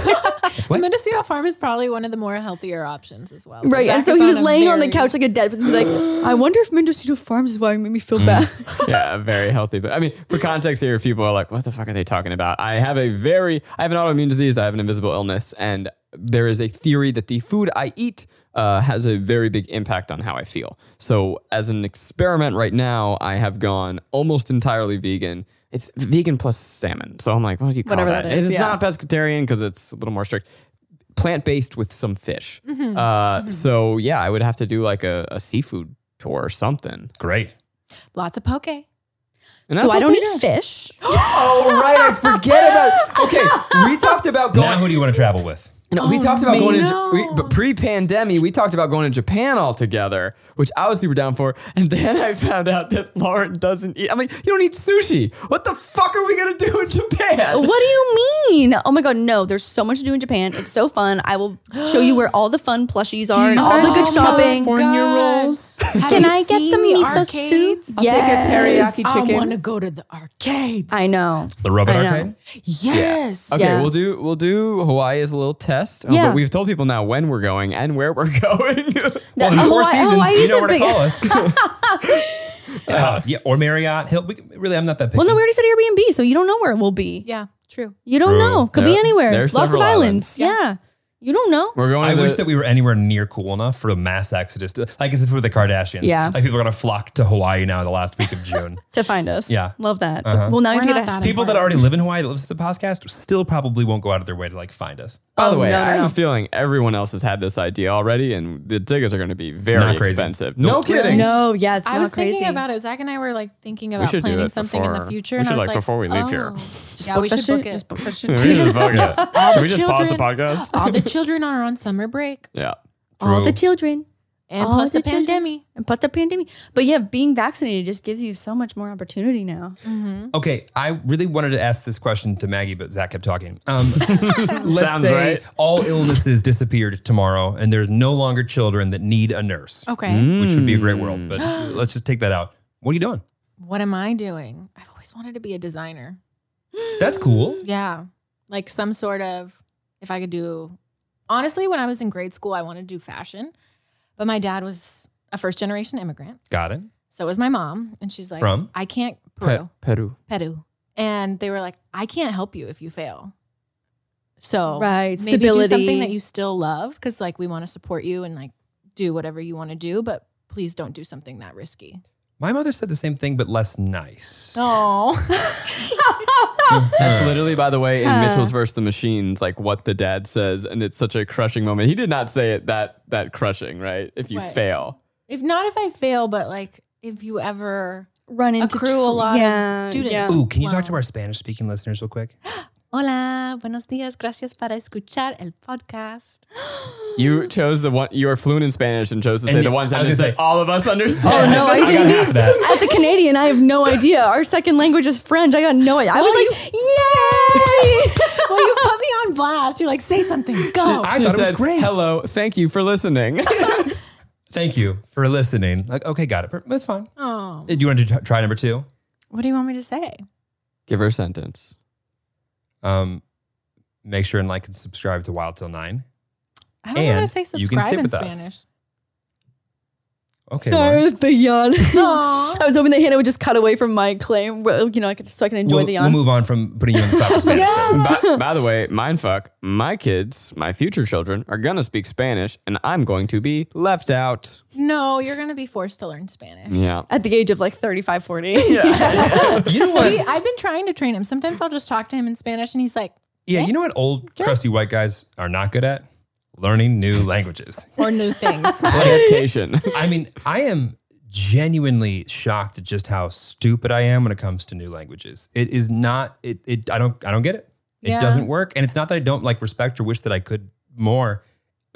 Speaker 3: What?
Speaker 4: Mendocino Farm is probably one of the more healthier options as well.
Speaker 2: <laughs> right.
Speaker 4: Zach
Speaker 2: and so
Speaker 4: is
Speaker 2: he was
Speaker 4: a
Speaker 2: laying on the
Speaker 4: very-
Speaker 2: couch like a dead person, like, I wonder if Mendocino Farms is why it made me feel bad. <laughs>
Speaker 1: yeah, very healthy. But I mean, for context here, if people are like, what the fuck are they talking about? I have a very, I have an autoimmune disease. I have an invisible illness. And there is a theory that the food I eat uh, has a very big impact on how I feel. So, as an experiment right now, I have gone almost entirely vegan. It's vegan plus salmon. So I'm like, what do you call
Speaker 2: Whatever
Speaker 1: that?
Speaker 2: that is,
Speaker 1: It's
Speaker 2: yeah.
Speaker 1: not pescatarian because it's a little more strict. Plant based with some fish.
Speaker 2: Mm-hmm.
Speaker 1: Uh, So yeah, I would have to do like a, a seafood tour or something.
Speaker 3: Great.
Speaker 4: Lots of poke.
Speaker 1: And that's
Speaker 2: So I
Speaker 1: what
Speaker 2: don't
Speaker 1: they
Speaker 2: eat fish.
Speaker 1: Oh right, I forget about. Okay, we talked about
Speaker 3: Now, who
Speaker 1: going.
Speaker 3: do you want to travel with?
Speaker 1: No,
Speaker 2: Oh,
Speaker 1: we talked about
Speaker 4: me.
Speaker 1: going to,
Speaker 4: No.
Speaker 1: we, but pre-pandemic, we talked about going to Japan altogether, which I was super down for. And then I found out that Lauren doesn't eat. I'm like, you don't eat sushi. What the fuck are we gonna do in Japan?
Speaker 2: What do you mean? Oh my god, no! There's so much to do in Japan. It's so fun. I will show you where all the fun plushies are and all the good shopping.
Speaker 4: rolls.
Speaker 2: Can I get some miso soup? Yes.
Speaker 1: teriyaki
Speaker 4: I want to go to the arcades.
Speaker 2: I know.
Speaker 3: The robot
Speaker 2: I know.
Speaker 3: arcade.
Speaker 4: yes.
Speaker 1: Okay,
Speaker 2: Yeah.
Speaker 1: we'll do we'll do Hawaii as a little test. Oh,
Speaker 2: Yeah.
Speaker 1: but we've told people now when we're going and where we're <laughs> going.
Speaker 2: That-
Speaker 3: Well, in Oh, four
Speaker 2: Hawaii-
Speaker 3: seasons,
Speaker 2: Hawaii
Speaker 3: you
Speaker 2: is
Speaker 3: know
Speaker 2: a
Speaker 3: where to
Speaker 2: big-
Speaker 3: call us.
Speaker 2: <laughs>
Speaker 3: Uh, yeah, or Marriott. Hill, we, really, I'm not that picky.
Speaker 2: Well, no, we already said Airbnb, so you don't know where it will be.
Speaker 4: Yeah. True.
Speaker 2: You don't
Speaker 1: True.
Speaker 2: know. Could be
Speaker 1: There-
Speaker 2: anywhere.
Speaker 1: there's
Speaker 2: Lots of
Speaker 1: several
Speaker 2: islands. Yeah. You don't know.
Speaker 1: we're going.
Speaker 3: I
Speaker 1: to
Speaker 3: wish
Speaker 1: the-
Speaker 3: that we were anywhere near cool enough for a mass exodus. To, like as if with the Kardashians.
Speaker 2: Yeah.
Speaker 3: Like people are going to flock to Hawaii now in the last week
Speaker 2: <laughs>
Speaker 3: of June.
Speaker 2: To find us.
Speaker 3: Yeah.
Speaker 2: Love that.
Speaker 3: Uh-huh.
Speaker 2: Well, now you
Speaker 4: We're
Speaker 2: have to
Speaker 4: not
Speaker 2: get a
Speaker 4: that
Speaker 3: people that
Speaker 4: important.
Speaker 3: already live in Hawaii that listen to the podcast still probably won't go out of their way to like
Speaker 2: <laughs>
Speaker 3: find us.
Speaker 1: By the
Speaker 2: Oh,
Speaker 1: way,
Speaker 2: no, no,
Speaker 1: I have
Speaker 2: no.
Speaker 1: a feeling everyone else has had this idea already, and the tickets are going to be very
Speaker 3: Not crazy.
Speaker 1: expensive. No
Speaker 3: Nope.
Speaker 1: kidding.
Speaker 2: No, yeah, it's
Speaker 4: I
Speaker 2: not
Speaker 4: was
Speaker 2: crazy.
Speaker 4: thinking about it. Zach and I were like thinking about
Speaker 1: should do
Speaker 4: planning
Speaker 1: it
Speaker 4: something in
Speaker 1: before-
Speaker 4: the future.
Speaker 1: we
Speaker 4: and
Speaker 1: should,
Speaker 4: I was
Speaker 1: like,
Speaker 4: like,
Speaker 1: before we leave
Speaker 4: oh.
Speaker 1: here.
Speaker 4: yeah, we
Speaker 2: that
Speaker 4: should
Speaker 2: shit.
Speaker 4: book it.
Speaker 2: Just
Speaker 1: <laughs>
Speaker 2: book that shit.
Speaker 1: Should we
Speaker 4: children. <laughs>
Speaker 3: <gasps>
Speaker 4: All the children are on summer break
Speaker 1: Yeah.
Speaker 2: All the
Speaker 3: True.
Speaker 2: children
Speaker 4: and
Speaker 2: All
Speaker 4: plus
Speaker 2: the
Speaker 4: the,
Speaker 2: children.
Speaker 4: pandemic.
Speaker 2: and put the pandemic. But yeah, being vaccinated just gives you so much more opportunity now.
Speaker 4: Mm-hmm.
Speaker 3: Okay, I really wanted to ask this question to Maggie, but Zach kept talking. Um, let's
Speaker 1: Sounds
Speaker 3: say
Speaker 1: right.
Speaker 3: all illnesses disappeared tomorrow, and there's no longer children that need a nurse,
Speaker 4: Okay.
Speaker 1: Mm-hmm.
Speaker 3: which would be a great world. But let's just take that out. What are you doing?
Speaker 4: What am I doing? I've always wanted to be a designer.
Speaker 3: That's cool.
Speaker 4: Yeah. Like some sort of, if I could do, honestly, when I was in grade school, I wanted to do fashion, but my dad was a first generation immigrant.
Speaker 3: Got it.
Speaker 4: So was my mom. And she's like,
Speaker 3: From?
Speaker 4: I can't,
Speaker 1: Peru.
Speaker 4: Peru, Peru. And they were like, I can't help you if you fail. So
Speaker 2: Right,
Speaker 4: Oh, maybe do
Speaker 2: stability.
Speaker 4: something that you still love because like we want to support you and like do whatever you want to do, but please don't do something that risky.
Speaker 3: My mother said the same thing, but less nice.
Speaker 4: Oh,
Speaker 1: That's literally, by the way, in
Speaker 2: Huh.
Speaker 1: Mitchell's versus the Machines, like what the dad says, and it's such a crushing moment. He did not say it that that crushing, right? If you
Speaker 4: Right.
Speaker 1: fail,
Speaker 4: if not, if I fail, but like if you ever
Speaker 2: Run into
Speaker 4: Accrue a
Speaker 2: tr-
Speaker 4: lot of students.
Speaker 3: Ooh, can you talk to
Speaker 4: Wow.
Speaker 3: our Spanish speaking listeners real quick?
Speaker 4: Hola, buenos días, gracias para escuchar el podcast.
Speaker 1: you chose the one. You are fluent in Spanish and chose to say
Speaker 3: And
Speaker 1: the
Speaker 3: you- I
Speaker 1: one
Speaker 3: was
Speaker 1: sentence
Speaker 3: gonna
Speaker 1: that
Speaker 3: say-
Speaker 1: all of us
Speaker 2: Oh
Speaker 1: understand.
Speaker 2: no, I
Speaker 3: I
Speaker 2: didn't.
Speaker 3: got
Speaker 2: <laughs>
Speaker 3: half that.
Speaker 2: As a Canadian, I have no idea. Our second language is French. I got no idea.
Speaker 4: <laughs>
Speaker 2: I was like, yay!
Speaker 4: well, you put me on blast. You're like, say something, go.
Speaker 3: I
Speaker 1: She
Speaker 3: thought it was
Speaker 1: said,
Speaker 3: great.
Speaker 1: Hello, thank you for
Speaker 3: <laughs>
Speaker 1: listening.
Speaker 3: Thank you for listening. Like, okay, got it. Per- That's fine.
Speaker 4: Oh.
Speaker 3: Uh, Do you want to t- try number two?
Speaker 4: What do you want me to say?
Speaker 1: Give her a sentence.
Speaker 3: Um, make sure and like and subscribe to Wild Till Nine.
Speaker 4: I don't want
Speaker 3: And
Speaker 4: to say
Speaker 3: you can
Speaker 4: subscribe
Speaker 3: sit
Speaker 4: in
Speaker 3: with us.
Speaker 4: Spanish.
Speaker 3: Okay. Lauren.
Speaker 2: Darth the yawn. <laughs> I was hoping that Hannah would just cut away from my claim, well, you know, I could, so I can enjoy
Speaker 3: We'll,
Speaker 2: the
Speaker 3: we'll
Speaker 2: yawn.
Speaker 3: move on from putting you in the stop Spanish. then.
Speaker 1: by, by the way, mind fuck, my kids, my future children, are gonna speak Spanish and I'm going to be left out.
Speaker 4: No, you're gonna be forced to learn
Speaker 3: Mm.
Speaker 4: Spanish.
Speaker 1: Yeah.
Speaker 2: At the age of like 35, 40.
Speaker 4: <laughs>
Speaker 2: Yeah.
Speaker 3: You know
Speaker 4: He-
Speaker 2: <laughs>
Speaker 3: what?
Speaker 4: I've been trying to train him. Sometimes I'll just talk to him in Spanish, and he's like,
Speaker 3: Yeah, you know what old crusty white guys are not good at? Learning new
Speaker 2: <laughs>
Speaker 3: languages.
Speaker 4: or new things. <laughs>
Speaker 1: Adaptation.
Speaker 3: I mean, I am genuinely shocked at just how stupid I am when it comes to new languages. It is not it it I don't I don't get it. It
Speaker 4: Yeah.
Speaker 3: doesn't work. And it's not that I don't like respect or wish that I could more.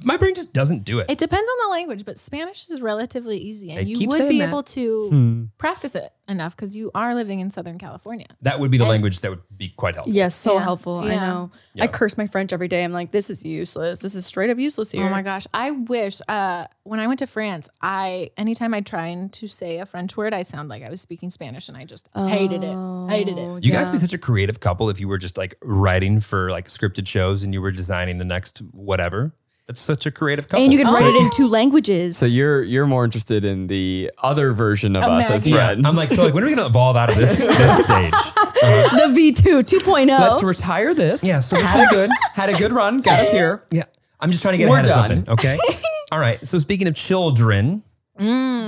Speaker 3: My brain just doesn't do it.
Speaker 4: It depends on the language, but Spanish is relatively easy, and
Speaker 3: I
Speaker 4: you
Speaker 3: keep
Speaker 4: would
Speaker 3: saying
Speaker 4: be
Speaker 3: that. Hmm.
Speaker 4: able to practice it enough because you are living in Southern California.
Speaker 3: that would be the language that would be quite helpful.
Speaker 2: Yeah, so
Speaker 4: Yeah.
Speaker 2: helpful. I
Speaker 4: Yeah.
Speaker 2: know.
Speaker 3: Yeah.
Speaker 2: I curse my French every day. I'm like, this is useless. This is straight up useless here.
Speaker 4: Oh my gosh, I wish uh, when I went to France, I anytime I tried to say a French word, I sound like I was speaking Spanish, and I just hated it. Hated it.
Speaker 3: You guys would be such a creative couple if you were just like writing for like scripted shows and you were designing the next whatever. That's such a creative couple.
Speaker 2: And you can
Speaker 4: Oh.
Speaker 2: write it in two languages.
Speaker 1: So you're you're more interested in the other version of us as
Speaker 4: American.
Speaker 3: yeah.
Speaker 1: friends.
Speaker 3: I'm like, so like when are we gonna evolve out of
Speaker 1: <laughs>
Speaker 3: this, this stage?
Speaker 2: <laughs> the V2 2.0.
Speaker 1: let's retire this.
Speaker 3: Yeah, so
Speaker 1: had a good had a good run, got <laughs> us here.
Speaker 3: Yeah. I'm just trying to get
Speaker 1: We're
Speaker 3: ahead
Speaker 1: done.
Speaker 3: of something.
Speaker 1: <laughs>
Speaker 3: Okay. All right. So speaking of children,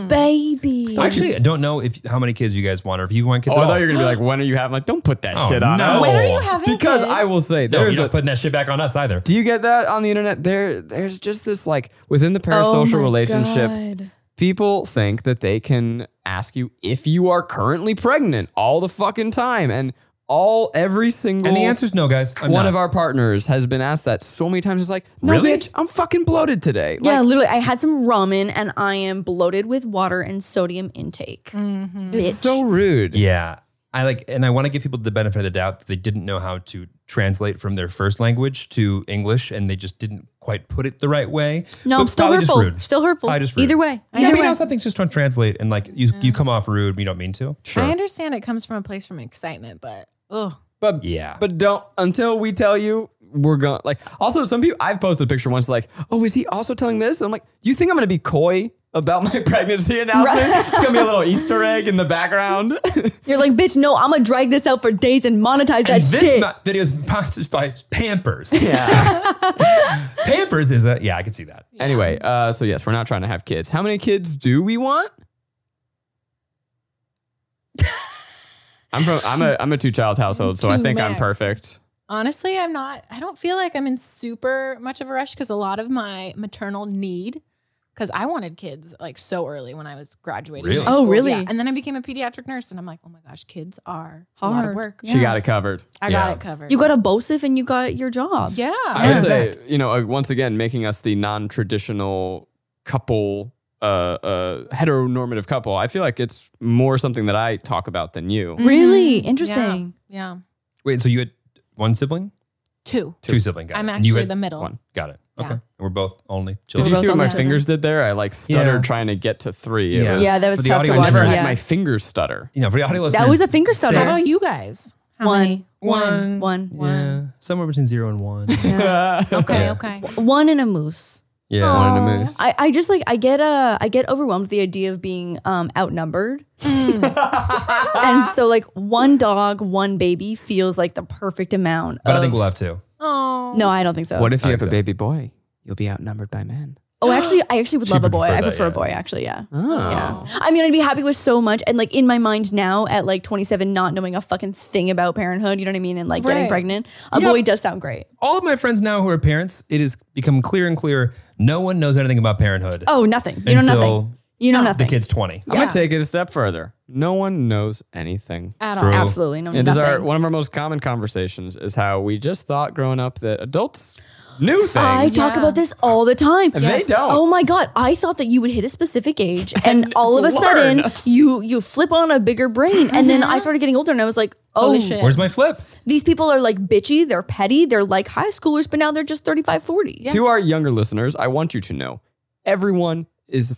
Speaker 2: Baby.
Speaker 3: actually I don't know if how many kids you guys want or if you want kids
Speaker 1: Oh, I
Speaker 3: at all.
Speaker 1: thought you were gonna be like, when are you having? Like, don't put that
Speaker 3: Oh,
Speaker 1: shit on.
Speaker 3: no.
Speaker 1: us.
Speaker 3: When are
Speaker 4: you having
Speaker 1: Because
Speaker 4: kids?
Speaker 1: I will say
Speaker 3: no,
Speaker 1: there's
Speaker 3: you're
Speaker 1: a,
Speaker 3: not putting that shit back on us either.
Speaker 1: Do you get that on the internet? There, there's just this like within the
Speaker 3: Oh
Speaker 1: parasocial relationship, people think that they can ask you if you are currently pregnant all the fucking time, and all every single
Speaker 3: And the answer's no, guys. I'm
Speaker 1: one
Speaker 3: not.
Speaker 1: of our partners has been asked that so many times. It's like, no,
Speaker 3: Really?
Speaker 1: bitch, I'm fucking bloated today.
Speaker 2: Yeah,
Speaker 1: Like,
Speaker 2: literally. I had some ramen and I am bloated with water and sodium intake.
Speaker 4: Mm-hmm.
Speaker 2: Bitch.
Speaker 1: so rude.
Speaker 3: Yeah. I like and I want to give people the benefit of the doubt that they didn't know how to translate from their first language to English and they just didn't quite put it the right way.
Speaker 2: no,
Speaker 3: But
Speaker 2: I'm still
Speaker 3: probably just
Speaker 2: hurtful.
Speaker 3: rude.
Speaker 2: Still hurtful.
Speaker 3: Probably just rude.
Speaker 2: Either way.
Speaker 3: yeah,
Speaker 2: either
Speaker 3: I mean,
Speaker 2: way.
Speaker 3: how something's just trying to translate and like you you come off rude, you don't mean to.
Speaker 4: I understand it comes from a place from excitement, but oh,
Speaker 1: But
Speaker 3: Yeah.
Speaker 1: but don't until we tell you we're going. to Like also, some people I've posted a picture once. Like, oh, is he also telling this? And I'm like, you think I'm gonna be coy about my <laughs> pregnancy announcement? it's gonna be a little Easter egg in the
Speaker 3: <laughs>
Speaker 1: background.
Speaker 2: You're like, bitch, no, I'm going to drag this out for days and monetize that
Speaker 3: And this
Speaker 2: shit.
Speaker 3: ma- video is sponsored by Pampers.
Speaker 2: <laughs>
Speaker 1: yeah.
Speaker 3: Pampers is a yeah, I can see that.
Speaker 1: <laughs> Anyway, uh, so yes, we're not trying to have kids. How many kids do we
Speaker 3: <laughs>
Speaker 1: want? I'm from I'm a I'm a two child household, so I
Speaker 4: Two
Speaker 1: think I'm
Speaker 4: max.
Speaker 1: perfect.
Speaker 4: honestly, I'm not. I don't feel like I'm in super much of a rush because a lot of my maternal need. Because I wanted kids like so early when I was graduating.
Speaker 3: Really?
Speaker 4: high
Speaker 2: Oh,
Speaker 4: school.
Speaker 2: really?
Speaker 4: Yeah. And then I became a pediatric nurse, and I'm like, oh my gosh, kids are hard
Speaker 2: Hard.
Speaker 4: work.
Speaker 1: She got it covered.
Speaker 4: I
Speaker 3: Yeah.
Speaker 4: got it covered.
Speaker 2: you got a BOSIF and you got your job.
Speaker 4: yeah.
Speaker 1: I would
Speaker 3: Yeah.
Speaker 1: say, you know, uh, once again, making us the non-traditional couple, uh, uh, heteronormative couple. I feel like it's more something that I talk about than
Speaker 2: Mm.
Speaker 1: you.
Speaker 2: Mm-hmm. Really?
Speaker 4: Mhm.
Speaker 2: Interesting.
Speaker 4: Yeah. yeah.
Speaker 3: Wait, so you had one sibling?
Speaker 4: Two.
Speaker 3: Two, sibling guys.
Speaker 4: I'm
Speaker 3: And you
Speaker 4: actually
Speaker 3: had-
Speaker 4: the middle.
Speaker 1: one.
Speaker 3: Got it.
Speaker 4: Yeah.
Speaker 3: Okay. And we're both only
Speaker 1: Did
Speaker 3: children.
Speaker 1: you see what my
Speaker 4: Yeah.
Speaker 1: fingers did there? I like stuttered
Speaker 3: Yeah.
Speaker 1: trying to get to three. It
Speaker 3: Yeah.
Speaker 1: was-
Speaker 2: Yeah, that was
Speaker 3: For the
Speaker 2: tough to watch.
Speaker 3: audio
Speaker 1: I never
Speaker 3: listeners.
Speaker 1: had
Speaker 2: Yeah.
Speaker 1: my fingers
Speaker 2: <laughs>
Speaker 1: stutter.
Speaker 3: You know, for the audio
Speaker 2: That was a
Speaker 3: listeners,
Speaker 2: finger
Speaker 3: stay-
Speaker 2: stutter.
Speaker 4: How about you guys? How
Speaker 2: One.
Speaker 4: many?
Speaker 3: One.
Speaker 2: One.
Speaker 3: Yeah. Somewhere between zero
Speaker 2: <laughs>
Speaker 3: and one.
Speaker 2: Oh,
Speaker 1: <laughs>
Speaker 4: Okay.
Speaker 3: Yeah.
Speaker 4: Okay.
Speaker 2: One and a moose.
Speaker 3: yeah.
Speaker 1: Wanted to moose.
Speaker 2: I, I just like I get uh I get overwhelmed with the idea of being um outnumbered.
Speaker 3: Mm.
Speaker 2: and so like one dog, one baby feels like the perfect amount
Speaker 3: But
Speaker 2: of
Speaker 3: I think we'll have two.
Speaker 4: Oh.
Speaker 2: No, I don't think so.
Speaker 1: What if you
Speaker 3: I
Speaker 1: have
Speaker 3: think
Speaker 1: a
Speaker 3: so.
Speaker 1: baby boy? You'll be outnumbered by men.
Speaker 2: oh actually I actually would
Speaker 3: She
Speaker 2: love a
Speaker 3: would
Speaker 2: boy.
Speaker 3: prefer
Speaker 2: I
Speaker 3: that,
Speaker 2: prefer a
Speaker 3: yeah.
Speaker 2: boy actually, yeah.
Speaker 1: Oh.
Speaker 2: Yeah. I mean I'd be happy with so much and like in my mind now at like 27 not knowing a fucking thing about parenthood, you know what I mean, and like getting
Speaker 4: Right.
Speaker 2: pregnant. A
Speaker 3: Yeah.
Speaker 2: boy does sound great.
Speaker 3: All of my friends now who are parents, it has become clear and clear no one knows anything about parenthood.
Speaker 2: Oh, nothing. You know
Speaker 3: Until
Speaker 2: nothing. You know
Speaker 3: The
Speaker 2: nothing.
Speaker 3: kid's 20.
Speaker 1: I'm gonna take it a step further. No one knows anything.
Speaker 4: At
Speaker 3: True.
Speaker 4: all.
Speaker 2: Absolutely no
Speaker 1: It is
Speaker 2: Mm, nothing.
Speaker 1: our one of our most common conversations is how we just thought growing up that adults knew things.
Speaker 2: I talk
Speaker 4: Yeah.
Speaker 2: about this all the time.
Speaker 1: They Yes. don't.
Speaker 2: Oh my god! I thought that you would hit a specific age, and, all of a
Speaker 1: learn.
Speaker 2: sudden you you flip on a bigger brain, and then I started getting older, and I was like, oh,
Speaker 4: Uh-huh. Holy shit.
Speaker 3: Where's my flip?
Speaker 2: these people are like bitchy, they're petty, they're like high schoolers, but now they're just 35, 40. Yeah.
Speaker 1: To our younger listeners, I want you to know everyone is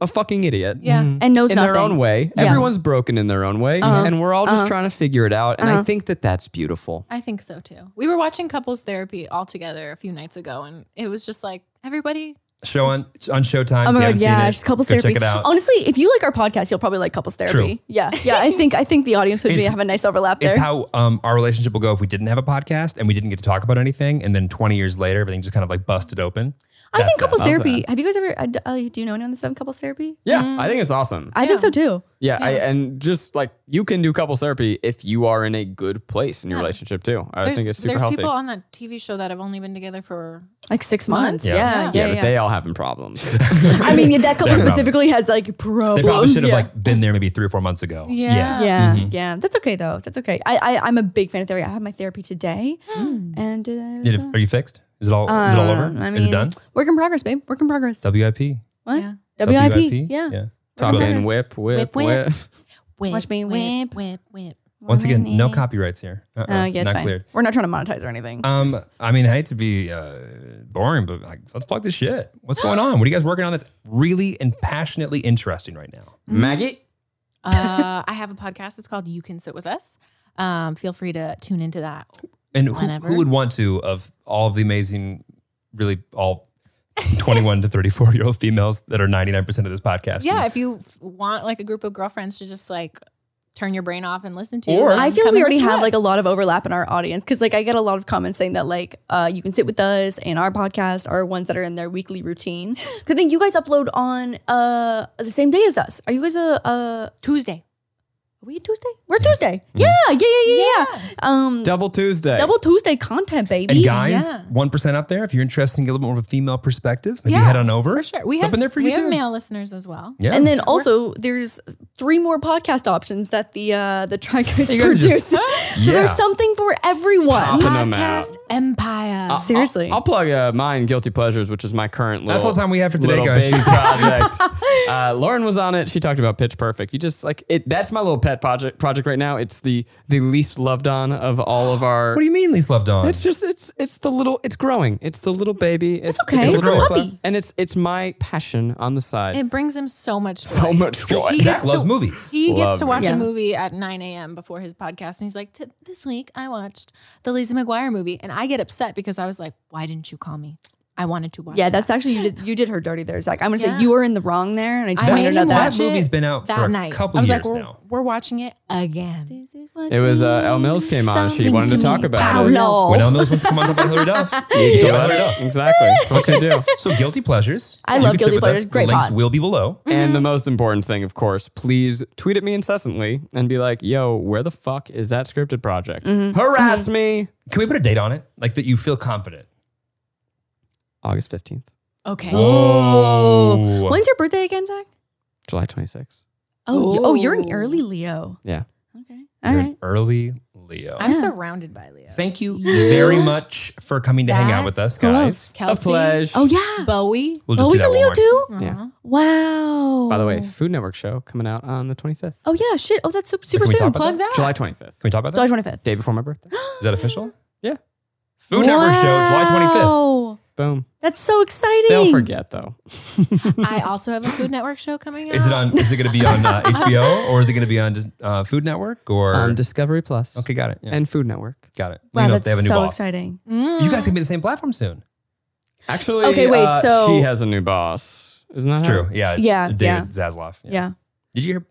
Speaker 1: a fucking idiot.
Speaker 4: Yeah.
Speaker 2: and knows
Speaker 1: In
Speaker 2: nothing.
Speaker 1: their own way.
Speaker 2: Yeah.
Speaker 1: Everyone's broken in their own way. And we're all just trying to figure it out. And I think that that's beautiful.
Speaker 4: I think so too. We were watching couples therapy all together a few nights ago, and it was just like everybody
Speaker 3: show on it's on Showtime.
Speaker 2: Oh
Speaker 3: if
Speaker 2: my
Speaker 3: you
Speaker 2: god,
Speaker 3: haven't seen
Speaker 2: yeah,
Speaker 3: it,
Speaker 2: she's couples
Speaker 3: go
Speaker 2: therapy. Oh
Speaker 3: Check it out.
Speaker 2: Honestly, if you like our podcast, you'll probably like couples therapy.
Speaker 3: True.
Speaker 2: Yeah, yeah. I think I think the audience would be,
Speaker 3: It's-
Speaker 2: have a nice overlap there.
Speaker 3: It's how um, our relationship will go if we didn't have a podcast and we didn't get to talk about anything, and then 20 years later, everything just kind of like busted open.
Speaker 2: I think
Speaker 3: That's
Speaker 2: couples
Speaker 1: Love
Speaker 2: therapy.
Speaker 1: that.
Speaker 2: Have you guys ever? I d- uh, do you know anyone that's done couples therapy?
Speaker 1: Yeah, I think it's awesome.
Speaker 2: I think so too.
Speaker 1: yeah, I, and just like you can do couples therapy if you are in a good place in your relationship too. I think it's super
Speaker 4: there's
Speaker 1: healthy.
Speaker 4: people on that TV show that have only been together for
Speaker 2: Like six months. Yeah, yeah,
Speaker 1: yeah,
Speaker 2: yeah.
Speaker 1: but they all having problems.
Speaker 2: I <laughs> mean, that couple
Speaker 3: They're problems.
Speaker 2: specifically has like problems.
Speaker 3: They probably should have
Speaker 2: yeah.
Speaker 3: like Mm-hmm. been there maybe three or four months ago.
Speaker 4: Yeah.
Speaker 2: Yeah, yeah. That's okay though. That's okay. I, I I'm a big fan of therapy. I had my therapy today, and uh, it was,
Speaker 3: Did it- are you fixed? Is it all? is it all over?
Speaker 2: uh, I
Speaker 3: is it
Speaker 2: mean,
Speaker 3: done?
Speaker 2: Work in progress, babe. Work in progress.
Speaker 3: WIP.
Speaker 2: what?
Speaker 4: Yeah.
Speaker 2: WIP. Yeah.
Speaker 1: Top
Speaker 3: Good.
Speaker 1: in whip, whip,
Speaker 4: Whip, whip.
Speaker 1: whip.
Speaker 4: Whip,
Speaker 2: Watch me whip.
Speaker 4: whip, whip.
Speaker 3: Once again, no copyrights here. Uh-uh,
Speaker 2: Uh, yeah, it's
Speaker 3: not
Speaker 2: fine.
Speaker 3: cleared.
Speaker 2: We're not trying to monetize or anything.
Speaker 3: Um, I mean, I hate to be uh, boring, but like, let's plug this shit. What's going on? What are you guys working on that's really and passionately interesting right now?
Speaker 1: Maggie,
Speaker 4: Uh, I have a podcast. It's called You Can Sit With Us. Um, feel free to tune into that.
Speaker 3: And who, who
Speaker 4: Whenever.
Speaker 3: would want to of all of the amazing, really all 21 to 34 year old females that are 99% of this podcast?
Speaker 4: Yeah, if you f- want like a group of girlfriends to just like turn your brain off and listen to,
Speaker 3: Or-
Speaker 4: then
Speaker 2: I feel
Speaker 4: come
Speaker 2: like we
Speaker 4: and
Speaker 2: already
Speaker 4: listen um, to
Speaker 2: have like a
Speaker 4: us.
Speaker 2: lot of overlap in our audience because like I get a lot of comments saying that like uh, you can sit with us and our podcast are ones that are in their weekly routine. Because I think you guys upload on uh, the same day as us. Are you guys a, a
Speaker 4: Tuesday.
Speaker 2: are we a Tuesday? We're Tuesday.
Speaker 3: Mm-hmm.
Speaker 2: Yeah, yeah, yeah, yeah, yeah. Um,
Speaker 1: double Tuesday.
Speaker 2: double Tuesday content, baby.
Speaker 3: And guys,
Speaker 4: Yeah.
Speaker 3: 1% out there, if you're interested in getting a little more of a female perspective, maybe
Speaker 4: Yeah,
Speaker 3: head on over.
Speaker 4: For sure. We have
Speaker 3: Something there for
Speaker 4: we
Speaker 3: you
Speaker 4: have
Speaker 3: too.
Speaker 4: male listeners as well.
Speaker 3: Yeah.
Speaker 2: And then also, there's three more podcast options that the uh, the Triggers
Speaker 3: you guys are
Speaker 2: produce. <laughs>
Speaker 3: just-
Speaker 2: so
Speaker 4: <laughs>
Speaker 2: there's
Speaker 3: Yeah.
Speaker 2: something for everyone.
Speaker 1: Popping them out.
Speaker 4: Podcast Empire.
Speaker 1: I'll-
Speaker 2: Seriously.
Speaker 1: I'll, plug uh, mine, Guilty Pleasures, which is my current little.
Speaker 3: That's all the time we have for today,
Speaker 1: little
Speaker 3: guys. <laughs>
Speaker 1: Big project. Uh, Lauren was on it. She talked about Pitch Perfect. You just like it. That's my little pet project. Project right now. It's the the least loved on of all of our.
Speaker 3: what do you mean, least loved on?
Speaker 1: It's just it's it's the little it's growing. It's the little baby. It's
Speaker 2: okay.
Speaker 1: It's,
Speaker 2: It's a
Speaker 1: little
Speaker 2: puppy.
Speaker 1: flower. and it's it's my passion on the side.
Speaker 4: It brings him so much joy.
Speaker 1: so much joy.
Speaker 4: He
Speaker 3: Zach
Speaker 4: gets
Speaker 3: loves
Speaker 4: to-
Speaker 3: movies.
Speaker 4: He
Speaker 1: Love
Speaker 4: gets to watch
Speaker 2: it. Yeah.
Speaker 4: a movie at 9 a.m. before his podcast, and he's like, "T- "This week I watched the Lizzie McGuire movie," and I get upset because I was like, "Why didn't you call me? I wanted to watch."
Speaker 2: Yeah,
Speaker 4: that.
Speaker 2: that's actually you did you did her dirty there, Zach. I'm gonna
Speaker 4: Yeah.
Speaker 2: say you were in the wrong there, and I just
Speaker 4: I
Speaker 2: want you
Speaker 4: made
Speaker 2: to know
Speaker 4: him
Speaker 2: that.
Speaker 4: watch
Speaker 3: That movie's
Speaker 4: it
Speaker 3: been out
Speaker 4: that
Speaker 3: for a
Speaker 4: night.
Speaker 3: couple
Speaker 4: I was
Speaker 3: years
Speaker 4: like, we're,
Speaker 3: now.
Speaker 4: We're watching it again.
Speaker 1: It was uh, El Mills came on. She wanted to talk about it.
Speaker 2: Paolo.
Speaker 3: When all those ones come on about Hillary Duff.
Speaker 1: So
Speaker 3: Yeah.
Speaker 1: that- exactly. That's what you do.
Speaker 3: So guilty pleasures.
Speaker 2: I
Speaker 3: You
Speaker 2: love
Speaker 3: can sit
Speaker 2: guilty
Speaker 3: with us.
Speaker 2: pleasures.
Speaker 3: The
Speaker 2: Great
Speaker 3: links
Speaker 2: pod.
Speaker 3: will be below.
Speaker 1: And
Speaker 2: Mm-hmm.
Speaker 1: the most important thing, of course, please tweet at me incessantly and be like, yo, where the fuck is that scripted project?
Speaker 2: Mm-hmm.
Speaker 1: Harass me.
Speaker 3: Can we put a date on it? Like that you feel confident.
Speaker 1: August 15th,
Speaker 4: Okay.
Speaker 3: Oh.
Speaker 2: When's your birthday again, Zach?
Speaker 1: July 26th.
Speaker 2: Oh, you- oh, you're an
Speaker 4: Ooh.
Speaker 2: early Leo.
Speaker 1: Yeah.
Speaker 2: Okay, all
Speaker 3: You're an
Speaker 2: right.
Speaker 3: early Leo.
Speaker 4: I'm surrounded by Leo.
Speaker 3: Thank you very much for coming to hang out with us, guys.
Speaker 4: Kelsey,
Speaker 1: A pledge.
Speaker 2: Oh yeah.
Speaker 4: Bowie. Uh-huh.
Speaker 3: We'll
Speaker 2: Oh,
Speaker 3: do
Speaker 2: he's a
Speaker 3: that one
Speaker 2: Leo
Speaker 3: more
Speaker 2: too.
Speaker 4: Aw.
Speaker 1: Yeah.
Speaker 2: Wow.
Speaker 1: By the way, Food Network show coming out on the 25th,
Speaker 2: Oh yeah. Shit. Oh, that's su- super
Speaker 3: we talk
Speaker 2: soon.
Speaker 3: about
Speaker 4: Plug that.
Speaker 1: July 25th,
Speaker 3: Can we talk about that?
Speaker 2: July
Speaker 3: Is
Speaker 2: 25th.
Speaker 1: day before my
Speaker 2: <gasps>
Speaker 1: birthday.
Speaker 3: that official?
Speaker 1: Yeah.
Speaker 3: Food Network show, July 25th.
Speaker 2: Wow.
Speaker 1: Boom.
Speaker 2: That's so exciting.
Speaker 1: They'll forget
Speaker 2: <laughs>
Speaker 1: though.
Speaker 4: I also have a Food Network show coming out.
Speaker 3: Is
Speaker 2: <laughs>
Speaker 3: it on? Is it going to be on uh, HBO or is it going to be on uh, Food Network
Speaker 1: <laughs>
Speaker 3: or?
Speaker 1: On Discovery Plus.
Speaker 3: okay, got it. Yeah,
Speaker 1: And Food Network.
Speaker 3: got it.
Speaker 2: Wow,
Speaker 3: you know
Speaker 2: that's
Speaker 3: if they have a new
Speaker 2: so
Speaker 3: boss.
Speaker 2: exciting.
Speaker 3: You
Speaker 4: Mm.
Speaker 3: guys can be on the same platform soon.
Speaker 1: Actually,
Speaker 2: Okay, wait,
Speaker 1: uh,
Speaker 2: so-
Speaker 1: she has a new boss. Isn't that
Speaker 3: It's
Speaker 1: how-
Speaker 3: true. Yeah. It's
Speaker 2: Yeah,
Speaker 3: David
Speaker 2: yeah.
Speaker 3: Zasloff.
Speaker 2: Yeah.
Speaker 3: Did you hear?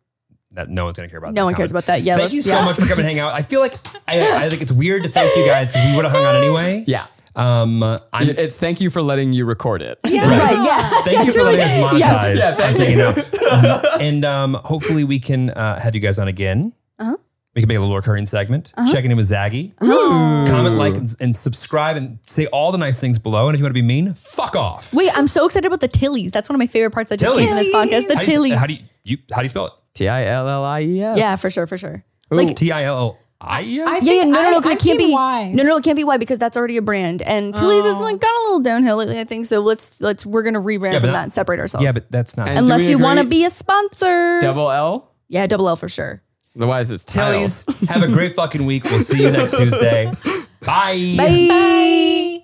Speaker 3: That no one's gonna care about.
Speaker 2: No
Speaker 3: that
Speaker 2: one cares
Speaker 3: comment.
Speaker 2: about that. Yeah.
Speaker 3: thank you
Speaker 2: let's-
Speaker 3: so
Speaker 2: yeah.
Speaker 3: much for coming to hang out. I feel like I, I think it's weird to thank you guys because we would
Speaker 2: <laughs>
Speaker 3: have hung out anyway.
Speaker 1: Yeah.
Speaker 3: Um. I'm,
Speaker 1: It's thank you for letting you record
Speaker 2: <laughs>
Speaker 1: it.
Speaker 2: Yeah. Right. Yeah.
Speaker 3: thank you for letting us monetize.
Speaker 2: Yeah.
Speaker 3: Yeah, thank you. know. Um, and um, hopefully we can uh, have you guys on again.
Speaker 2: Uh-huh.
Speaker 3: We can make a little recurring segment. Checking in with Zaggy. Comment, like, and, and subscribe, and say all the nice things below. And if you want to be mean, fuck off.
Speaker 2: Wait, I'm so excited about the Tillies. That's one of my favorite parts I just did in this
Speaker 3: Tillies.
Speaker 2: podcast. The
Speaker 3: how do you-
Speaker 2: Tillies.
Speaker 3: How do you, you how do you spell it?
Speaker 1: T I L L I E S.
Speaker 2: Yeah, for sure, for sure. Like
Speaker 3: T I L L I E S.
Speaker 2: yeah, yeah, no, no,
Speaker 4: I-
Speaker 2: no,
Speaker 4: I'm
Speaker 2: 'cause it can't
Speaker 4: team
Speaker 2: be
Speaker 4: Y.
Speaker 2: no, no, no, it can't be why because that's already a brand, and Tilly's has like gone a little downhill lately, I think. So let's let's we're gonna rebrand
Speaker 3: but
Speaker 2: from
Speaker 3: that-
Speaker 2: that and separate ourselves.
Speaker 3: Yeah, but that's not.
Speaker 1: And-
Speaker 2: unless
Speaker 1: Do we
Speaker 2: you want to
Speaker 1: agree?
Speaker 2: be a sponsor,
Speaker 1: Double L.
Speaker 2: yeah, double L for sure.
Speaker 1: Otherwise, it's tiles.
Speaker 3: Tillies, have a great fucking week. We'll see you next Tuesday. Bye.
Speaker 2: Bye.